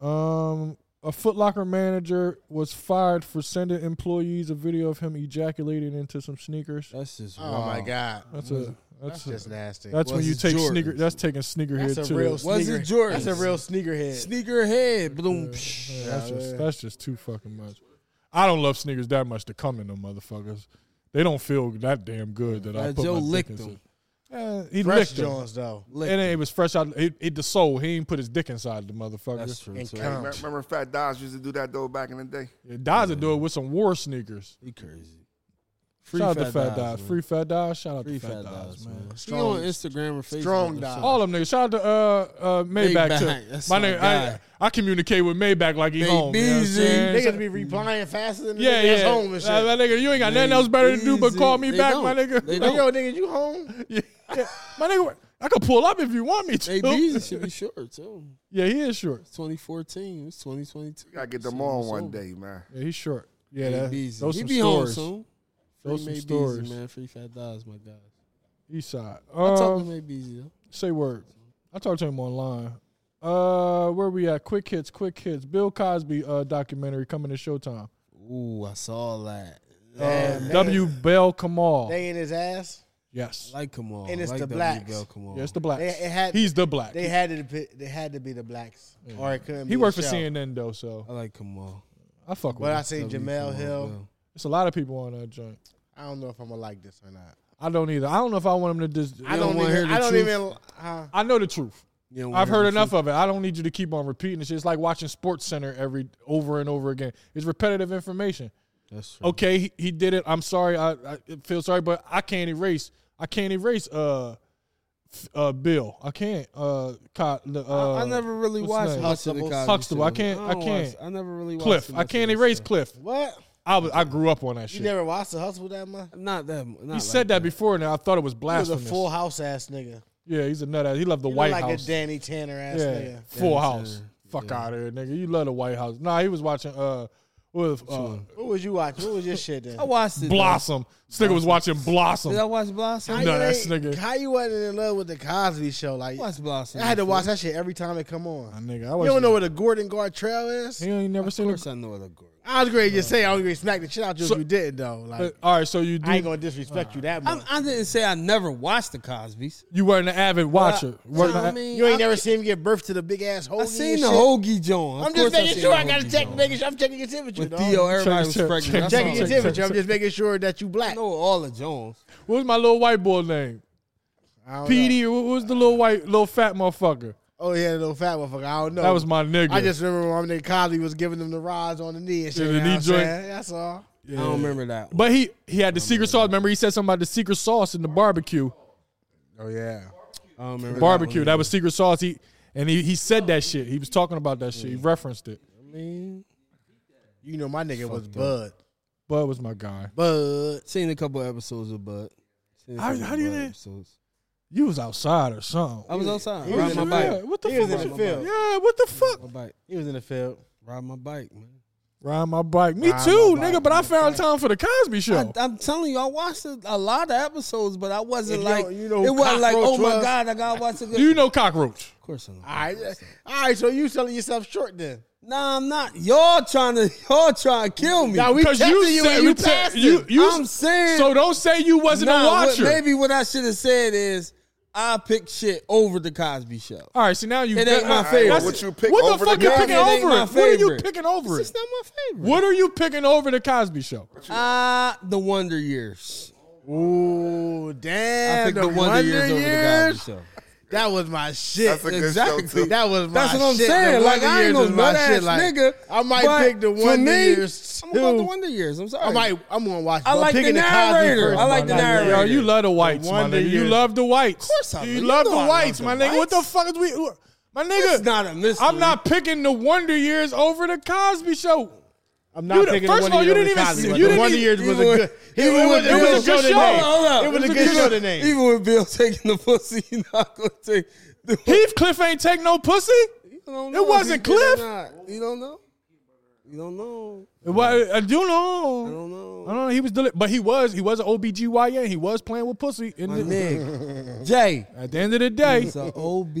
A: Um, a Foot Locker manager was fired for sending employees a video of him ejaculating into some sneakers.
D: That's just
C: Oh
D: wild.
C: my god.
A: That's a
C: That's
A: that's
C: just
A: a,
C: nasty.
A: that's when
D: Was
A: you
D: it
A: take
D: Jordans?
A: sneaker. That's taking sneakerhead
C: That's a
A: to
C: real
A: the-
D: Was it
C: sneaker-
D: Jordan?
C: That's a real sneakerhead.
D: sneaker head. Bloom.
A: Yeah,
D: Psh.
A: that's just
C: yeah.
A: that's just too fucking much. I don't love sneakers that much to come in them motherfuckers. They don't feel that damn good that I
D: That
A: put
D: Joe
A: my dick
D: licked
A: in
D: them.
A: some- Eh, he
C: Fresh
A: licked 'em.
C: Jones though.
D: Licked
A: And
D: them.
A: it was fresh out. It, it the soul. He ain't put his dick inside the motherfucker.
D: That's true
C: And
D: too.
C: come.
E: Remember, remember Fat Dodge used to do that though back in the day.
A: Yeah, Dodge would do it with some war sneakers.
D: He crazy.
A: shout out to Fat Dodge.
D: man.
A: Free Fat Dodge. Shout out
D: Free
A: to Fat,
D: Fat
A: Dodge,
D: Dodge,
A: man.
D: man. He
C: Strong-
D: on Instagram or Facebook.
C: strong
D: or
C: Dodge.
D: something.
A: All them niggas. Shout out to uh, uh, Maybach,
D: Maybach,
A: too.
D: that's
A: My
D: my
A: nigga, I,
D: guy.
A: I communicate with Maybach like he
D: Big
A: home. You know what I'm
D: Beezy.
A: saying?
C: Niggas be replying faster than the
A: Yeah,
C: yeah,
A: yeah.
C: that's home and shit.
A: Like, my nigga, you ain't got nothing else better to do but
D: Easy.
A: call me
D: They
A: back,
D: don't.
A: my nigga.
D: They
C: Like,
D: don't.
C: yo, nigga, you home?
A: Yeah. my nigga, I could pull up if you want me to.
D: Hey, Beezy should be short too.
A: Yeah, he is short.
D: It's 2014. It's 2022.
E: You gotta get them on one day, man.
A: Yeah, he's short. Yeah,
D: Yeah,
A: that,
D: he
A: those
D: be
A: some
D: home
A: stories.
D: soon. Free
A: Those some
D: May
A: stories.
D: Beezy, man. Free Fat Dodge, my guy.
A: East side.
D: I talked
A: Um,
D: to May Beezy though.
A: say word. I talked to him online. Uh, where we at? Quick hits, quick hits. Bill Cosby uh documentary coming to Showtime.
D: Ooh, I saw that. Oh,
A: Uh,
C: Damn, they-
A: w. Bell Kamal.
C: They in his ass.
A: yes.
D: Like come on,
C: And it's
D: like
C: the
D: W.
C: blacks.
D: Bell, come on.
A: Yes, the black.
C: They it had
A: He's the black.
C: they had to be, they had to be the blacks or it couldn't.
A: Mm. he
C: be
A: worked
C: the
A: for
C: show.
A: CNN though, so
D: I like come on.
A: I fuck with
C: But I
A: him.
C: seen
D: W,
C: Jamel
D: Kamal
C: Hill.
D: Bell.
A: It's a lot of people on that joint.
C: I don't know if I'm gonna like this or not.
A: I don't either. I don't know if I want him to just.
C: I
D: don't
C: don't,
D: wanna
C: even.
D: hear the
C: I don't
D: truth?
C: even. Huh?
A: I know the truth.
D: You don't
A: I've
D: wanna
A: heard
D: the
A: enough
D: truth.
A: of it. I don't need you to keep on repeating this. shit. It's like watching Sports Center every over and over again. It's repetitive information.
D: That's true.
A: Okay, he, he did it. I'm sorry. I, I feel sorry, but I can't erase. I can't erase. Uh, f- uh, Bill. I can't. Uh, co- the, uh
D: I, I never really
A: what's
D: watched
A: his
D: much of the
C: name?
D: Cosby
A: Huxtable. I
D: Show.
A: can't- I
D: don't watch-
A: can't.
D: I never really watched
A: Cliff.
D: much
A: I
D: of
A: can't
D: this
A: erase
D: stuff.
A: Cliff.
C: What?
A: I was. I grew up on that
C: You
A: shit.
C: never watched the hustle that much?
D: Not that. Not
A: he said that before, and I thought it was
C: He was a
A: blasphemous.
C: full house ass nigga.
A: yeah, he's a nut ass. He loved the
C: You look
A: White
C: like
A: House.
C: a Danny Tanner ass
A: Yeah,
C: nigga.
A: Full
D: Yeah,
A: House.
D: sure.
A: Fuck out of here, nigga. You love the White House. Nah, he was watching uh, with uh,
C: What was you watching? What was your shit then?
D: I watched it. though.
A: Blossom. This nigga was watching Blossom.
D: Did I watch Blossom?
C: How
A: No,
C: you
A: that's
C: ain't-
A: nigga.
C: How you wasn't in love with the Cosby Show? Like
D: I watched Blossom.
C: I had to
D: before.
C: watch that shit every time it come
A: Nah,
C: on.
A: nigga, I
C: You
A: was.
C: don't know what a Gordon Gartrell is?
A: He ain't never
D: Of
A: seen it.
D: course, I know the girl.
C: I was great to say I was great to smack the shit out you
A: So-
C: if you didn't though. Like
A: But, all right, so you
C: I ain't
A: did,
C: gonna disrespect you that
D: I'm,
C: much.
D: I didn't say I never watched the Cosby's.
A: you weren't an avid watcher.
D: But
A: Weren't an
D: I- you know what I
A: a-
D: mean?
C: you ain't
D: I-
C: never seen him give birth to the big ass hoagie.
D: I seen
C: and
D: the
C: shit.
D: hoagie John. Of
C: I'm
D: course
C: just making
D: seen
C: sure
D: the
C: I gotta
D: hoagie
C: check
D: John.
C: making sure I'm checking your temperature.
D: With
C: dog.
D: Theo,
A: Check,
D: everybody was
A: check,
D: pregnant.
A: check,
D: That's
C: Checking
D: all.
C: your
A: check, check.
C: temperature. I'm just making sure that you
D: I
C: black.
D: know all the Johns.
A: What was my little white boy name?
C: I don't know.
A: PD. What was the little white, little fat motherfucker?
C: Oh yeah, the little fat motherfucker. I don't know.
A: That was my nigga.
C: I just remember when my nigga Cosby was giving them the rods on the knee and
A: Yeah,
C: shit.
A: the
C: you know
A: knee
C: what I'm
A: joint.
C: saying? That's all.
D: I don't remember that. One.
A: But he he had the secret sauce. Remember, he said something about the secret sauce in the barbecue.
C: Oh yeah.
D: I don't remember
A: Barbecue.
D: That
A: That was secret sauce. He and he, he said that shit. He was talking about that shit. He referenced it.
D: one. Man,
C: You know my nigga was Bud.
A: Bud was my guy.
C: Bud.
D: seen a couple episodes of Bud. Seen a
A: How-
D: couple
A: how do you
D: Bud
A: know?
D: episodes.
A: You was outside or something.
D: I was outside.
C: he
D: Ride
C: was
D: my
C: in
A: yeah,
D: bike.
A: What the
C: He
A: fuck?
C: was
A: Was
C: in the
A: you-
C: field.
A: yeah, what the fuck?
D: My bike.
C: He was in the field.
D: Ride my bike, man.
A: Ride my bike. Me
C: Ride
A: too,
C: my
A: nigga.
C: bike.
A: But I found time for the Cosby Show.
D: I, I'm telling you, I watched a, a lot of episodes, but I wasn't
C: And you
D: like,
C: know- you know who
D: it wasn't like, oh
C: Cockroach
D: my
C: was?
D: god, I gotta watch a good.
A: Do you know Cockroach?
D: of course I know.
C: All right, all right. So you selling yourself short then?
D: Nah, I'm not. Y'all trying to, y'all trying to kill me.
C: Nah, we
A: Because
C: texted
A: you
C: you,
A: said-
C: and
A: you
C: you
A: te-
C: passed
A: you-
C: it.
D: I'm saying.
A: So don't say you wasn't
D: nah,
A: a
D: what-
A: watcher.
D: maybe what I should have said is, I pick shit over the Cosby Show.
A: All right, so now you.
D: It ain't my
A: All right,
D: favorite.
A: that's-
E: What you pick
A: what
E: over
A: the
E: the
A: fuck you
E: Cosby?
A: picking
D: It ain't
A: over?
D: my
A: it? What are you
D: favorite.
A: picking over?
D: It's
A: it?
D: not my favorite.
A: What are you picking over the Cosby Show?
D: Ah, The Wonder Years.
C: Ooh, damn!
D: I picked The, Wonder, Years, over the Cosby Show.
C: That was my shit.
E: That's a good
D: Exactly.
E: show too.
C: That was my
D: That's what I'm
C: shit. The
D: saying. Like
C: Wonder
D: I ain't
C: Years
D: no
C: was my
D: nut ass
C: shit. Like,
D: nigga.
C: I might
D: but
C: pick the
D: for
C: Wonder
D: me,
C: Years
D: I'm about the
C: too.
D: Wonder Years. I'm sorry.
C: I might. I'm gonna watch.
D: I
C: I'm
D: like the
C: picking
D: narrator.
C: The Cosby first,
D: I like
C: my
D: the
C: nigga.
D: narrator.
A: Yo, you love the whites, my
C: Wonder
A: nigga. You
C: Years.
A: love the whites. Of
D: course I
A: you
D: do. You
A: love
D: know
A: the
D: I love
A: whites,
D: the
A: my nigga. What the
D: whites.
A: fuck is we? who- My nigga,
D: It's not a mystery.
A: I'm not picking the Wonder Years over the Cosby Show.
C: I'm
A: You
C: not
A: the-
C: picking
A: first
C: the
A: of
C: Wonder
A: all, you
C: Years
A: didn't
C: over
A: even-
C: Cosby,
A: you
C: but
A: didn't
C: The Wonder
A: even-
C: Years was a
D: even
C: good. Even with
A: it
C: the
A: was a good
C: good show
A: show.
C: today.
A: Hold
D: up.
C: It was a
D: Even-
C: good show
D: even-
C: today.
D: Even with Bill taking the pussy, you're not gonna take. The,
A: Heathcliff ain't take no pussy.
D: You don't
A: It
D: know if
A: wasn't
D: he did or
A: Cliff.
D: not. You don't know. You don't know.
A: Well, I uh, do
D: I
A: know.
D: don't know.
A: I don't know. He was, deli- but he was, he was an OBGYN. He was playing with pussy. In the,
D: Nigga, Jay,
A: at the end of the day,
D: it's a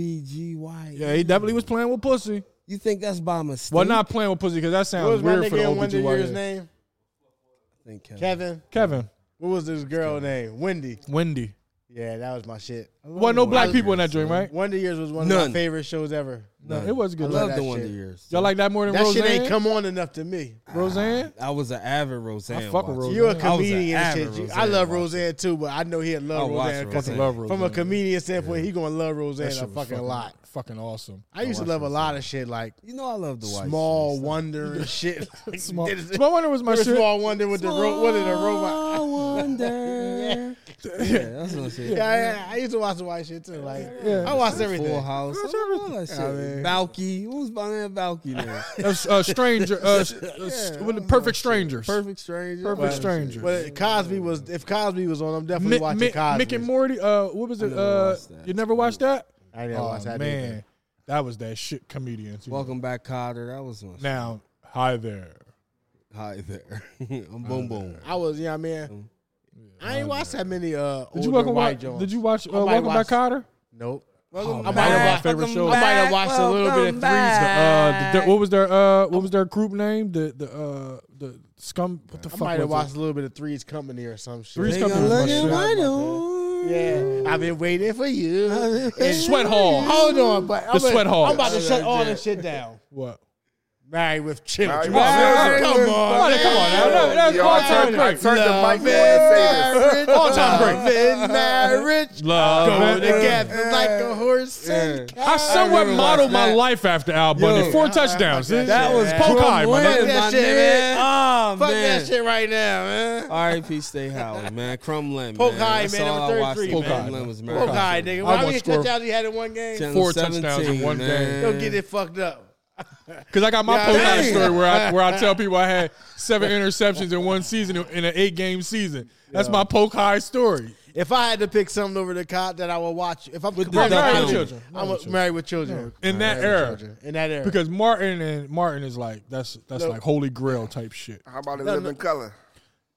D: OBGY.
A: yeah, he definitely was playing with pussy.
D: You think that's by mistake?
A: Well, not playing with pussy because that
C: What
A: sounds
C: was my
A: weird for the
C: nigga in Wonder Years
A: OBGYN.
C: name?
D: I think Kevin.
C: Kevin.
A: Kevin,
C: What was this girl name? Wendy.
A: Wendy.
C: Yeah, that was my shit.
A: Well, no black people in that joint, right?
C: Wonder Years was one of
D: None.
C: my favorite shows ever.
A: No, it was a
C: I
A: good.
C: love
A: show.
D: Love
C: that
D: the Wonder
C: shit.
D: Years.
A: Y'all like that more than
C: That
A: Roseanne?
C: shit ain't come on enough to me.
A: Roseanne.
D: I was an avid Roseanne.
A: I fuck with
D: watcher.
A: Roseanne.
C: You're a
A: I was
C: comedian and
D: avid
C: shit. You- I
D: Roseanne
C: love
D: watcher.
C: Roseanne too, but I know he'd love
D: I watch
C: Roseanne. 'cause
D: Roseanne.
A: Love
C: From a
A: Roseanne.
C: comedian standpoint, he gonna love
A: That
C: Roseanne
A: shit
C: a
A: was
C: fucking lot.
A: Fucking awesome.
C: I used to love a lot of shit like
D: You know I love the white.
C: Small Wonder and shit.
A: Small, Small Wonder was my
C: Or
A: shit.
C: Small Wonder with the ro- what is the
D: I
C: robot?
D: wonder. yeah, that's what I'm saying.
C: Yeah, yeah, I used to watch the white shit too. Like I watched everything.
D: Full House. I love all that shit. Balky. Who's behind Balky now?
A: That's, uh, stranger. Uh, s- uh, s- with the perfect strangers.
D: Perfect Stranger.
A: Perfect
D: Well,
A: strangers.
C: But Cosby was if Cosby was on, I'm definitely
A: Mi-
C: watching
A: Mi-
C: Cosby.
A: Mick and Morty. Uh, what was it?
D: never
A: Uh,
D: watched that.
A: you never watched that?
C: I didn't watch that.
A: Oh, man,
C: either.
A: that was that shit. Comedians. you know.
D: Welcome back, Cotter. That was my
A: Now, hi there.
D: hi there. I'm boom boom.
C: I was, yeah, man.
E: Mm.
C: I ain't watched that many. Uh,
A: Did you
C: older
A: welcome
C: white
A: watch?
C: Jones.
A: Did you watch uh,
C: might
A: Welcome
C: watch-
A: Back, Cotter?
C: Nope.
A: Oh,
C: I
A: man,
C: might have
A: one of
C: watched-
A: my favorite
D: Welcome
A: shows.
C: I might have
D: Back,
C: watched a little bit of
D: welcome
C: threes.
A: Uh, the,
D: back.
A: what was their uh, what was their group name? The the uh, the scum. What the
C: I
A: fuck?
C: might have
A: was it?
C: watched a little bit of Three's Company or some shit.
A: Three's
D: They
A: Company
D: gonna
A: was my
D: look
A: shit.
D: at my
C: Yeah, I've been waiting for you. And-
A: Sweat Hall.
C: Hold on, but I'm
A: The Sweat Hall.
C: I'm about to shut all this shit down.
A: What?
C: Married with children.
E: Married with
C: Oh,
E: Children.
C: Come on,
A: Oh, come on now. That- that's
E: Yo,
A: all
E: I
A: time
E: turned, I
A: great.
E: turned the mic on and say this.
C: Marriage,
A: All time great.
C: love and marriage
A: Love
C: go
A: and-
C: together like a horse and
D: Yeah.
C: cow.
A: I somewhat
D: remember
A: modeled
D: watching
A: my
D: that.
A: life after Al Bundy.
D: Yo.
A: Four touchdowns.
D: That was
A: poke high, my
D: Crumlin,
A: nigga.
C: Fuck that
D: my
C: shit,
D: nigga.
C: man.
D: Oh,
C: Fuck
D: man.
C: that shit right now, man.
D: R.I.P. Stay Howard, man. Crumlin,
C: Poke
D: man.
C: high,
D: That's
C: man.
D: all
C: That was
D: I watched
C: 33,
D: when
A: man.
D: Crumlin was
C: Poke
D: married.
C: high, nigga.
A: Oh, I
C: How
A: want
C: many
A: score-
C: touchdowns he had in one game?
D: Channel
A: Four touchdowns in
D: 17,
A: one game.
D: man.
C: Don't get it fucked up.
A: Because I got my
C: Yeah,
A: poke high
C: dang.
A: story where I where I tell people I had seven interceptions in one season in an eight game season. That's my poke high story.
C: If I had to pick something over the cop that I would watch, if I'm
A: the- Married with
C: I'm-
A: Children.
C: I'm
A: Married with
C: a- married with children
A: In that
C: Married with
A: era.
C: children. In that era,
A: Because Martin and Martin is like that's that's
C: No.
A: like holy grail type shit.
E: How about a living color?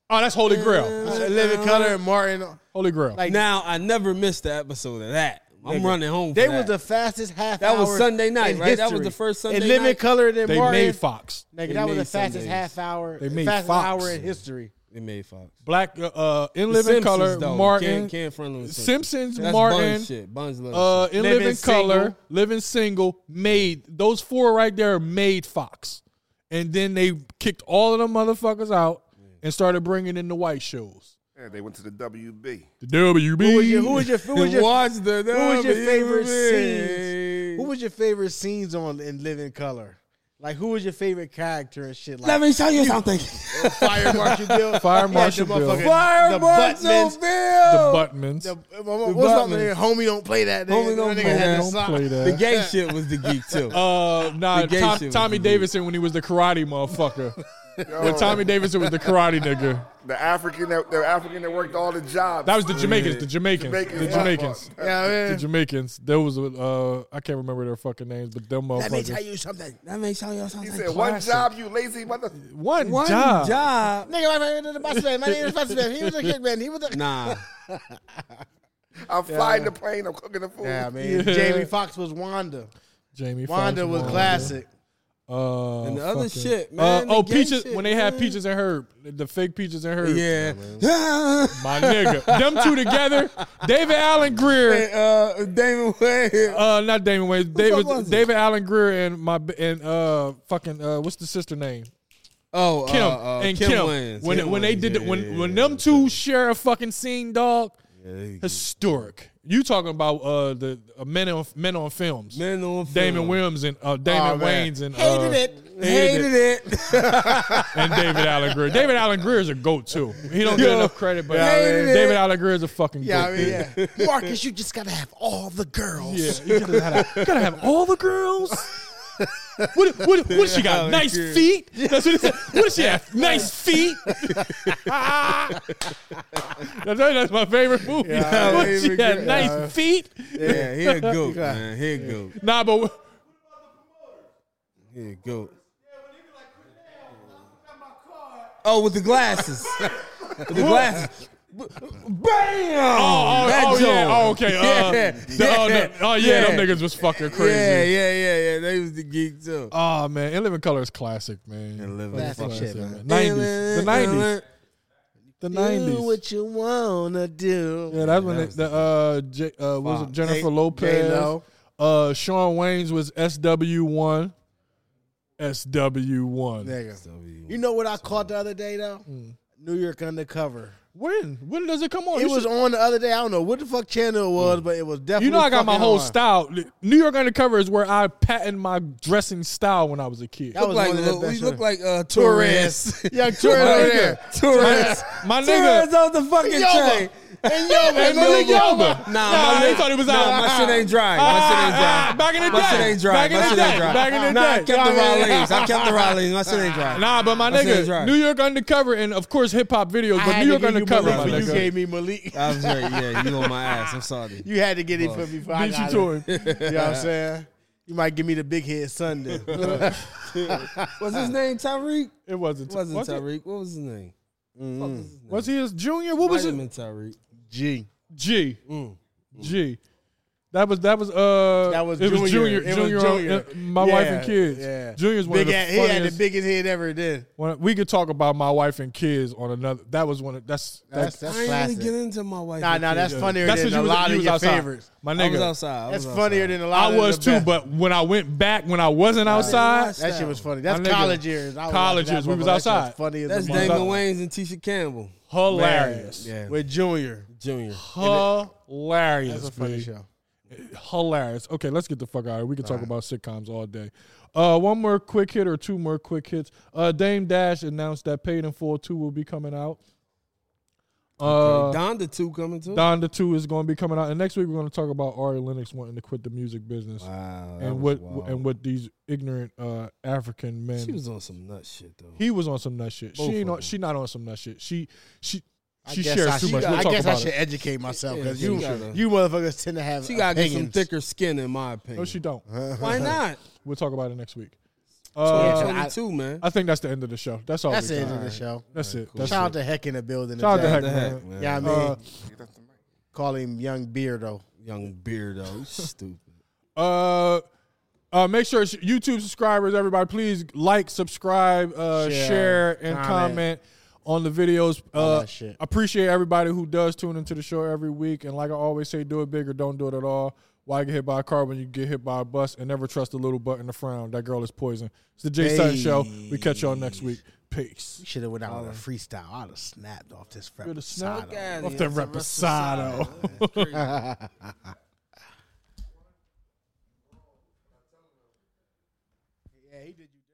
A: Oh, that's holy grail.
C: Uh, Living Color and Martin,
A: Holy grail.
C: Like-
D: Now I never missed the episode of that. I'm running home. For
C: they
D: that.
C: was the fastest half.
D: That was
C: hour
D: Sunday
C: in
D: night, right? That was
C: history.
D: the first Sunday
C: And Living
D: night?
C: Color and
A: They
C: Martin,
A: made Fox.
C: nigga,
D: They
C: that was the
D: made
C: fastest
D: Sundays.
C: half hour.
A: They made
C: fastest
A: Fox.
C: hour in history.
D: They made Fox.
A: Black uh, uh in living
D: Simpsons,
A: color,
D: though.
A: Martin
D: Can't, can't front of the
A: Simpsons,
D: That's
A: Martin,
D: Buns shit. Buns love
A: uh in
C: Living
A: living color,
C: Single.
A: living single, made those four right there made Fox. And then they kicked all of them motherfuckers out and started bringing in the white shows.
E: Yeah, they went to the WB.
A: The WB.
C: Who was your who was your who was your,
D: Watch the
C: who was your favorite
D: WB.
C: scenes? Who was your favorite scenes on in Living Color? Like who was your favorite character and shit? Like
D: Let me show you something.
C: Fire Marshal Bill,
A: Fire
C: Yeah, the
A: Marshal Bill.
C: motherfucking-
D: Fire
C: the
D: Marshal
C: Buttmans,
A: the
D: Bill.
A: Buttmans.
C: The, what's up, nigga? Homie don't play that. Nigga.
D: Homie don't
C: That nigga
D: play
C: had
D: that.
C: the
A: Don't
C: song.
A: play that.
D: The gay shit was the geek too.
A: Uh, nah,
D: The gay
A: Tom,
D: shit was
A: Tommy
D: the
A: Davidson when he was the karate motherfucker.
C: Oh.
A: When Tommy Davidson was the karate nigga.
E: The African that the African that worked all the jobs.
A: That was the Jamaicans, the Jamaicans,
E: Jamaicans,
A: the
E: yeah.
A: Jamaicans,
E: Yeah,
A: the Jamaicans. There was uh, I can't remember their fucking names, but them
C: Let me tell
A: motherfuckers.
C: you something.
D: That makes all y'all sound
E: He
D: like
E: said, "One
A: classic.
E: job, you lazy mother."
A: One,
D: one
A: job.
D: job.
C: Nigga, my name is the bus man. My name is the bus man. He was a kid man. He was a.
B: Nah.
E: I'm flying the plane. I'm cooking the food.
C: Yeah, man.
A: Yeah.
C: Jamie Foxx was Wanda.
A: Jamie
C: Wanda
A: Foxx,
C: was classic.
A: Uh,
D: And the other
A: fucking-
D: shit,
A: Uh,
D: man. the
A: oh,
D: gay
A: peaches
D: shit,
A: when they had
D: man.
A: peaches and herb, the fake peaches and herb.
D: Yeah.
A: my nigga, them two together, David Allen Greer,
D: uh, Damon Wayne.
A: uh, not Damon Wayne, David
D: was it?
A: David Allen Greer and my and uh fucking uh what's the sister name?
D: Oh,
A: Kim
D: uh, uh,
A: and Kim.
D: Kim, wins.
A: when
D: Kim
A: when
D: wins.
A: they did the, when when them two share a fucking scene, dog, historic. You talking about uh the uh, men on men on films,
D: Men Oh, on
A: Damon
D: film.
A: Williams and uh, Damon
E: man.
A: Wayans and uh,
C: Hated it.
D: hated it.
A: and David Allen Greer. David Allen Greer is a goat too. He don't get enough credit, but
D: I mean-
A: David Allen Greer is a fucking
C: Yeah, I
A: goat.
C: mean,
A: dude.
C: yeah. Marcus, you just gotta have all the girls.
A: Yeah, you gotta have, you gotta have all the girls. What, what, what she got? Nice feet? That's what it said. What she have? Nice feet? that's, that's my favorite movie.
D: Yeah, Uh-huh.
A: what
D: I
A: she
D: mean,
A: had?
D: yeah.
A: Nice feet?
D: Yeah, he a goat, man. He a goat.
A: Nah, but
D: He a goat. Oh, with the glasses. with the glasses. B- Bam!
A: oh,
D: That
A: oh, yeah.
D: joint.
A: Oh, okay. Uh,
D: Yeah,
A: the- oh, the- oh, yeah, them niggas was fucking crazy.
D: Yeah, yeah, yeah, yeah. They was the geek too.
A: Oh man, In Living Color is classic, man.
D: In Living
A: Fucking
C: Color. Classic shit, man.
A: Nineties, the nineties, the
C: Do
A: nineties.
C: what you wanna do.
A: Yeah, that's when they, the uh, J, uh was it Jennifer Lopez?
C: J-Lo.
A: Uh, Sean Wayne's was SW one, SW one.
C: Nigga. You know what I caught the other day though?
A: Mm.
C: New York Undercover.
A: When when does it come on?
C: It
A: Oh, You
C: was
A: should- Mm.
C: on the other day. I don't know what the fuck channel it was, but it was definitely.
A: You know, I got my
C: fucking
A: whole
C: on.
A: style. New York Undercover is where I patented my dressing style when I was a kid.
C: That was
D: Like,
C: one of the
D: look,
C: best
D: we look
C: ones.
D: like uh, Torres.
C: Young Torres over there.
D: Torres.
A: My
D: Torres
A: nigga,
D: off the fucking chain.
C: And yo,
A: Hey,
C: man,
A: my nigga Yoba. Nah,
D: Nah, my
A: they
D: nigga-
A: thought it was
D: nah,
A: out.
D: my shit ain't dry. My shit ain't dry.
A: Ah, Back in the
D: My
A: day.
D: shit ain't dry.
A: Back in
D: My
A: the
D: shit
A: day.
D: ain't dry.
A: Back in the
D: Nah, I
A: day.
D: kept the raw leaves. I kept the raw leaves. My shit ain't dry.
A: Nah, but my
D: My shit
A: nigga,
D: is right.
A: New York Undercover and of course hip hop videos,
C: I
A: but
C: had
A: New York
C: to give you
A: Undercover,
C: Malik
A: my
C: when You
A: nigga.
C: gave me Malik.
D: I was like, yeah, you on my ass. I'm sorry.
C: You had to get it for me. before I
A: Beat you
C: got
A: to him.
C: it. You know what I'm saying? You might give me the big head Sunday.
D: What's his name? Tyreek?
A: It wasn't.
D: Wasn't
A: was it-
D: Tyreek? What was his name?
A: Was he his junior? What
D: What
A: was
D: was
A: it?
D: Tyreek?
C: G.
A: G. G. That was that was uh
C: Mm. That was
A: it was junior
C: Junior. It was
A: junior,
C: Junior.
A: uh, my wife and
C: Yeah,
A: kids
C: yeah.
A: junior's one of
C: Big
A: the
C: head, he had
A: funniest.
C: the biggest head ever did.
A: one- we could talk about my wife and kids on another. That was one of that's
C: That's
A: that's
C: that's
D: I ain't really
C: classic.
D: get into my wife.
C: Nah,
D: and
C: nah,
D: kids.
C: that's funnier
A: that's
C: than a
A: was-
C: lot of
A: was
C: your
A: outside.
C: favors.
A: My
D: I was
A: nigga,
D: outside. I
C: That's
D: was
C: funnier than a lot.
A: I
C: of
A: was
C: the
A: too.
C: best.
A: But when I went back, when I wasn't outside,
C: that shit was funny. That's
A: My nigga,
C: college years. I was
A: college
C: watching
A: years.
C: that
A: We was
C: motherfucker. That shit
A: outside.
C: Funny as
D: That's
C: a
D: Damon
C: motherfucker.
D: Waynes and Tisha Campbell
A: hilarious,
D: Yeah.
C: with Junior.
D: Jr.
A: hilarious.
C: That's a funny
A: B.
C: show.
A: hilarious. Okay, let's get the fuck out of here. We can talk about sitcoms all day. Uh, one more quick hit or two more quick hits. Uh, Dame Dash announced that Paid in Full 2 will be coming out. Uh,
D: Don the two coming too.
A: Donda 2 is going to be coming out. And next week, we're going to talk about Ari Lennox wanting to quit the music business
D: Wow, that
A: and
D: was
A: what and what these ignorant uh, African men.
D: She was on some nut shit though.
A: he was on some nut shit.
D: Both
A: she ain't
D: of
A: on,
D: them.
A: she not on some nut shit. She she she
C: Guess
A: shares
C: I
A: too
C: should-
A: much. We'll
C: I
A: talk
C: guess I
A: about
C: should
A: it.
C: educate myself
D: Yeah,
C: because
D: she
C: you
D: gotta-
C: you motherfuckers tend to have.
D: She gotta get some
C: opinions.
D: thicker skin, in my opinion.
A: No, Oh, she don't.
D: Why not?
A: We'll talk about it next week.
C: Yeah,
A: Uh,
D: 22, man.
A: I think that's the end of the show. That's all.
C: That's
A: we
C: the
A: got.
C: end of the show.
A: That's it. That's
C: Shout out
A: it.
C: to Heck in the building.
A: Shout out to
C: today.
A: Heck,
D: the heck,
A: man.
D: man.
C: Yeah, I mean,
A: Uh,
C: call him Young Beardo.
D: Young Beardo. You Stupid.
A: Uh, uh, make sure it's YouTube subscribers, everybody, please like, subscribe, uh, share,
C: Share,
A: and comment.
C: comment.
A: on the videos.
C: All
A: Uh,
C: that shit.
A: appreciate everybody who does tune into the show every week. And like I always say, do it big or don't do it at all. Why get hit by a car when you get hit by a bus? And never trust the little button to frown. That girl is poison. It's the Jay Sutton Show. We catch y'all next week. Peace.
C: Should have went out with a freestyle. I'd have snapped off this rap.
A: Good to snap
C: side.
A: off that reposado.
C: Yeah, he did you